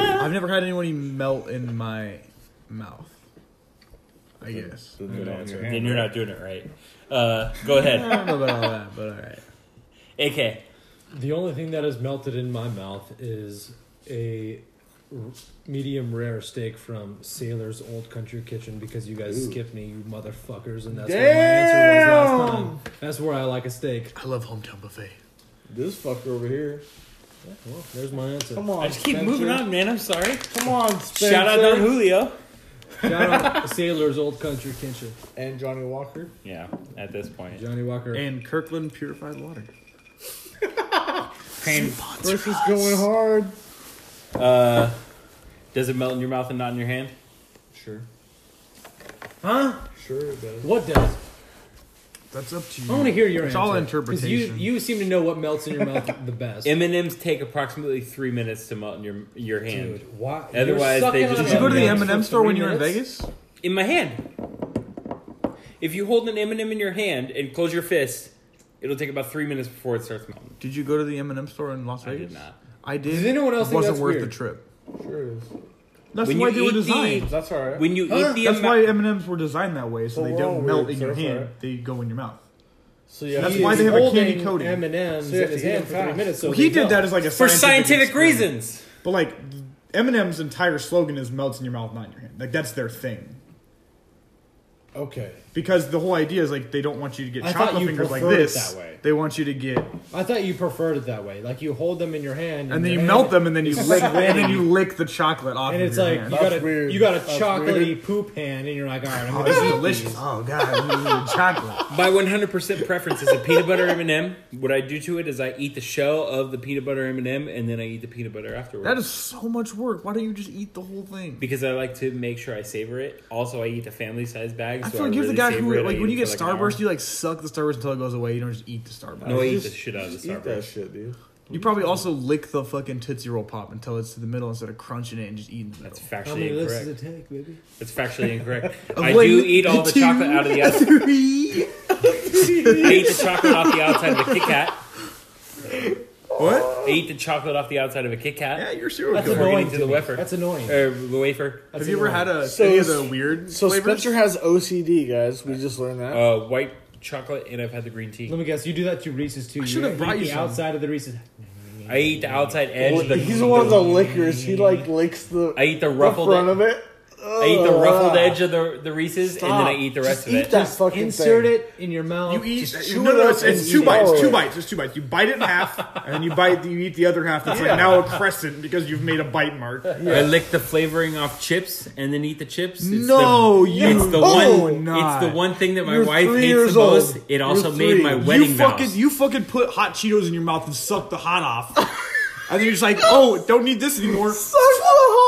S2: shop.
S1: I've never had anyone melt in my mouth. I guess.
S2: Good answer.
S3: Then you're not doing it right. Uh, go ahead.
S1: I don't know about all that, but all right.
S3: AK.
S8: the only thing that has melted in my mouth is a r- medium rare steak from Sailor's Old Country Kitchen because you guys skipped me, you motherfuckers, and that's where my answer was last time. That's where I like a steak.
S1: I love hometown buffet.
S2: This fucker over here.
S8: Well, there's my answer.
S2: Come on.
S3: I just keep
S2: Spencer.
S3: moving on, man. I'm sorry.
S2: Come on, Spencer.
S3: Shout out Don Julio.
S8: Shout out Sailor's Old Country Kitchen.
S2: And Johnny Walker.
S3: Yeah, at this point.
S8: Johnny Walker.
S1: And Kirkland purified water.
S2: Chris is going hard.
S3: Uh, does it melt in your mouth and not in your hand?
S2: Sure.
S8: huh?
S2: Sure it does.
S8: What does?
S1: That's up to you.
S8: I want to hear your
S1: It's
S8: answer.
S1: all
S8: 'Cause
S1: interpretation.
S8: You, you seem to know what melts in your mouth the best.
S3: M&M's take approximately three minutes to melt in your your hand.
S8: Dude, why?
S3: Otherwise,
S8: you're
S3: they
S8: sucking
S3: just-
S8: on
S1: Did you go to the
S8: M&Ms
S1: M
S8: for
S1: and M store when
S8: three
S1: you were in
S8: minutes?
S1: Vegas?
S3: In my hand. If you hold an M&M in your hand and close your fist, it'll take about three minutes before it starts melting.
S1: Did you go to the M and M store in Las
S3: I
S1: Vegas?
S3: did not.
S1: I did.
S8: Does anyone else
S1: It
S8: think
S1: wasn't
S8: that's
S1: worth
S8: weird?
S1: the trip.
S2: Sure it is.
S1: That's
S3: When
S1: why
S3: you
S1: they were
S3: eat the-
S1: designed.
S2: That's all right.
S3: When you eat the
S1: That's
S3: amount-
S1: why M and M's were designed that way, so
S3: Oh,
S2: Well,
S1: they
S2: we're all
S1: don't melt
S2: weird,
S1: in your
S2: so that's all
S1: hand.
S2: right.
S1: They go in your mouth.
S2: So yeah,
S1: That's
S2: he
S1: why
S2: is-
S1: they have a
S8: holding
S1: candy coating.
S8: M and M's
S2: So you
S8: in
S2: have
S8: his
S2: to eat
S8: hand
S2: them
S8: for three
S2: fast.
S8: minutes. So
S1: Well, he
S8: they
S1: did
S8: melt.
S1: that as like a
S3: for scientific
S1: experiment.
S3: reasons.
S1: But like Eminem's entire slogan is "melts in your mouth, not in your hand." Like that's their thing.
S2: Okay.
S1: Because the whole idea is like they don't want you to get
S8: I thought
S1: chocolate
S8: you
S1: fingers like
S8: preferred it
S1: this.
S8: that way.
S1: They want you to get,
S8: I thought you preferred it that way. Like you hold them in your hand,
S1: and then you
S8: they're-
S1: melt them, and then you lick, and then
S8: sweating.
S1: you lick the chocolate off.
S8: and
S1: of
S8: it's
S1: your
S8: like you
S1: hand.
S8: got a
S2: That's weird.
S8: you got a
S2: That's
S8: chocolatey
S2: weird.
S8: poop hand, and you're like, all right, I'm
S1: oh,
S8: gonna
S1: this is
S8: eat
S1: delicious.
S8: these.
S1: Oh god, ooh, chocolate.
S3: My 100% preference is a peanut butter M&M. What I do to it is I eat the shell of the peanut butter M&M and then I eat the peanut butter afterwards.
S1: That is so much work. Why don't you just eat the whole thing?
S3: because I like to make sure I savor it. Also, I eat the family size bag.
S1: I
S3: so
S1: feel like
S3: I
S1: you're
S3: really
S1: the guy
S3: savor
S1: who,
S3: it. I
S1: like,
S3: eat
S1: when
S3: it
S1: you get
S3: for like an hour.
S1: Starburst, you like suck the Starburst until it goes away. You don't just eat the Starburst.
S3: No, I eat the
S2: Just-
S3: shit out of the
S2: just Eat that
S3: Starburst.
S2: shit, dude.
S1: You probably also lick the fucking Tootsie Roll pop until it's to the middle instead of crunching it and just eating the middle.
S3: That's
S8: How
S3: factually
S8: many lists
S3: incorrect.
S8: does it take, baby?
S3: That's factually incorrect.
S1: Oh, A
S3: I
S1: one,
S3: do eat all the
S1: two,
S3: chocolate out of the outside.
S1: Three.
S3: I eat the chocolate off the outside of a Kit Kat.
S1: What?
S3: I eat the chocolate off the outside of a Kit
S1: Yeah,
S3: Kat.
S1: you're serial
S8: That's
S1: killer.
S3: We're
S8: annoying
S3: getting to
S8: to
S3: the
S8: me.
S3: wafer.
S8: That's annoying.
S3: Or the wafer.
S8: That's
S1: Have you ever
S8: annoying.
S1: had a
S2: So
S1: any of the
S2: it's-
S1: weird
S2: So
S1: flavors?
S2: Spencer has OCD, guys. We just learned that.
S3: Uh, white chocolate, and I've had the green tea.
S8: Let me guess. You do that to Reese's too.
S1: I should've
S8: eat
S1: brought you
S8: the
S1: some.
S8: outside of the Reese's.
S3: I eat the outside edge.
S2: Well,
S3: the, Mm.
S2: he's one of the lickers. He like licks the,
S3: I eat the
S2: the
S3: ruffled.
S2: front of it.
S3: I eat the ruffled
S2: Ugh.
S3: edge of the the Reese's, and then I eat the rest
S2: Ah, Just
S3: of
S2: eat
S3: it.
S2: That fucking
S8: Insert
S2: thing.
S8: it in your mouth.
S1: You eat
S2: Just
S1: no,
S2: chew
S1: no,
S2: it
S1: no,
S2: up
S1: it's, it's
S2: and
S1: two
S2: eat
S1: bites,
S2: it.
S1: two bites, it's two bites. You bite it in half, and then you bite, you eat the other half. That's like now a crescent because you've made a bite mark.
S3: I lick the flavoring off chips, and then eat the chips. It's
S1: No,
S3: the,
S1: you
S3: It's the
S1: do
S3: one.
S1: not.
S3: It's the one thing that my
S2: You're
S3: wife
S2: three
S3: hates
S2: years
S3: the most.
S2: old.
S3: It also
S2: You're
S3: made
S2: three.
S3: my
S2: You
S3: wedding
S1: you fucking,
S3: vows.
S1: you fucking put hot Cheetos in your mouth and suck the hot off, and then you're just like, oh, don't need this anymore.
S2: Suck the hot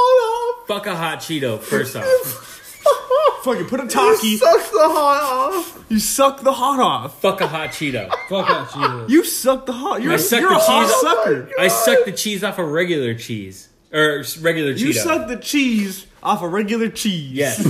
S3: Fuck a hot Cheeto. First off,
S2: off.
S1: Fucking put a talkie. You suck the hot off. You suck the hot off.
S3: Fuck a hot Cheeto.
S8: Fuck out, Cheetos.
S1: You suck the hot. You're,
S3: I
S1: a-
S3: suck
S1: you're
S3: the
S1: a hot
S3: cheese-
S1: sucker.
S3: I suck the cheese off a regular cheese or s- regular
S1: You
S3: Cheeto.
S1: suck the cheese off a regular cheese.
S3: Yes.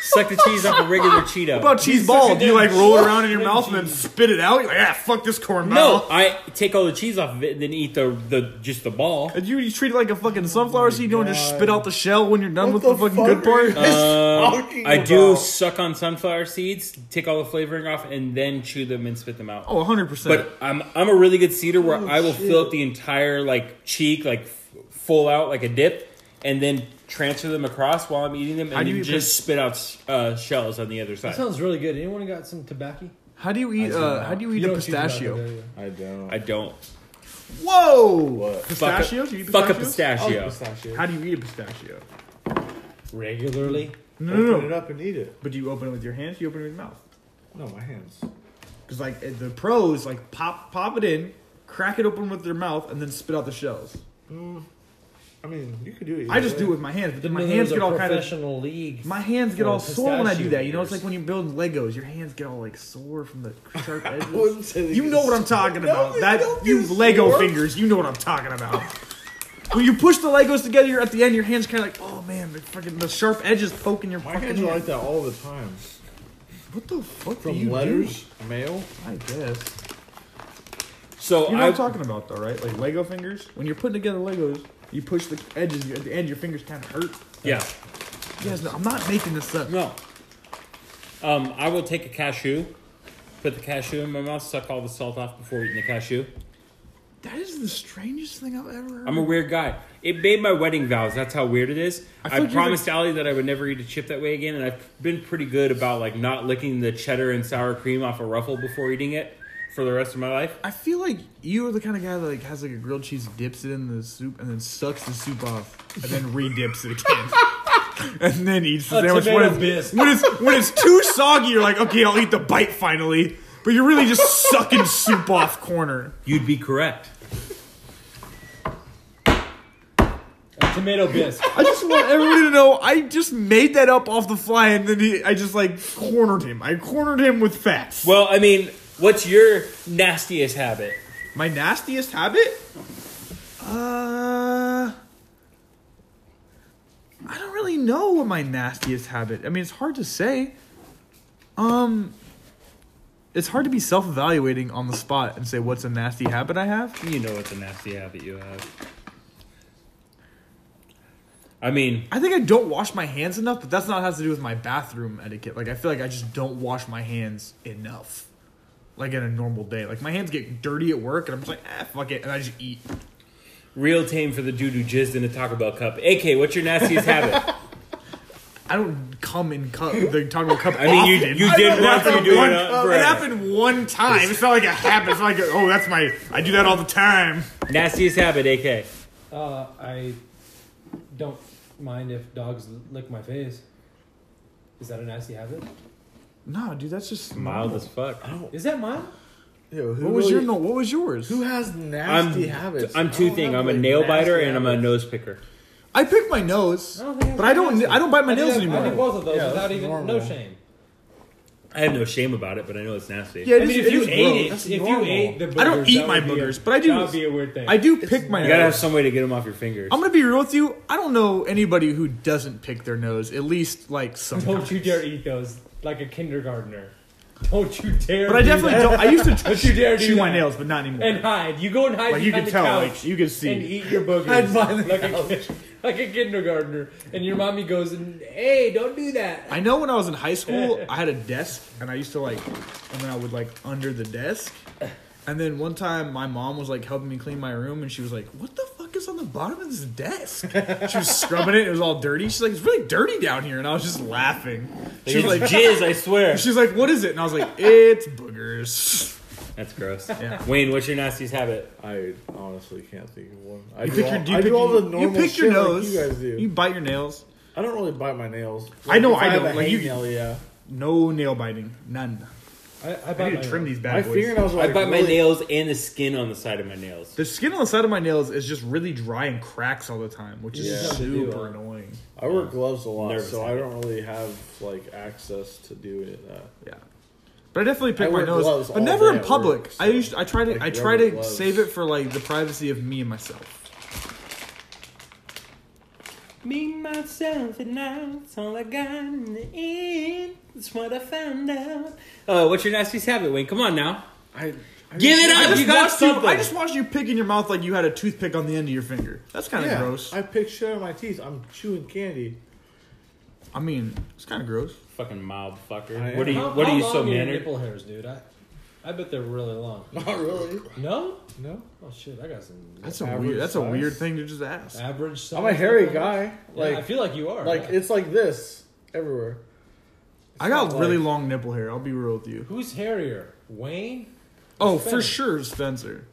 S3: suck the cheese off a regular Cheeto.
S1: What about cheese ball? Do you like roll it around in your mouth and then spit it out? You're like, ah, fuck this corn
S3: no,
S1: ball.
S3: I take all the cheese off of it and then eat the the just the ball.
S1: And you, you treat it like a fucking sunflower seed. You don't just spit out the shell when you're done with the, fucking good part.
S3: Um, I do suck on sunflower seeds, take all the flavoring off, and then chew them and spit them out.
S1: Oh, 100%.
S3: But I'm I'm a really good seater where I will fill up the entire like cheek like f- full out like a dip, and then transfer them across while I'm eating them,
S1: How
S3: and
S1: do you
S3: then
S1: eat
S3: just spit out s- uh, shells on the other
S8: That
S3: side.
S8: sounds really good. Anyone got some tobacco?
S1: how do you eat, uh, how do you eat
S8: You
S1: a
S8: don't chew tobacco,
S1: pistachio?
S8: do you?
S2: I don't.
S3: I don't
S1: Whoa!
S3: Fuck a-
S1: Pistachio? Do you eat
S3: fuck a
S1: pistachios?
S3: pistachio.
S1: How do you eat a pistachio?
S8: Regularly.
S1: No,
S2: Open
S1: no,
S2: it
S1: no.
S2: up and eat it.
S1: But do you open it with your hands? Do you open it with your mouth?
S2: No, my hands.
S1: Because like the pros, like pop pop it in, crack it open with their mouth, and then spit out the shells.
S2: I mean, you could do it.
S1: I
S2: either
S1: just
S2: way.
S1: do it with my hands, but then my
S8: Even though
S1: hands
S8: there's
S1: get
S8: a
S1: all kind of
S8: professional league.
S1: my hands get
S8: for
S1: all sore when I do
S8: pistachio
S1: that. You know, it's
S8: eaters.
S1: like when you build Legos, your hands get all like sore from the sharp
S2: I
S1: edges.
S2: wouldn't say that
S1: You know what I'm talking about. that you Lego fingers, you know what I'm talking about. when you push the Legos together, you're at the end, your hands kind of like, oh man, the fucking the sharp edges poking your
S2: My
S1: fucking.
S2: hands are
S1: hand.
S2: like that all the time.
S1: what the fuck do
S2: From
S1: you do?
S2: letters, mail.
S1: I guess.
S3: So
S1: You know what
S3: I
S1: I'm talking about though, right? Like Lego fingers. When you're putting together Legos, you push the edges at the end. Your fingers kind of hurt.
S3: yeah
S1: Yes, no, I'm not making this up.
S3: no. Um, I will take a cashew, put the cashew in my mouth, suck all the salt off before eating the cashew.
S1: That is the strangest thing I've ever heard.
S3: I'm a weird guy. It made my wedding vows. That's how weird it is.
S1: I feel
S3: I,
S1: like you're
S3: promised Allie that I would never eat a chip that way again, and I've been pretty good about like not licking the cheddar and sour cream off a ruffle before eating it for the rest of my life.
S1: I feel like you are the kind of guy that like has like a grilled cheese, dips it in the soup, and then sucks the soup off, and then re-dips it again. And then eats the
S8: A
S1: sandwich when
S8: tomato
S1: it's,
S8: bisque.
S1: when it's when it's too soggy. You're like, okay, I'll eat the bite finally. But you're really just sucking soup off corner.
S3: You'd be correct.
S8: A tomato bisque.
S1: I just want everybody to know I just made that up off the fly, and then he, I just like cornered him. I cornered him with facts.
S3: Well, I mean, what's your nastiest habit?
S1: My nastiest habit? Uh, I don't really know what my nastiest habit. I mean, it's hard to say. Um, it's hard to be self-evaluating on the spot and say what's a nasty habit I have.
S3: You know what's a nasty habit you have. I mean,
S1: I think I don't wash my hands enough, but that's not has to do with my bathroom etiquette. Like I feel like I just don't wash my hands enough. Like in a normal day. Like my hands get dirty at work and I'm just like, ah, fuck it, and I just eat.
S3: real tame for the dude who jizzed in a Taco Bell cup. AK, what's your nastiest habit?
S1: I don't come in cup the Taco Bell cup.
S3: I mean, you
S1: often.
S3: you did once, you do it uh,
S1: It
S3: forever.
S1: happened one time. It's not like a habit. It's not like, a, oh, that's my. I do that all the time.
S3: Nastiest habit, AK.
S8: Uh, I don't mind if dogs lick my face. Is that a nasty habit?
S1: No, dude, that's just
S3: Mild as fuck.
S8: Is that mine?
S2: Yo, who
S1: What was your?
S2: really-
S1: No, what was yours?
S2: Who has nasty
S3: I'm,
S2: habits?
S3: I'm
S2: I
S3: two
S2: don't
S3: thing.
S2: have
S3: I'm a
S2: really
S3: nail
S2: nasty
S3: biter and I'm a
S2: habits.
S3: nose picker.
S1: I picked my nose,
S8: I don't think I
S1: but I don't.
S8: nasty.
S1: I don't bite my
S8: I
S1: nails
S8: did, I did
S1: anymore.
S8: both of those
S2: Yeah,
S8: without
S2: that's
S8: even
S2: normal.
S8: no shame.
S3: I have no shame about it, but I know it's nasty.
S1: Yeah, it
S8: I
S1: is-
S8: mean,
S1: it
S8: if you
S1: is
S8: ate
S1: gross.
S8: it, if you ate the boogers,
S1: I don't eat
S8: that
S1: my
S8: would be a-
S1: boogers, but I do-
S8: That would be a weird thing.
S1: I do pick my
S3: You gotta have
S1: nose.
S3: some way to get them off your fingers.
S1: I'm gonna be real with you. I don't know anybody who doesn't pick their nose. At least like some.
S8: Don't you dare eat those like a kindergartner. Don't you dare.
S1: But I
S8: do
S1: definitely
S8: that.
S1: don't. I used to
S8: Don't you dare do
S1: chew my
S8: that.
S1: nails, but not anymore.
S8: And hide. You go and hide
S1: like you can
S8: behind the
S1: tell,
S8: couch
S1: like you can
S8: and
S1: see.
S8: eat your boogers like a, kid- like a kindergartner. And your mommy goes and hey, don't do that.
S1: I know when I was in high school, I had a desk, and I used to like, and then I would like under the desk, and then one time my mom was like helping me clean my room, and she was like, "What the fuck is on the bottom of this desk?" She was scrubbing it; it was all dirty. She's like, "It's really dirty down here," and I was just laughing. She was
S3: It's
S1: like,
S3: jizz, I swear.
S1: "She's like, what is it?" And I was like, "It's boogers."
S3: That's gross.
S1: Yeah.
S3: Wayne, what's your nastiest habit?
S2: I honestly can't think of one. I
S1: You
S2: do,
S1: pick
S2: all,
S1: your, do you
S2: I
S1: pick
S2: do all
S1: your-
S2: the normal
S1: You pick your
S2: shit like
S1: nose.
S2: you guys do.
S1: You bite your nails.
S2: I don't really bite my nails.
S1: I know
S2: if
S1: I
S2: have
S1: don't.
S2: a
S1: Like, you-
S2: hangnail, yeah.
S1: No nail biting. None.
S8: I, I, bought
S1: I need
S8: my
S1: to trim
S8: own.
S1: these
S2: My
S1: bad boys.
S2: fingernails are
S3: I
S2: like
S3: bite my
S2: really-
S3: nails and the skin on the side of my nails.
S1: The skin on the side of my nails is just really dry and cracks all the time, which is
S2: Yeah.
S1: super annoying.
S2: I wear gloves a lot,
S3: Nervous
S2: so I don't really have like access to do it. Uh,
S1: Yeah. But I definitely pick
S2: I
S1: my
S2: wear gloves
S1: nose, but
S2: all
S1: never
S2: day
S1: in
S2: at
S1: public.
S2: work,
S1: I
S2: so,
S1: used I try to
S2: like,
S1: I try
S2: rubber
S1: to
S2: gloves.
S1: save it for like the privacy of me and myself.
S3: Me, myself, and I, it's all I got in the end. That's what I found out. Uh, what's your nastiest habit, Wayne? Come on now.
S1: I, I
S3: Give it
S1: I
S3: up!
S1: just
S3: You got
S1: watched you-
S3: something.
S1: I just watched you pick in your mouth like you had a toothpick on the end of your finger. That's kind of
S2: yeah,
S1: gross. I,
S2: I pick shit out of my teeth. I'm chewing candy.
S1: mean, it's kind of gross.
S3: Fucking mild
S2: I
S3: fucker.
S2: am.
S3: What are you?
S8: How-
S3: What
S8: how
S3: are you
S8: long
S3: so
S8: your
S3: mannered?
S8: nipple hairs, dude? I, I bet they're really long.
S2: Not really.
S8: No?
S2: No.
S8: Oh shit, I got some.
S1: That's a
S2: Average
S1: weird. That's a
S2: size?
S1: weird thing to just ask.
S8: average. Size
S2: I'm a hairy
S8: nipples.
S2: guy.
S8: Yeah,
S2: Like
S8: I feel like you are.
S2: like
S8: yeah.
S2: it's like this everywhere.
S1: I got
S2: not
S1: really
S2: like-
S1: long nipple hair. I'll be real with you.
S8: who's hairier, Wayne?
S1: Oh, for
S8: Spencer.
S1: sure, Spencer.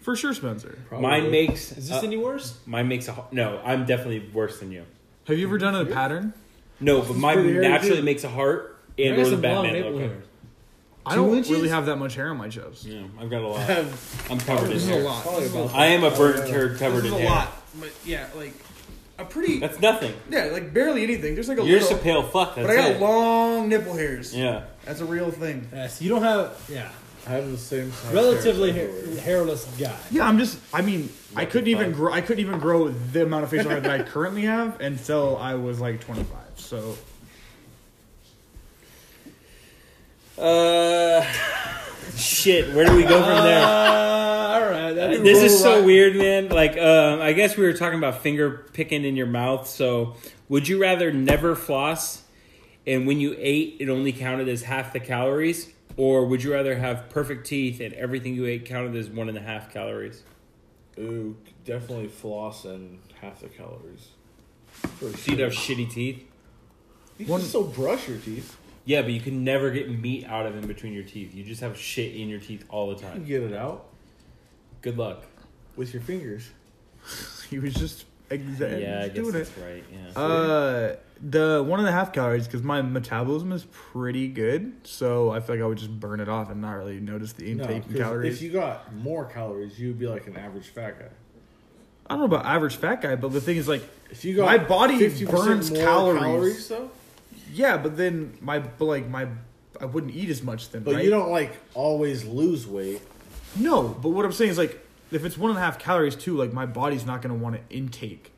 S1: For sure, Spencer.
S2: Oh,
S3: Mine makes.
S8: Is this
S3: uh,
S8: any worse?
S3: mine makes a. ho- No, I'm definitely worse than you.
S1: Have you ever done a pattern?
S3: No, but
S2: pretty
S3: mine
S2: hairy,
S3: naturally
S2: too.
S3: makes a heart
S8: I
S3: and
S8: got
S3: or the
S8: some long
S3: Batman
S8: nipple
S3: logo.
S8: hairs.
S1: I
S2: Two
S1: don't
S2: inches?
S1: really have that much hair on my chest.
S3: Yeah, I've got a lot. I'm covered in
S1: This is a
S3: hair.
S1: lot.
S2: Probably
S1: This is a
S2: about
S3: I am a burnt
S2: yeah.
S3: turd covered in hair.
S1: but yeah, like a pretty
S3: That's nothing.
S1: yeah, like barely anything. There's like a
S3: You're just a pale fuck. That's it.
S1: long nipple hairs.
S3: Yeah.
S1: That's a real thing.
S8: Yeah, so you don't have. Yeah,
S2: I have the same size
S8: relatively
S2: hair
S8: hair, hairless guy.
S1: Yeah, I'm just. I mean, I couldn't even
S3: five.
S1: grow. I couldn't even grow the amount of facial hair that I currently have until I was like 25. So
S3: Uh, shit. Where do we go from there?
S8: all right, that
S3: This is so weird, man. Like, um, I guess we were talking about finger picking in your mouth. So, would you rather never floss, and when you ate, it only counted as half the calories, or would you rather have perfect teeth and everything you ate counted as one and a half calories?
S2: everywhere. Ooh, definitely floss and half the calories. For
S3: So you'd have shitty teeth.
S2: You
S1: One-
S2: can still brush your teeth.
S3: Yeah, but you can never get meat out of in between your teeth. You just have shit in your teeth all the
S2: You can
S3: time.
S2: get it out
S3: Good luck.
S2: with your fingers.
S1: he was just exactly
S3: Yeah, I guess
S1: doing it.
S3: that's right. Yeah.
S1: Uh, the one and a half calories because my metabolism is pretty good, so I feel like I would just burn it off and not really notice the
S2: No,
S1: intake
S2: 'cause
S1: in calories.
S2: if you got more calories, you'd be like an average fat guy.
S1: I don't know about average fat guy, but the thing is, like,
S2: If you got
S1: My body
S2: 50%
S1: burns
S2: more
S1: calories.
S2: though,
S1: yeah, but then my but, like my I wouldn't eat as much then.
S2: but
S1: right?
S2: you don't like always lose weight.
S1: No, but what I'm saying is like if it's one and a half calories too, like my body's not gonna want to intake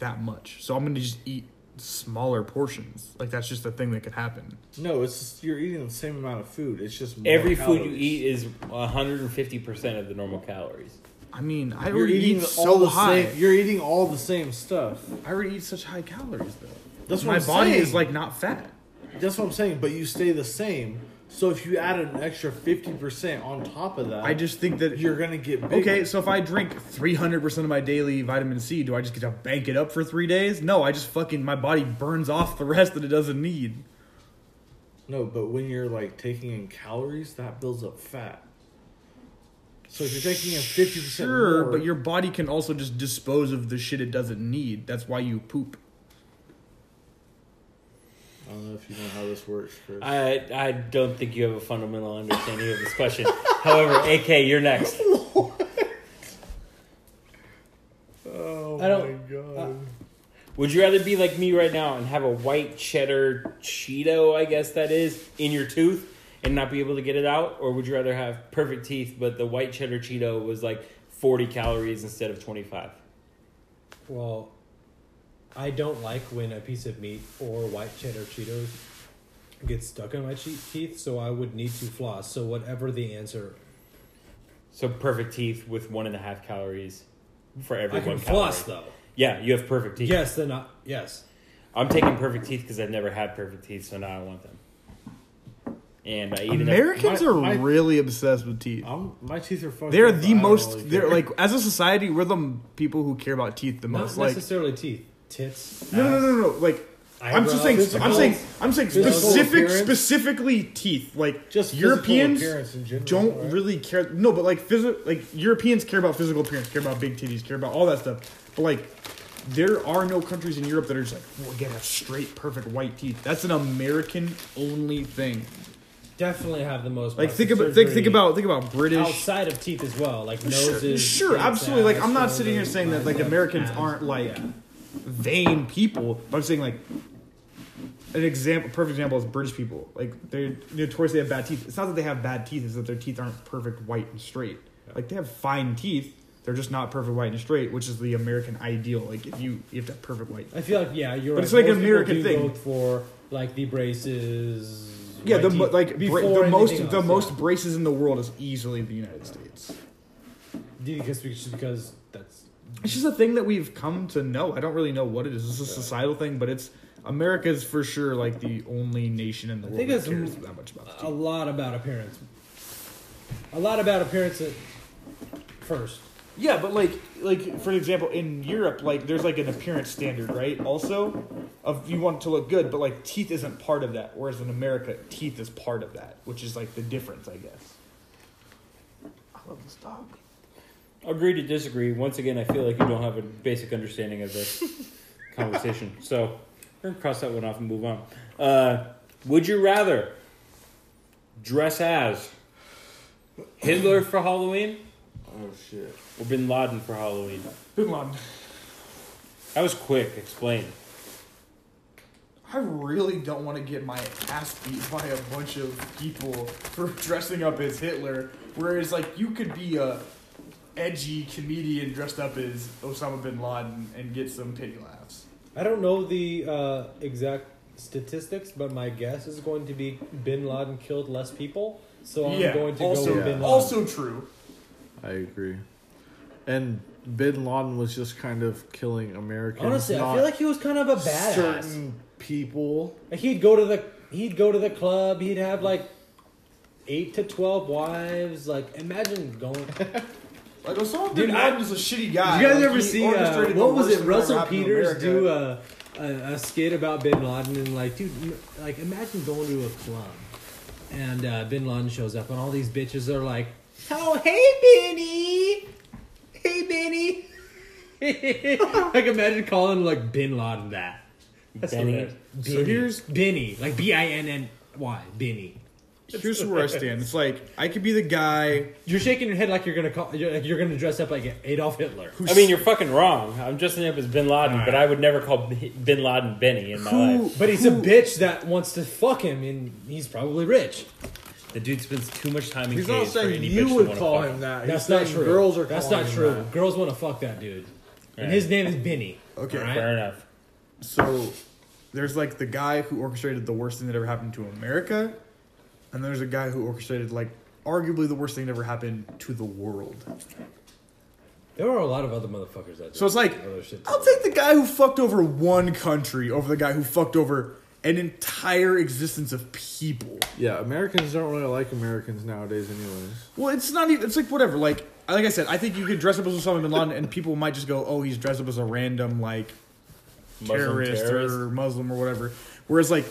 S1: that much, so I'm gonna just eat smaller portions. Like that's just a thing that could happen.
S2: No, it's just, you're eating the same amount of food. It's just more
S3: Every food you
S2: calories.
S3: eat is 150% of the normal calories.
S1: I mean, I
S2: You're
S1: already
S2: eating
S1: eat
S2: all
S1: so
S2: the
S1: high.
S2: same. You're eating all the same stuff.
S1: I already eat such high calories though.
S2: That's what
S1: my
S2: I'm
S1: body
S2: saying.
S1: is like not fat.
S2: That's what I'm saying. But you stay the same. So if you add an extra fifty percent on top of that,
S1: I just think that
S2: you're gonna get bigger.
S1: Okay, so if I drink 300% of my daily vitamin C, do I just get to bank it up for three days? No, I just fucking, my body burns off the rest that it doesn't need.
S2: No, but when you're like taking in calories, that builds up fat. So if you're taking in fifty percent,
S1: Sure, but your body can also just dispose of the shit it doesn't need. That's why you poop.
S2: I don't know if you know how this works. Chris.
S3: I I don't think you have a fundamental understanding of this question. However, AK, you're next.
S2: oh
S8: I don't-
S2: my god!
S3: Would you rather be like me right now and have a white cheddar Cheeto, I guess that is, in your tooth and not be able to get it out, or would you rather have perfect teeth but the white cheddar Cheeto was like 40 calories instead of 25?
S8: Well, I don't like when a piece of meat or white cheddar Cheetos gets stuck in my che- teeth, so I would need to floss. So whatever the answer,
S3: So perfect teeth with one and a half calories for every
S8: I can
S3: one calorie.
S8: floss though.
S3: Yeah, you have perfect teeth.
S8: Yes, then I, yes.
S3: I'm taking perfect teeth because I've never had perfect teeth, so now I want them. And I eat enough-
S1: Americans
S2: My-
S1: are
S2: my-
S1: really obsessed with teeth.
S2: I'm, my teeth are fucked.
S1: They're
S2: up, but I
S1: the
S2: don't
S1: most,
S2: really
S1: they're
S2: care.
S1: like, as a society, we're the m- people who care about teeth the
S8: Not
S1: most. Like,
S8: necessarily teeth, tits.
S1: no, no,
S8: ass,
S1: no, no, no. Like, I'm just
S8: eyebrows,
S1: saying, I'm
S2: physical-
S1: saying, I'm saying
S2: physical
S1: specific,
S2: appearance.
S1: specifically teeth. Like,
S2: just physical
S1: Europeans
S2: appearance in general,
S1: don't
S2: right?
S1: really care. No, but like phys- like Europeans care about physical appearance, care about big titties, care about all that stuff. But like, there are no countries in Europe that are just like, we're gonna have straight, perfect white teeth. That's an American only thing.
S8: definitely have the most.
S11: Like
S8: plastic
S11: think about think,
S8: surgery
S11: think about think about British.
S8: outside of teeth as well, like
S11: Sure,
S8: noses.
S11: sure,
S8: tits,
S11: absolutely. Like I'm not
S8: ass,
S11: sitting here saying that like
S8: shoulders,
S11: Americans
S8: ass.
S11: aren't like
S8: Yeah.
S11: vain people, but I'm saying like an example, perfect example is British people. Like they're notoriously have bad teeth. It's not that they have bad teeth; it's that their teeth aren't perfect, white and straight. Like they have fine teeth. They're just not perfect white and straight, which is the American ideal. Like if you you have to have perfect white.
S8: I feel like yeah, you're.
S11: But
S8: right.
S11: it's like an
S8: Most people
S11: American
S8: do
S11: thing.
S8: vote for like the braces.
S11: Yeah,
S8: white
S11: the mo-
S8: teeth
S11: like bra-
S8: before
S11: the
S8: anything
S11: most
S8: else,
S11: the
S8: yeah.
S11: most braces in the world is easily the United States.
S8: Do you think it's because, because that's
S11: It's just a thing that we've come to know. I don't really know what it is. It's a societal thing, but it's America's for sure like the only nation in the world
S8: think
S11: that
S8: it's
S11: cares
S8: m-
S11: that much about the
S8: a
S11: teeth.
S8: lot about appearance. A lot about appearance at first.
S11: Yeah, but like like for example in Europe, like there's like an appearance standard, right? Also, of you want to look good, but like teeth isn't part of that. Whereas in America, teeth is part of that, which is like the difference, I guess. I love this dog.
S10: Agree to disagree. Once again, I feel like you don't have a basic understanding of this conversation. So we're gonna cross that one off and move on. Uh, would you rather dress as Hitler for Halloween
S2: Oh shit.
S10: or Bin Laden for Halloween?
S11: Bin Laden.
S10: That was quick. Explain.
S1: I really don't want to get my ass beat by a bunch of people for dressing up as Hitler. Whereas, like, you could be a edgy comedian dressed up as Osama bin Laden and get some pity laughs.
S8: I don't know the uh, exact statistics, but my guess is going to be Bin Laden killed less people. So I'm
S1: yeah,
S8: going to
S1: also,
S8: go with Bin Laden.
S1: also true.
S2: I agree. And Bin Laden was just kind of killing Americans.
S8: honestly, I
S2: not
S8: feel like he was kind of a badass.
S2: certain people.
S8: Like, He'd go to the he'd go to the club. He'd have like eight to twelve wives. Like imagine going.
S1: Like, Osama
S8: Dude,
S1: bin
S8: I-
S1: Laden was a shitty guy.
S8: you guys
S1: Like,
S8: ever
S1: he
S8: see uh,
S1: orchestrated the
S8: what was
S1: worst
S8: it?
S1: thing that
S8: Russell
S1: happened to
S8: Peters
S1: America.
S8: do a, a a skit about Bin Laden and like, dude, m- like imagine going to a club and uh, Bin Laden shows up and all these bitches are like, oh hey Benny, hey Benny, like imagine calling like Bin Laden that. That's
S10: Benny.
S8: hilarious. Benny.
S2: So here's-
S8: Benny, like B I N N Y, Benny.
S11: Here's where I stand. It's like I could be the guy
S8: You're shaking your head like you're gonna call, you're, like you're gonna dress up like Adolf Hitler.
S10: I mean, you're fucking wrong. I'm dressing up as Bin Laden, but I would never call B- Bin Laden Benny in my
S11: who,
S10: life.
S8: But he's a bitch that wants to fuck him, and he's probably rich.
S10: The dude spends too much time in
S2: He's
S10: caves
S2: not
S10: for
S2: saying
S10: any
S2: you
S10: bitch to
S2: would
S10: wanna
S2: call
S10: fuck.
S2: him that.
S8: That's
S2: He's
S8: not
S2: saying
S8: true.
S2: Girls are
S8: That's
S2: calling
S8: not
S2: him
S8: true.
S2: that.
S8: Girls want to fuck that dude, and
S10: Right.
S8: his name is Benny.
S11: Okay.
S8: All right?
S10: Fair enough.
S11: So there's like the guy who orchestrated the worst thing that ever happened to America, and there's a guy who orchestrated like arguably the worst thing that ever happened to the world.
S8: There are a lot of other motherfuckers that.
S11: So it's like oh,
S8: other shit.
S11: I'll take the guy who fucked over one country over the guy who fucked over an entire existence of people.
S2: Yeah, Americans don't really like Americans nowadays, anyways.
S11: Well, it's not even. It's like whatever. Like like I said, I think you could dress up as Osama bin Laden, and people might just go, "Oh, he's dressed up as a random like terrorist, or Muslim or whatever." Whereas like,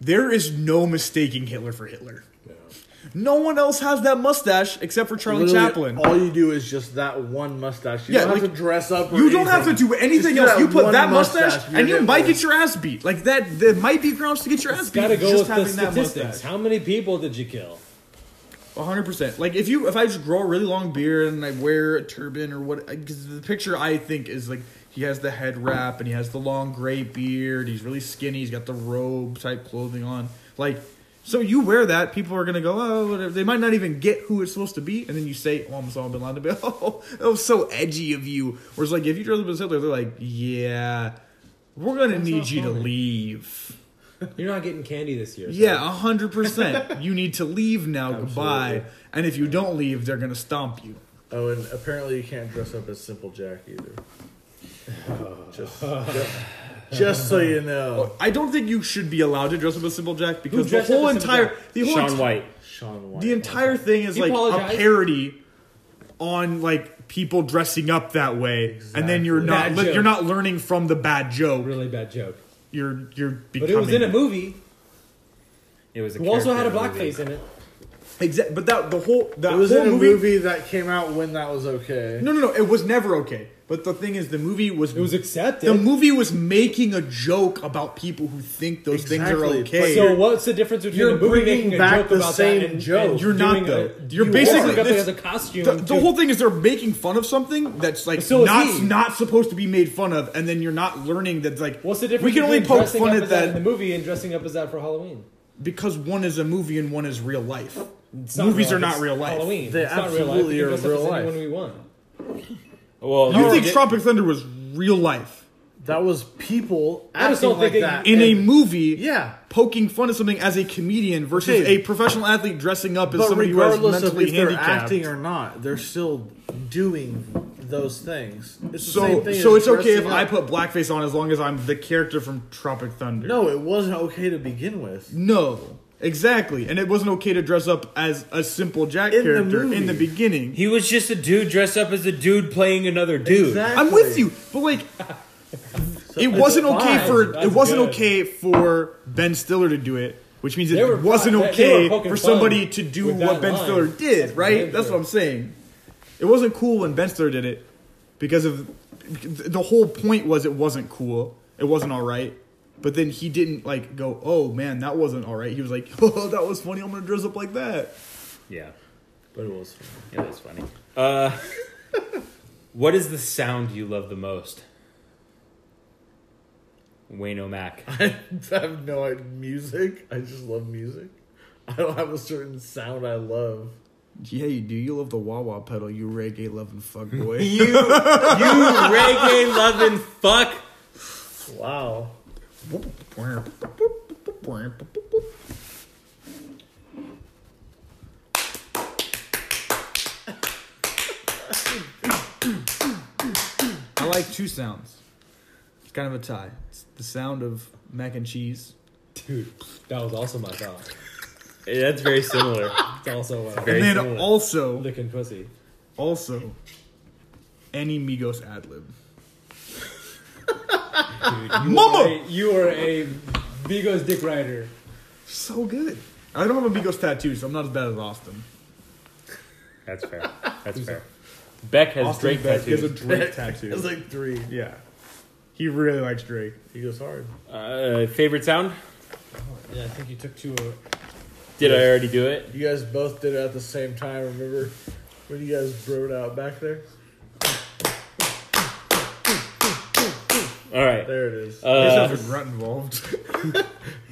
S11: there is no mistaking Hitler for Hitler. No one else has that mustache except for Charlie
S2: Literally,
S11: Chaplin.
S2: All you do is just that one mustache. You
S11: Yeah,
S2: don't
S11: like,
S2: have to dress up. Or
S11: you don't have to
S2: anything.
S11: do anything
S2: Just do
S11: else. You
S2: that
S11: put
S2: one
S11: that mustache,
S2: mustache,
S11: and
S2: you're
S11: you might
S2: Hitler.
S11: get your ass beat. Like that, there might be grounds to get your ass
S8: It's
S11: beat.
S8: gotta go with
S11: just
S8: the
S11: having that
S8: statistics.
S11: mustache.
S8: How many people did you kill?
S11: One hundred percent. Like if you, if I just grow a really long beard and I wear a turban or what, because the picture I think is like he has the head wrap and he has the long gray beard. He's really skinny. He's got the robe type clothing on. Like, so you wear that, people are gonna go, oh, whatever. They might not even get who it's supposed to be, and then you say, oh, I'm Osama bin Laden. They'll be, Oh, that was so edgy of you. Whereas like if you dress up as Hitler, they're like, yeah, we're gonna need
S8: not
S11: you to
S8: funny.
S11: leave.
S8: You're not getting candy this year. so-
S11: Yeah, hundred percent. You need to leave now. Goodbye. And if you don't leave, they're gonna stomp you.
S2: Oh, and apparently you can't dress up as Simple Jack either. just, just, just so you know,
S11: I don't think you should be allowed to dress up as Simple Jack because the
S8: dressed up
S11: whole
S8: as Simple
S11: entire
S8: Jack?
S11: the whole
S10: Sean
S11: ent-
S10: White.
S2: Sean White.
S11: the entire thing is
S8: He
S11: like a
S8: apologized.
S11: parody on like people dressing up that way, and then you're not
S8: Bad
S11: li-
S8: joke.
S11: you're not learning from the bad joke.
S8: really bad joke.
S11: You're you're
S8: But
S11: becoming.
S8: it was in a movie.
S10: It was a
S8: Who also had
S10: character in
S8: a
S10: the movie.
S8: blackface in it.
S1: Exactly, but that the whole that
S2: It was
S1: whole
S2: in a
S1: movie,
S2: movie, that came out when that was okay.
S1: No, no, no. It was never okay. But the thing is, the movie was
S8: It was accepted.
S1: the movie was making a joke about people who think those things are
S2: Exactly, but
S1: okay.
S8: so what's the difference between
S2: you're
S8: a movie
S2: bringing
S8: making a
S2: back
S8: joke
S2: the
S8: about
S2: same
S8: that and,
S2: joke.
S8: and
S1: You're not,
S8: doing
S1: though.
S8: A,
S1: You're
S8: you
S1: basically-
S8: are. got
S1: this-
S8: as a costume.
S1: the, the
S8: to-
S1: whole thing is they're making fun of something that's like
S8: So is
S1: not
S8: he.
S1: not supposed to be made fun of, and then you're not learning that like
S8: What's the
S1: we
S8: difference?
S1: can only
S8: between
S1: poke
S8: dressing
S1: fun at
S8: up as in the
S1: that
S8: movie and dressing up as that for Halloween.
S1: because one is a movie and one is real life.
S8: It's
S1: Movies are
S8: it's
S1: not real life.
S8: Halloween.
S2: They
S8: it's not real life.
S2: absolutely
S8: We can
S2: are
S8: dress up
S2: real
S8: as
S2: life.
S8: anyone we want.
S3: Well,
S1: You think Tropic Thunder was real life
S2: That was people
S8: I just
S2: acting
S8: don't
S2: like
S8: think
S2: that.
S1: in a
S2: And-
S1: movie?
S2: yeah,
S1: Poking fun at something as a comedian versus
S2: Okay.
S1: a professional athlete dressing up as
S2: but
S1: somebody who has
S2: regardless of
S1: mentally
S2: if they're
S1: handicapped.
S2: acting or not, they're still doing those things. It's the same
S1: So,
S2: thing
S1: so
S2: as
S1: it's okay if
S2: dressing
S1: I
S2: up.
S1: put blackface on as long as I'm the character from Tropic Thunder.
S2: No, it wasn't okay to begin with.
S1: no, exactly, and it wasn't okay to dress up as a simple Jack
S2: In the
S1: character in
S2: movie.
S1: the beginning.
S3: he was just a dude dressed up as a dude playing another dude.
S1: I'm with you, but like, it wasn't okay
S2: fine.
S1: for it
S8: That's
S1: wasn't
S8: good.
S1: okay for Ben Stiller to do it, which means
S8: They were
S1: it wasn't
S8: fine. They- they
S1: okay
S8: were poking
S1: for
S8: fun
S1: somebody to do
S8: with
S1: what
S8: that
S1: Ben
S8: line.
S1: Stiller did,
S8: That's
S1: right?
S8: behavior.
S1: That's what I'm saying. It wasn't cool when Ben Stiller did it because of the whole point was it wasn't cool, it wasn't all right. But then he didn't like go, oh man, that wasn't all right. He was like, oh, that was funny. I'm gonna dress up like that.
S3: Yeah,
S2: But it was.
S3: yeah, that's funny. Uh, what is the sound you love the most? Wayne O'Mac.
S2: I have no idea. Music. I just love music. I don't have a certain sound I love.
S1: Yeah, you do. You love the wah wah pedal, you reggae loving fuck boy.
S3: You, you reggae loving fuck.
S2: Wow.
S1: I like two sounds. It's kind of a tie. It's the sound of mac and cheese.
S8: Dude, that was also my thought.
S3: Yeah, that's very similar.
S8: It's also uh,
S3: Very
S1: and then
S3: similar.
S1: also,
S8: licking pussy.
S1: also, any Migos ad lib.
S8: Dude, you
S1: Mama!
S8: Are a, you are a Vigo's dick rider.
S1: So good. I don't have a Migos tattoo, so I'm not as bad as Austin.
S3: That's fair. That's fair. Beck has
S1: Austin
S3: Drake
S1: Beck has a
S3: tattoos.
S1: Drake
S2: It was
S1: tattoo.
S2: like three.
S1: Yeah. He really likes Drake.
S2: He goes hard.
S3: Uh, favorite sound?
S8: Yeah, I think you took two.
S3: Did I already do it?
S2: You guys both did it at the same time. Remember when you guys broed out back there?
S3: All right.
S2: There it is.
S1: This
S3: Uh,
S1: has a grunt involved.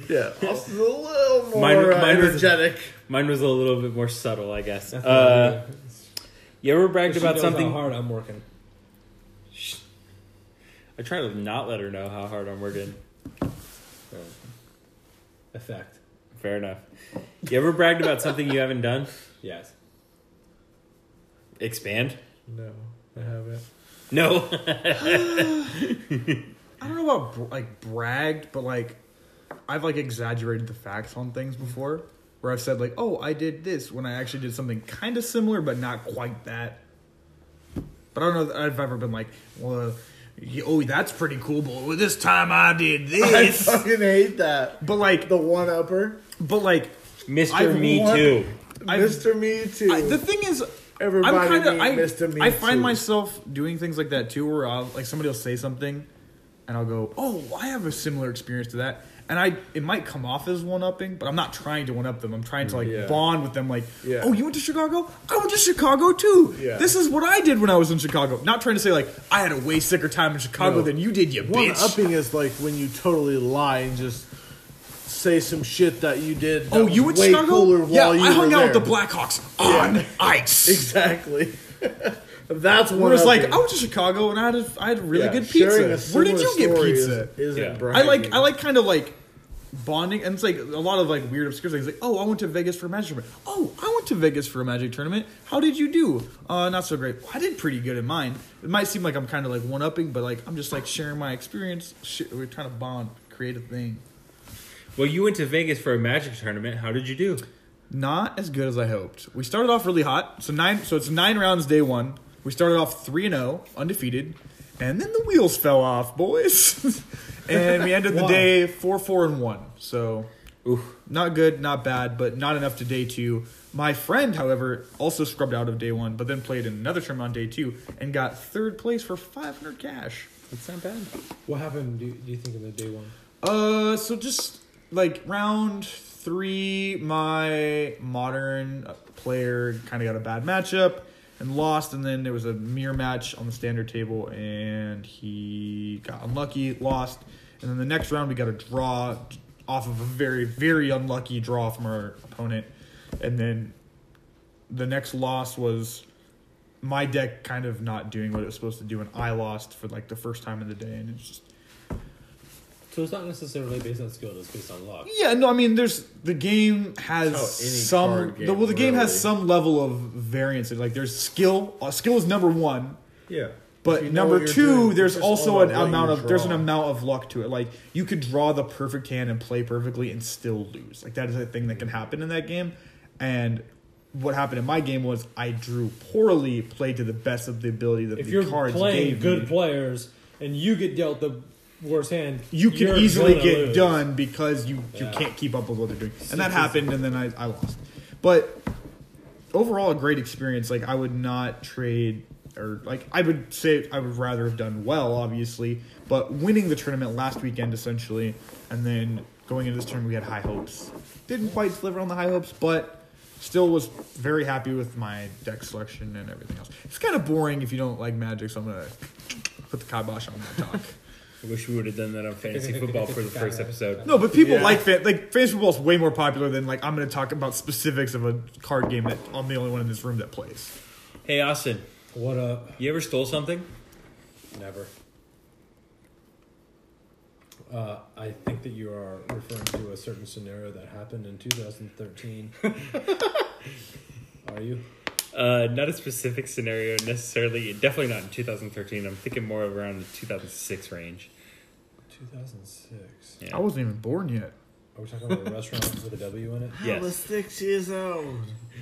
S2: yeah. Austin's a little more
S3: Mine-
S2: uh,
S3: mine was-
S2: energetic.
S3: mine was a little bit more subtle, I guess. Uh, you ever bragged
S8: She
S3: about
S8: knows
S3: something?
S8: How
S1: uh-huh.
S8: hard I'm working.
S3: I try to not let her know how hard I'm working.
S8: Effect.
S3: Fair enough. You ever bragged about something you haven't done?
S8: Yes.
S3: Expand?
S2: No, I haven't.
S3: No.
S1: I don't know about br- like bragged, but like I've like exaggerated the facts on things before, where I've said like, "Oh, I did this" when I actually did something kind of similar, but not quite that. But I don't know that I've ever been like, "Well, y- oh, that's pretty cool," but well, this time I did
S2: I
S1: this.
S2: fucking hate that.
S1: but like,
S2: The one upper.
S1: but like,
S3: Mr.
S1: I've
S3: Me
S1: won-
S3: Too.
S1: I've-
S2: Mr. Me Too.
S1: I, the thing is,
S2: Everybody
S1: I'm kind of
S2: need
S1: I,
S2: Mr. Me
S1: I find
S2: Too.
S1: myself doing things like that too, where I'll like somebody will say something, and I'll go, "Oh, I have a similar experience to that," and I it might come off as one upping, but I'm not trying to one up them. I'm trying to like
S2: Yeah.
S1: bond with them, like,
S2: Yeah.
S1: "Oh, you went to Chicago? I went to Chicago too.
S2: Yeah.
S1: This is what I did when I was in Chicago." Not trying to say like I had a way sicker time in Chicago
S2: No.
S1: than you did, you
S2: One
S1: bitch.
S2: upping is like when you totally lie and just say some shit that you did. that
S1: Oh, you went
S2: was
S1: to
S2: way
S1: Chicago?
S2: cooler
S1: Yeah,
S2: while you
S1: I hung
S2: were
S1: out
S2: there.
S1: with the Blackhawks on ice.
S2: Exactly. That's one.
S1: Where it's like,
S2: upping.
S1: I went to Chicago and I had a, I had really
S2: Yeah,
S1: good
S2: sharing
S1: pizza.
S2: a
S1: Where
S2: similar
S1: did you get
S2: story
S1: pizza?
S2: Is,
S3: Yeah.
S2: not
S1: I like I like kind of like bonding, and it's like a lot of like weird obscure things. Like, oh, I went to Vegas for a magic tournament. Oh, I went to Vegas for a magic tournament. How did you do? Uh, not so great. Well, I did pretty good in mine. It might seem like I'm kind of like one upping, but like I'm just like sharing my experience. Sh- we're trying to bond, create a thing.
S3: Well, you went to Vegas for a magic tournament. How did you do?
S1: Not as good as I hoped. We started off really hot. So nine. So it's nine rounds day one. We started off three and zero, undefeated, and then the wheels fell off, boys. and we ended the day four four and one. So, not good, not bad, but not enough to day two.
S11: My friend, however, also scrubbed out of day one, but then played in another tournament on day two and got third place for 500 cash.
S3: It's not bad.
S8: What happened? Do you, do you think in the day one?
S11: Uh, so just like round three, my modern player kind of got a bad matchup and lost, and then there was a mirror match on the standard table, and he got unlucky, lost, and then the next round we got a draw off of a very very unlucky draw from our opponent, and then the next loss was my deck kind of not doing what it was supposed to do, and I lost for like the first time in the day, and it's just
S8: So it's not necessarily based on skill; it's based on luck.
S11: Yeah, no, I mean, there's the game has
S2: Oh,
S1: That's how any
S11: some.
S1: card game
S11: the, well, the game
S1: really-
S11: has some level of variance. Like there's skill. Uh, skill is number one,
S8: Yeah.
S11: but
S2: you know what
S11: number
S2: you're
S11: two,
S2: doing, it's
S11: there's
S2: just
S11: also
S2: all
S11: an
S2: about what
S11: amount
S2: you
S11: of there's an
S2: draw.
S11: amount of luck to it. Like you could draw the perfect hand and play perfectly and still lose. Like that is a thing that can happen in that game. And what happened in my game was I drew poorly, played to the best of the ability that
S8: If
S11: the
S8: you're
S11: cards
S8: playing
S11: gave
S8: good
S11: me.
S8: players and you get dealt the worst hand,
S11: you can
S8: you're
S11: easily
S8: gonna
S11: get
S8: lose.
S11: done because you, you
S8: Yeah.
S11: can't keep up with what they're doing. And that happened, and then I, I lost. But overall, a great experience. Like, I would not trade, or like, I would say I would rather have done well, obviously, but winning the tournament last weekend, essentially, and then going into this tournament, we had high hopes. Didn't quite deliver on the high hopes, but still was very happy with my deck selection and everything else. It's kind of boring if you don't like Magic, so I'm going to put the kibosh on my talk.
S3: I wish we would have done that on fantasy football for the first episode.
S11: No, but people
S16: Yeah.
S11: like fan like fantasy football is way more popular than like I'm going to talk about specifics of a card game that I'm the only one in this room that plays.
S3: Hey, Austin,
S8: What up?
S3: you ever stole something?
S8: Never. Uh, I think that you are referring to a certain scenario that happened in 2013. are you?
S3: Uh, not a specific scenario necessarily. Definitely not in 2013. I'm thinking more around the 2006 range.
S8: 2006.
S3: Yeah.
S11: I wasn't even born yet.
S8: Are we talking about a restaurant with a W in it?
S3: Yes.
S16: six years old.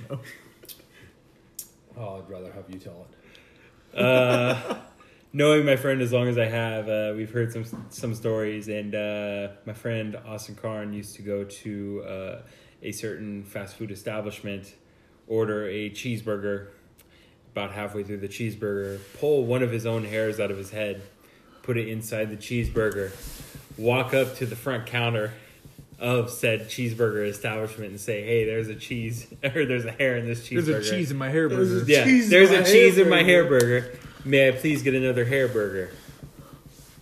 S8: Oh, I'd rather have you tell it.
S3: uh, knowing my friend as long as I have, uh, we've heard some some stories, and uh, my friend Austin Karn used to go to uh, a certain fast food establishment, order a cheeseburger. About halfway through the cheeseburger, pull one of his own hairs out of his head, put it inside the cheeseburger, walk up to the front counter of said cheeseburger establishment and say, "Hey, there's a cheese or there's a hair in this cheeseburger."
S11: There's a cheese in my hair
S2: There's a
S11: burger.
S3: Yeah,
S2: cheese in
S3: there's
S2: my
S3: a cheese in my hair
S2: hair
S3: burger. May I please get another hair burger?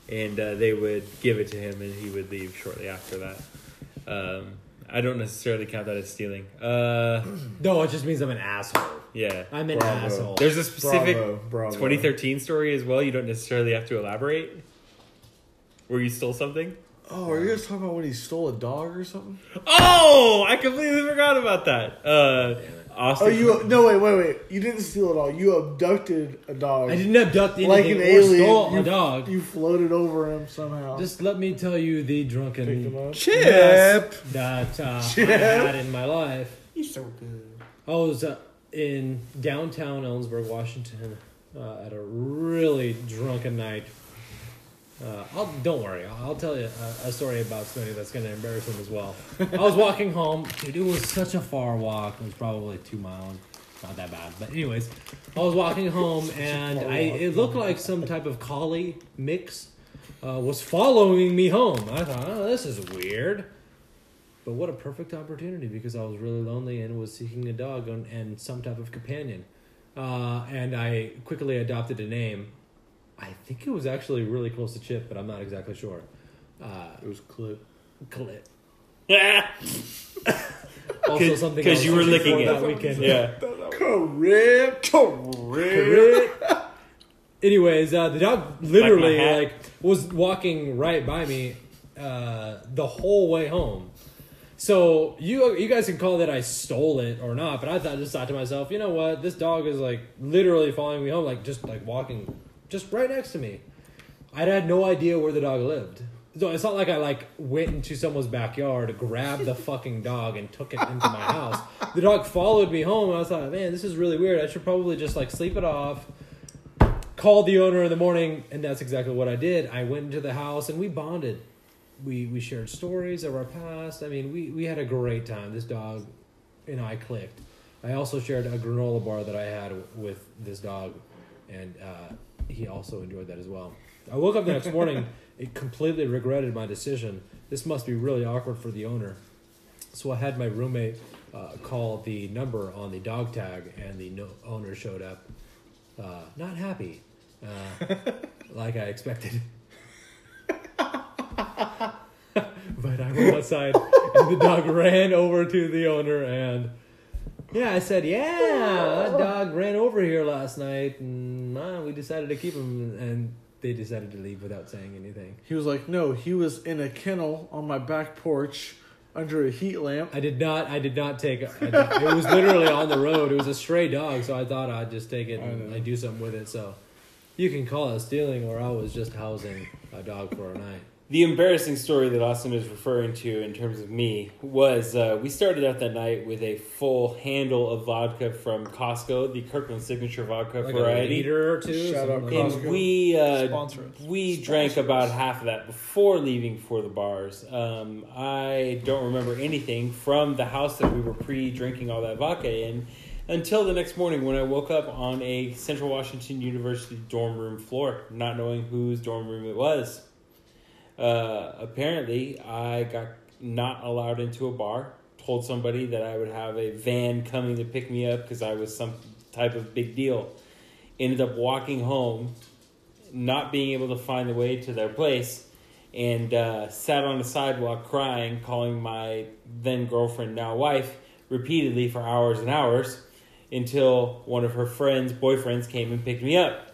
S3: And uh, they would give it to him, and he would leave shortly after that. Um, I don't necessarily count that as stealing. Uh,
S8: No, it just means I'm an asshole.
S3: yeah,
S8: I'm an
S2: Bravo.
S8: asshole.
S3: there's a specific
S2: Bravo, bravo.
S3: 2013 story as well. You don't necessarily have to elaborate. Where you stole something?
S2: Oh, are you guys talking about when he stole a dog or something?
S3: Oh, I completely forgot about that. Uh, Austin,
S2: Oh, you no wait wait wait. You didn't steal it all. You abducted a dog.
S8: I didn't abduct anything
S2: Like an
S8: or
S2: alien,
S8: stole
S2: you-
S8: a dog.
S2: You floated over him somehow.
S8: Just let me tell you the
S2: picked him
S8: drunken
S2: up.
S11: Chip.
S8: that uh,
S2: Chip.
S8: I had in my life.
S2: He's so good.
S8: I was uh, in downtown Ellensburg, Washington, uh, at a really drunken night. Uh, I'll, don't worry, I'll, I'll tell you a, a story about Smitty that's going to embarrass him as well. I was walking home. Dude, it was such a far walk. It was probably two miles. Not that bad. But, anyways, I was walking home and I, it looked like some type of collie mix uh, was following me home. I thought, oh, this is weird. But what a perfect opportunity because I was really lonely and was seeking a dog and, and some type of companion. Uh, and I quickly adopted a name. I think it was actually really close to Chip, but I'm not exactly sure. Uh,
S2: It was clip.
S8: Clit.
S3: Yeah.
S8: Also
S3: Cause-
S8: something I
S3: cause
S8: was
S3: you were
S8: searching
S3: licking
S8: for
S3: it.
S8: that weekend.
S3: yeah.
S2: Correct.
S8: Anyways, uh, the dog literally
S3: hat.
S8: like, was walking right by me uh, the whole way home. So you you guys can call that I stole it or not, but I thought just thought to myself, you know what, this dog is like literally following me home, like just like walking just right next to me. I had no idea where the dog lived. So it's not like I like went into someone's backyard, grabbed the fucking dog, and took it into my house. The dog followed me home, and I thought, man, this is really weird. I should probably just like sleep it off. Called the owner in the morning, and that's exactly what I did. I went into the house, and we bonded. We we shared stories of our past. I mean, we we had a great time. This dog and I clicked. I also shared a granola bar that I had w- with this dog, and uh, he also enjoyed that as well. I woke up the next morning, it completely regretted my decision. This must be really awkward for the owner. So I had my roommate uh, call the number on the dog tag, and the no- owner showed up, uh, not happy, uh, like I expected. but I went outside, and the dog ran over to the owner, and yeah, I said, yeah, that dog ran over here last night, and uh, we decided to keep him, and they decided to leave without saying anything.
S2: He was like, no, he was in a kennel on my back porch under a heat lamp.
S8: I did not. I did not take. I did, it was literally on the road. It was a stray dog, so I thought I'd just take it and I do something with it. So, you can call it stealing, or I was just housing a dog for a night.
S3: The embarrassing story that Austin is referring to in terms of me was uh, we started out that night with a full handle of vodka from Costco, the Kirkland Signature Vodka
S8: Like a
S3: variety.
S8: liter or two.
S2: Shout out
S8: something like
S3: and
S2: Costco.
S3: we uh,
S11: Sponsor us.
S3: we drank about half of that before leaving for the bars. Um, I don't remember anything from the house that we were pre-drinking all that vodka in until the next morning when I woke up on a Central Washington University dorm room floor, not knowing whose dorm room it was. Uh, apparently, I got not allowed into a bar. Told somebody that I would have a van coming to pick me up because I was some type of big deal. Ended up walking home, not being able to find the way to their place, and uh, sat on the sidewalk crying, calling my then girlfriend, now wife, repeatedly for hours and hours until one of her friends' boyfriends came and picked me up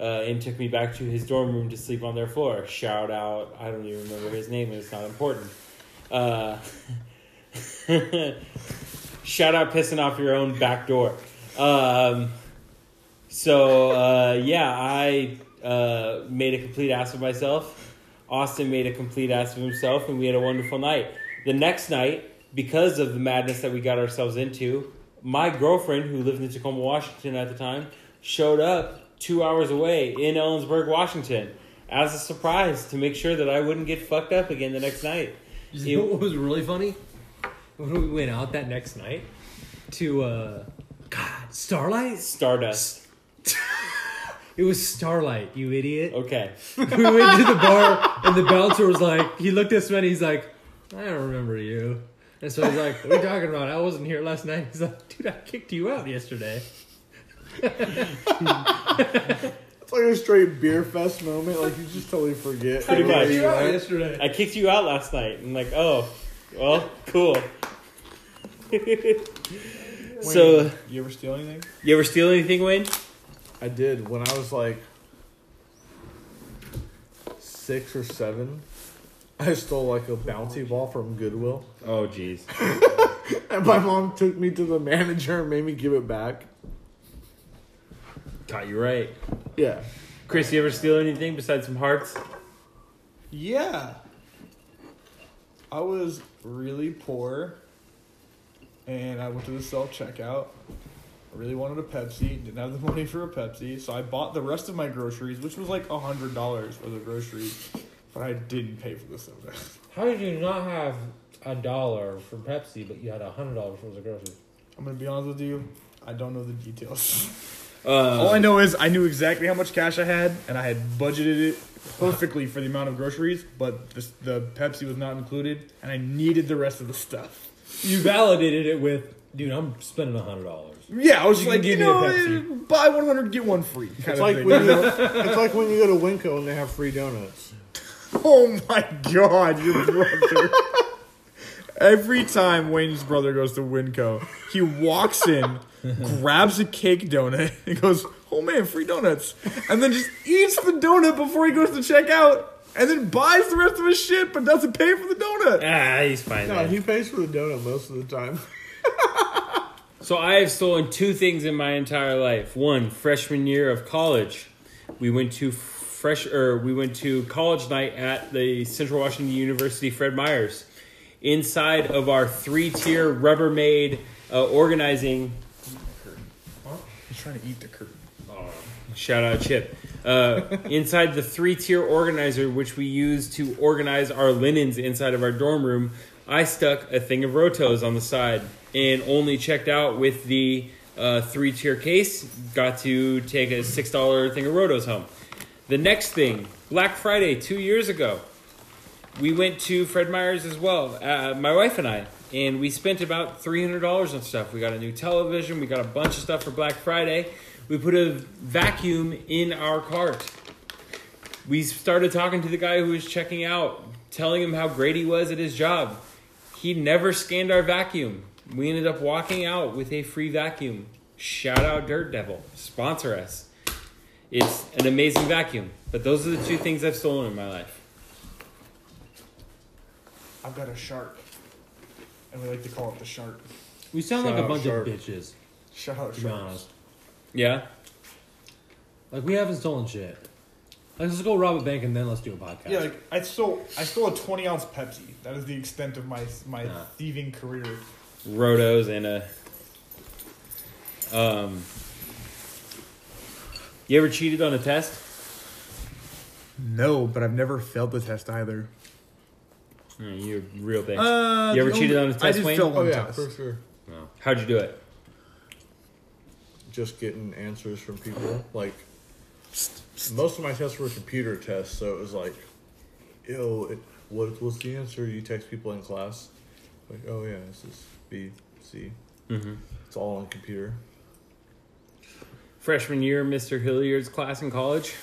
S3: uh, and took me back to his dorm room to sleep on their floor. Shout out, I don't even remember his name, and it's not important. Uh, shout out pissing off your own back door. Um, so, uh, yeah, I uh, made a complete ass of myself. Austin made a complete ass of himself, and we had a wonderful night. The next night, because of the madness that we got ourselves into, my girlfriend, who lived in Tacoma, Washington at the time, showed up two hours away in Ellensburg, Washington, as a surprise to make sure that I wouldn't get fucked up again the next night.
S8: You know what was really funny? When we went out that next night to uh God, Starlight?
S3: Stardust.
S8: It was Starlight, you idiot.
S3: Okay.
S8: We went to the bar and the bouncer was like, he looked at us and he's like, I don't remember you. And so he's like, What are you talking about? I wasn't here last night. He's like, dude, I kicked you out yesterday.
S2: It's like a straight beer fest moment. Like, you just totally forget.
S3: Pretty much.
S8: yesterday.
S3: I kicked you out last night. I'm like, oh, well, cool. so,
S2: You ever steal anything?
S3: you ever steal anything, Wayne?
S2: I did when I was like six or seven. I stole like a bouncy ball from Goodwill,
S3: Oh, jeez.
S2: and my mom took me to the manager and made me give it back.
S3: Caught you right.
S2: Yeah,
S3: Chris, you ever steal anything besides some hearts?
S11: Yeah. I was really poor and I went to the self checkout. I really wanted a Pepsi, didn't have the money for a Pepsi, so I bought the rest of my groceries, which was like a hundred dollars for the groceries, but I didn't pay for the soda.
S17: How did you not have a dollar for Pepsi, but you had a hundred dollars for the groceries?
S11: I'm gonna be honest with you, I don't know the details. All
S3: Uh,
S11: I know is I knew exactly how much cash I had, and I had budgeted it perfectly for the amount of groceries, but the, the Pepsi was not included, and I needed the rest of the stuff.
S8: You validated it with, dude, I'm spending a hundred dollars.
S11: Yeah, I was just
S8: can
S11: like, you
S8: give me a
S11: know,
S8: Pepsi.
S11: eh, buy 100, get one free. Kind
S2: it's
S11: of
S2: like
S11: thing.
S2: when you go, it's like when you go to Winco and they have free donuts.
S11: oh my god, your brother. Every time Wayne's brother goes to Winco, he walks in, grabs a cake donut, and goes, oh man, free donuts. And then just eats the donut before he goes to check out. And then buys the rest of his shit, but doesn't pay for the donut.
S3: ah, he's fine.
S2: No,
S3: man.
S2: he pays for the donut most of the time.
S3: So I have stolen two things in my entire life. One, freshman year of college, we went to fresh or we went to college night at the Central Washington University Fred Myers. Inside of our three-tier Rubbermaid uh, organizing
S11: He's trying to eat the curtain.
S3: Shout out Chip. Uh, inside the three tier organizer, which we use to organize our linens inside of our dorm room, I stuck a thing of Rotos on the side. and only checked out with the uh, three tier case. Got to take a six dollar thing of Rotos home. The next thing, Black Friday two years ago, we went to Fred Meyer's as well, uh, my wife and I, and we spent about three hundred dollars on stuff. We got a new television, we got a bunch of stuff for Black Friday. We put a vacuum in our cart. We started talking to the guy who was checking out, telling him how great he was at his job. He never scanned our vacuum. We ended up walking out with a free vacuum. Shout out Dirt Devil, sponsor us. It's an amazing vacuum. But those are the two things I've stolen in my life.
S18: I've got a shark, and we like to call it the shark.
S8: We sound
S3: Shout
S8: like a
S3: out
S8: bunch
S3: Sharp.
S8: of bitches,
S18: Shout out
S8: to be
S18: sharks.
S8: honest.
S3: Yeah.
S8: Like, we haven't stolen shit. Like, let's go rob a bank and then let's do a podcast.
S18: Yeah, like I stole I stole a twenty ounce Pepsi. That is the extent of my my
S8: Nah.
S18: thieving career.
S3: Rotos and a. Um. You ever cheated on a test?
S11: No, but I've never failed the test either.
S3: Mm, you're real bitch.
S11: Uh,
S3: You ever
S11: the
S3: cheated on a
S11: I
S3: test,
S11: just
S3: Wayne?
S11: failed
S19: Oh,
S11: one
S2: yeah,
S11: test.
S2: for sure.
S3: No. How'd you do it?
S2: Just getting answers from
S11: Uh-huh.
S2: people. Like most of my tests were computer tests, so it was like, yo, it, what what's the answer? You text people in class, like, oh yeah, this is B C.
S3: Mm-hmm.
S2: It's all on computer.
S3: Freshman year, Mr. Hilliard's class in college.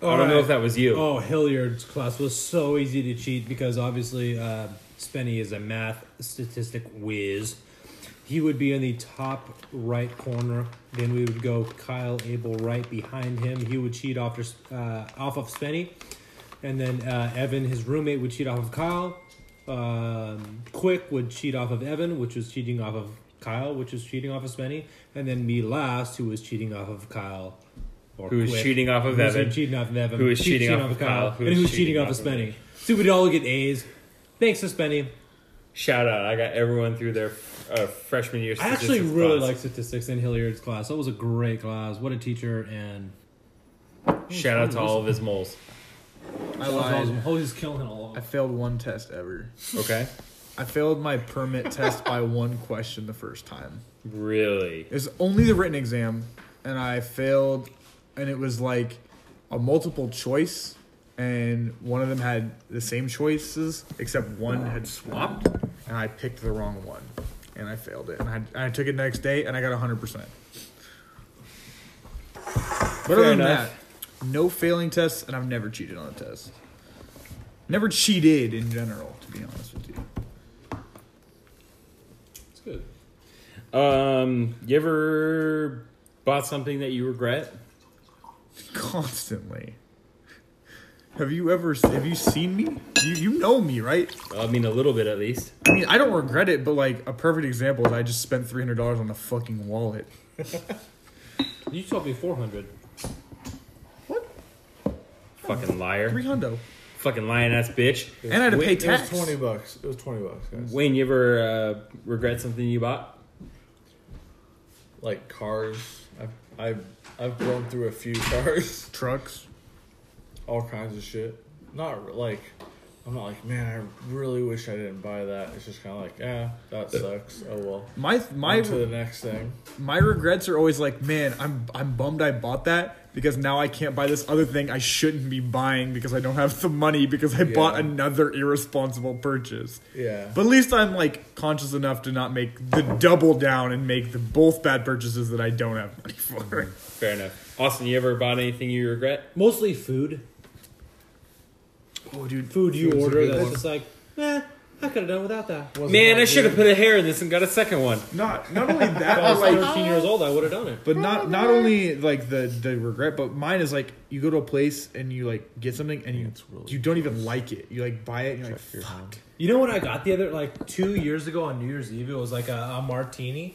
S3: I
S8: All
S3: don't know
S8: right.
S3: if that was you.
S8: Oh, Hilliard's class was so easy to cheat because obviously uh, Spenny is a math statistic whiz. He would be in the top right corner. Then we would go Kyle Abel right behind him. He would cheat off, uh, off of Spenny. And then uh, Evan, his roommate, would cheat off of Kyle. Um, Quick would cheat off of Evan, which was cheating off of Kyle, which was cheating off of Spenny. And then me last, who was cheating off of Kyle. Or
S3: Who was
S8: Quick.
S3: cheating off of
S8: Who was
S3: Evan.
S8: cheating off of Evan.
S3: Who was
S8: He's
S3: cheating off of Kyle, who
S8: and
S3: was
S8: who was
S3: cheating
S8: cheating off
S3: off
S8: of
S3: of
S8: Spenny. So we'd all get A's. Thanks to Spenny.
S3: Shout out! I got everyone through their uh, freshman year.
S8: I actually
S3: statistics
S8: really
S3: class.
S8: like statistics in Hilliard's class. That was a great class. What a teacher and
S3: Shout out to all of his moles.
S11: I lied.
S8: oh, he's killing all
S11: I
S8: of them.
S11: failed one test ever.
S3: Okay.
S11: I failed my permit test by one question the first time.
S3: Really?
S11: It was only the written exam, and I failed, and it was like a multiple choice, and one of them had the same choices except one had swapped, and I picked the wrong one, and I failed it, and I, and I took it next day, and I got hundred percent. But other than
S3: enough.
S11: that, no failing tests, and I've never cheated on a test. Never cheated in general, to be honest with you.
S3: It's good. Um, you ever bought something that you regret?
S11: constantly. Have you ever have you seen me? You you know me, right?
S3: I mean, a little bit at least.
S11: I mean, I don't regret it, but like a perfect example is I just spent three hundred dollars on a fucking wallet.
S8: You told me 400.
S3: Fucking liar.
S11: Three hundo,
S3: Fucking lion ass bitch.
S11: and I had to pay
S2: Wait,
S11: tax.
S2: It was twenty bucks. It was twenty bucks, guys.
S3: Wayne, you ever uh, regret something you bought?
S2: Like cars, I've I've I've blown through a few cars,
S11: Trucks.
S2: all kinds of shit. Not re- like I'm not like man. I really wish I didn't buy that. It's just kind of like yeah, that sucks. Oh well.
S11: My
S2: My
S11: my
S2: On to the next thing.
S11: my regrets are always like, man, I'm I'm bummed I bought that because now I can't buy this other thing I shouldn't be buying because I don't have the money because I bought
S2: Yeah.
S11: another irresponsible purchase.
S2: Yeah.
S11: But at least I'm like conscious enough to not make the double down and make the both bad purchases that I don't have money for.
S3: Fair enough. Austin, you ever bought anything you regret?
S8: Mostly food.
S11: Oh, dude,
S8: Food you
S2: Food's a
S8: order
S2: good
S8: that's
S2: one.
S8: just like, eh, I could have done without that.
S2: Wasn't
S3: Man,
S2: that
S3: I should have
S2: good.
S3: put a hair in this and got a second one.
S11: not not only that,
S8: If I
S11: but
S8: was
S11: like,
S8: 13 years old, I would have done it.
S11: but not not only like the the regret, but mine is like you go to a place and you like get something and you
S2: It's really
S11: you don't even like it. You like buy it and you're like fuck.
S8: You know what I got the other like two years ago on New Year's Eve? It was like a, a martini,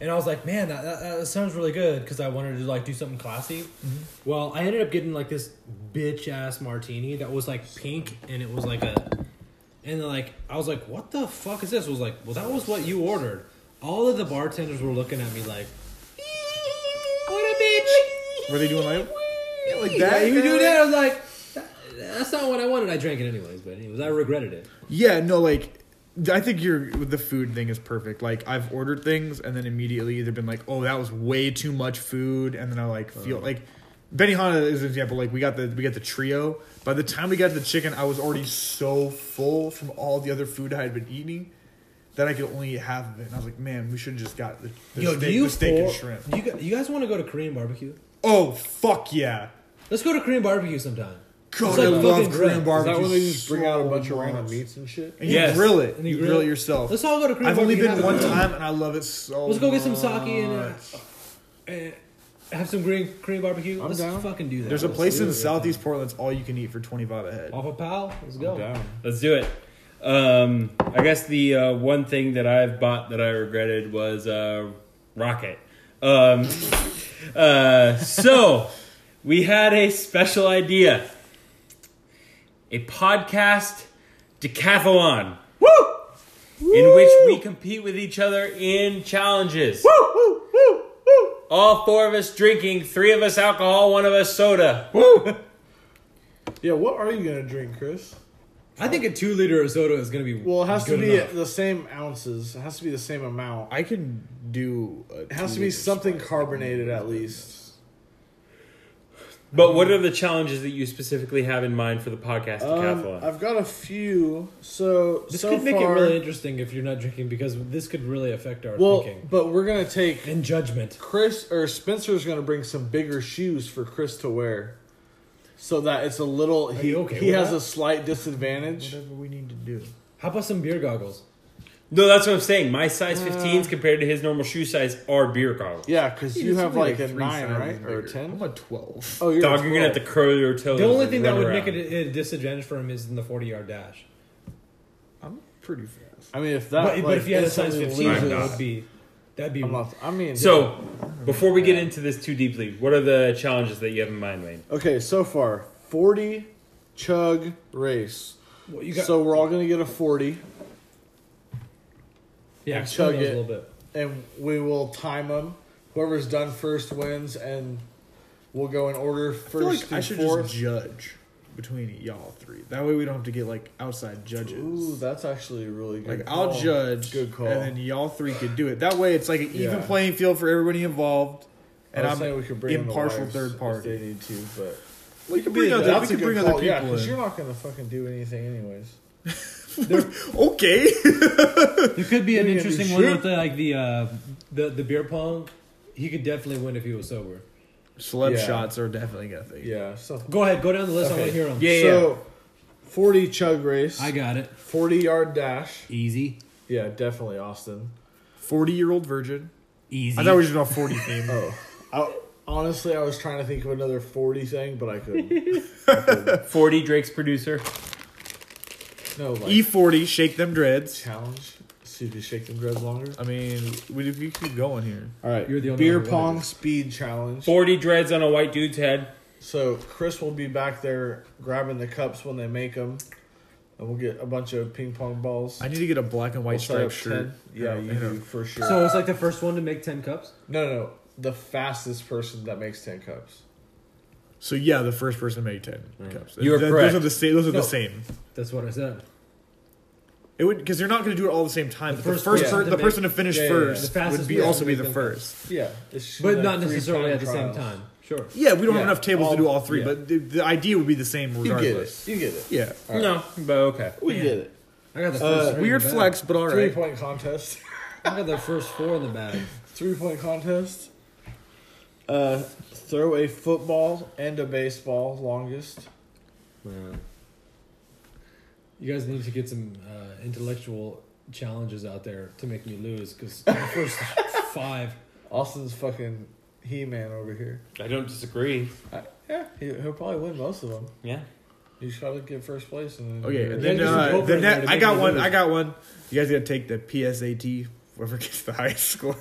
S8: and I was like, "Man, that, that, that sounds really good" because I wanted to like do something classy. Well, I ended up getting like this bitch ass martini that was like pink, and it was like a, and like I was like, "What the fuck is this?" I was like, "Well, that was what you ordered." All of the bartenders were looking at me like, "What a bitch!"
S11: Were they doing like yeah, like
S8: Yeah,
S11: that?
S8: you do that. I was like, "That- "That's not what I wanted." I drank it anyways, but anyways, I regretted it.
S11: Yeah, no, like I think your the food thing is perfect. Like I've ordered things and then immediately either been like, "Oh, that was way too much food," and then I like feel like Benihana is an example. Like we got the we got the trio. By the time we got to the chicken, I was already so full from all the other food I had been eating that I could only eat half of it. And I was like, "Man, we should have just got the, the
S8: Yo, do
S11: steak,
S8: you
S11: the steak and
S8: for-
S11: shrimp."
S8: do you gu- you guys want to go to Korean barbecue?
S11: Oh fuck yeah!
S8: Let's go to Korean barbecue sometime.
S11: God,
S8: It's like
S11: I love
S8: fucking great.
S11: Korean
S8: Is that
S11: barbecue.
S19: where they just bring
S11: so
S19: out a bunch of
S11: much.
S19: random meats and shit?
S11: And
S3: Yes.
S11: you grill it.
S8: And
S11: you
S8: you
S11: grill,
S8: grill
S11: it
S8: it.
S11: yourself.
S8: Let's all go to Korean
S11: I've only
S8: barbecue.
S11: been one time and I love it so.
S8: Let's go get some sake and uh,
S11: much.
S8: and have some Korean Korean barbecue. Let's fucking do that.
S11: There's a place in E- Southeast Portland that's all you can eat for twenty five a head.
S8: off a pal. Let's go.
S3: Let's do it. Um, I guess the uh, one thing that I've bought that I regretted was uh, Rocket. Um, uh, so we had a special idea, a podcast decathlon. Woo! In which we compete with each other in challenges. Woo! Woo! Woo! Woo! All four of us drinking, three of us alcohol, one of us soda.
S2: Yeah, what are you gonna drink, Chris?
S8: I think a two liter of soda is gonna be
S2: Well, it has
S8: good
S2: to be
S8: enough.
S2: the same ounces. It has to be the same amount.
S11: I can do. A
S2: It has to be something carbonated at least.
S3: But what are the challenges that you specifically have in mind for the podcast
S2: Um,
S3: decathlon?
S2: I've got a few. So
S8: This
S2: so
S8: could make
S2: far,
S8: it really interesting if you're not drinking because this could really affect our
S2: well,
S8: thinking
S2: but we're gonna take
S8: and judgment.
S2: Chris or Spencer's gonna bring some bigger shoes for Chris to wear, so that it's a little. He,
S8: you okay
S2: he
S8: with
S2: has
S8: that?
S2: a slight disadvantage.
S11: Whatever we need to do.
S8: How about some beer goggles?
S3: no, that's what I'm saying. My size 15s compared to his normal shoe size are beer goggles.
S2: Yeah, because you have like a
S11: three
S2: nine,
S11: sizes
S2: right, or
S11: bigger.
S2: a ten.
S11: I'm a twelve.
S2: Oh, you're,
S3: Dog,
S2: a
S3: you're gonna have to
S2: 12.
S3: curl your toes.
S8: The only
S3: and
S8: thing that
S3: run
S8: would
S3: around.
S8: make it a, a disadvantage for him is in the forty yard dash.
S11: I'm pretty fast.
S2: I mean, if that.
S8: but, but
S2: like,
S8: if you had a size
S2: instantly
S8: fifteen,
S2: loses-
S8: it would be that'd be
S2: I'm not- I mean,
S3: So, before we get into this too deeply, what are the challenges that you have in mind, Wayne?
S2: Okay, so far, 40 chug race.
S8: Well, you got
S2: so we're all going to get a 40,
S8: yeah,
S2: and
S8: explain
S2: chug
S8: those
S2: it.
S8: a little bit.
S2: and we will time them. Whoever's done first wins, and we'll go in order
S11: I feel
S2: first
S11: like
S2: through
S11: I should
S2: fourth.
S11: just judge between y'all three. That way we don't have to get like outside judges.
S2: Ooh, that's actually a really good.
S11: Like I'll
S2: call.
S11: judge,
S2: Good call.
S11: and then y'all three could do it. That way, it's like an even
S2: Yeah.
S11: playing field for everybody involved.
S2: I
S11: And
S2: was
S11: I'm
S2: saying we could bring in the
S11: impartial
S2: wives
S11: third
S2: if
S11: party.
S2: they need to, but
S11: We could bring other, we
S2: a
S11: could
S2: good
S11: bring other
S2: call,
S11: people
S2: Yeah, because
S11: in.
S2: you're not gonna fucking do anything anyways.
S11: Okay.
S8: There could be an
S2: You're gonna
S8: interesting
S2: be
S8: one
S2: sure-
S8: with the, like the uh, the the beer pong. He could definitely win if he was sober.
S11: Celeb
S2: Yeah.
S11: shots are definitely gonna thing.
S2: Yeah. So
S8: Go ahead, go down the list. I want to hear him.
S3: Yeah,
S2: so, 40 chug race.
S8: I got it.
S2: 40 yard dash.
S8: Easy,
S2: Yeah, definitely Austin.
S11: Forty year old virgin.
S8: easy.
S11: I thought we should do a forty theme.
S2: Oh, I, honestly, I was trying to think of another forty thing, but I couldn't.
S3: 40, Drake's producer.
S2: No, like
S11: E forty, shake them dreads.
S2: challenge. See if you shake them dreads longer.
S11: I mean, we if you keep going here.
S2: All right,
S8: You're the only
S2: beer
S8: one who wanted
S2: pong
S8: it.
S2: speed challenge.
S3: 40 dreads on a white dude's head.
S2: So Chris will be back there grabbing the cups when they make them, and we'll get a bunch of ping pong balls.
S11: I need to get a black and white
S2: We'll set up
S11: striped shirt.
S2: 10. Yeah, you
S11: know.
S2: do for sure.
S8: So it's like the first one to make ten cups.
S2: no, no, no, the fastest person that makes ten cups.
S11: So yeah, the first person made ten cups.
S3: You are
S11: Th-
S3: correct.
S11: Those are the same. Those are
S2: No.
S11: the same.
S8: That's what I said.
S11: It would because they're not going to do it all at the same time. but The
S8: first
S11: first, per-
S8: person to
S11: the
S8: make-
S11: person to finish
S2: Yeah, yeah, yeah. The
S11: first
S8: fastest
S11: would be
S8: person
S11: also
S8: to
S11: be
S8: make
S11: the
S8: them
S11: first.
S2: Yeah, it's
S8: But
S2: like
S8: not
S2: three
S8: necessarily
S2: time
S8: at the
S2: trials.
S8: same time. Sure.
S11: Yeah, we don't
S2: Yeah,
S11: have enough tables
S2: all-
S11: to do all three,
S2: yeah.
S11: but the, the idea would be the same
S2: You get
S11: regardless.
S2: it. You get it.
S11: Yeah,
S3: No, but okay.
S2: We
S8: Man.
S2: get it.
S8: I got the
S2: Uh,
S8: first three in
S11: weird
S8: the bag.
S11: flex, but all
S2: Three
S11: right.
S2: point contest.
S8: I got the first four in the bag.
S2: three point contest. Uh, throw a football and a baseball longest.
S8: You guys need to get some uh, intellectual challenges out there to make me lose because the first five.
S2: Austin's fucking He Man over here.
S3: I don't disagree.
S2: Yeah, he, he'll probably win most of them.
S3: Yeah.
S2: You just gotta get first place. And
S11: Okay, and
S8: Yeah,
S11: then
S8: you guys
S11: uh,
S8: go for
S11: the
S8: it,
S11: net.
S8: man, to
S11: I
S8: make
S11: got
S8: me
S11: one.
S8: lose.
S11: I got one. You guys got to take the PSAT. Whoever gets the highest score,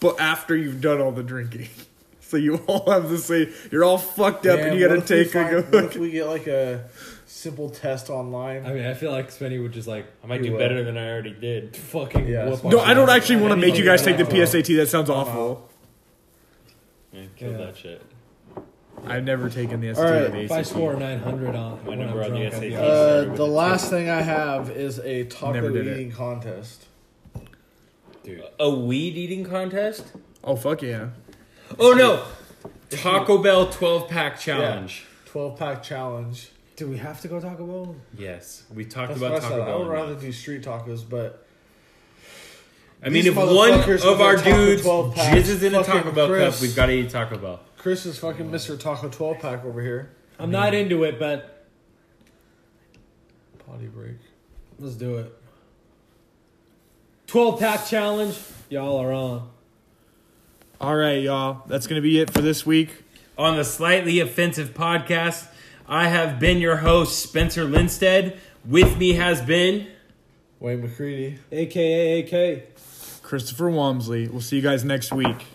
S11: but after you've done all the drinking, so you all have the same. You're all fucked up,
S2: Man,
S11: and you got
S2: what
S11: to
S2: if we
S11: take
S2: find-
S11: a
S2: What
S11: look.
S2: if we get like a simple test online?
S8: I mean, I feel like Spenny would just like
S3: I might
S2: You
S3: do
S2: will.
S3: better than I already did.
S8: fucking.
S2: Yeah.
S8: whoop
S11: No,
S8: our
S11: I don't
S8: asses.
S11: actually want to make you guys take the PSAT. That sounds
S2: I'm
S11: awful.
S3: I killed
S2: Yeah.
S3: that shit.
S11: I've never taken the SAT.
S2: All right,
S11: or the
S8: If I
S11: ACT.
S8: score 900 on when I'm
S3: number on the
S8: drunk, I'll
S3: SAT.
S8: be
S3: Uh,
S8: out.
S2: Uh, the last thing I have is a taco
S11: Never did it.
S2: eating contest.
S3: A weed eating contest?
S11: Oh fuck yeah!
S3: Oh no! Taco Bell 12 pack challenge.
S2: 12 pack challenge.
S20: Do we have to go Taco Bell?
S3: Yes, we talked
S2: That's what I
S3: about
S2: said.
S3: Taco
S2: I would
S3: Bell.
S2: rather do street tacos, but
S3: I mean,
S2: These
S3: if one
S2: motherfuckers
S3: of
S2: with
S3: our
S2: their Taco
S3: dudes
S2: 12 packs,
S3: jizzes in a
S2: fucking
S3: Taco Bell
S2: Chris.
S3: cup, we've got to eat Taco Bell.
S2: Chris is fucking Mr. Taco 12 pack over here.
S8: I'm
S3: Mm-hmm.
S8: not into it, but
S2: Potty break.
S8: let's do it. 12 pack challenge. Y'all are on.
S11: All right, y'all. That's gonna be it for this week.
S3: On the Slightly Offensive podcast, I have been your host, Spencer Lindstead. With me has been.
S2: Wayne McCready.
S8: AKA AK.
S11: Christopher Walmsley. We'll see you guys next week.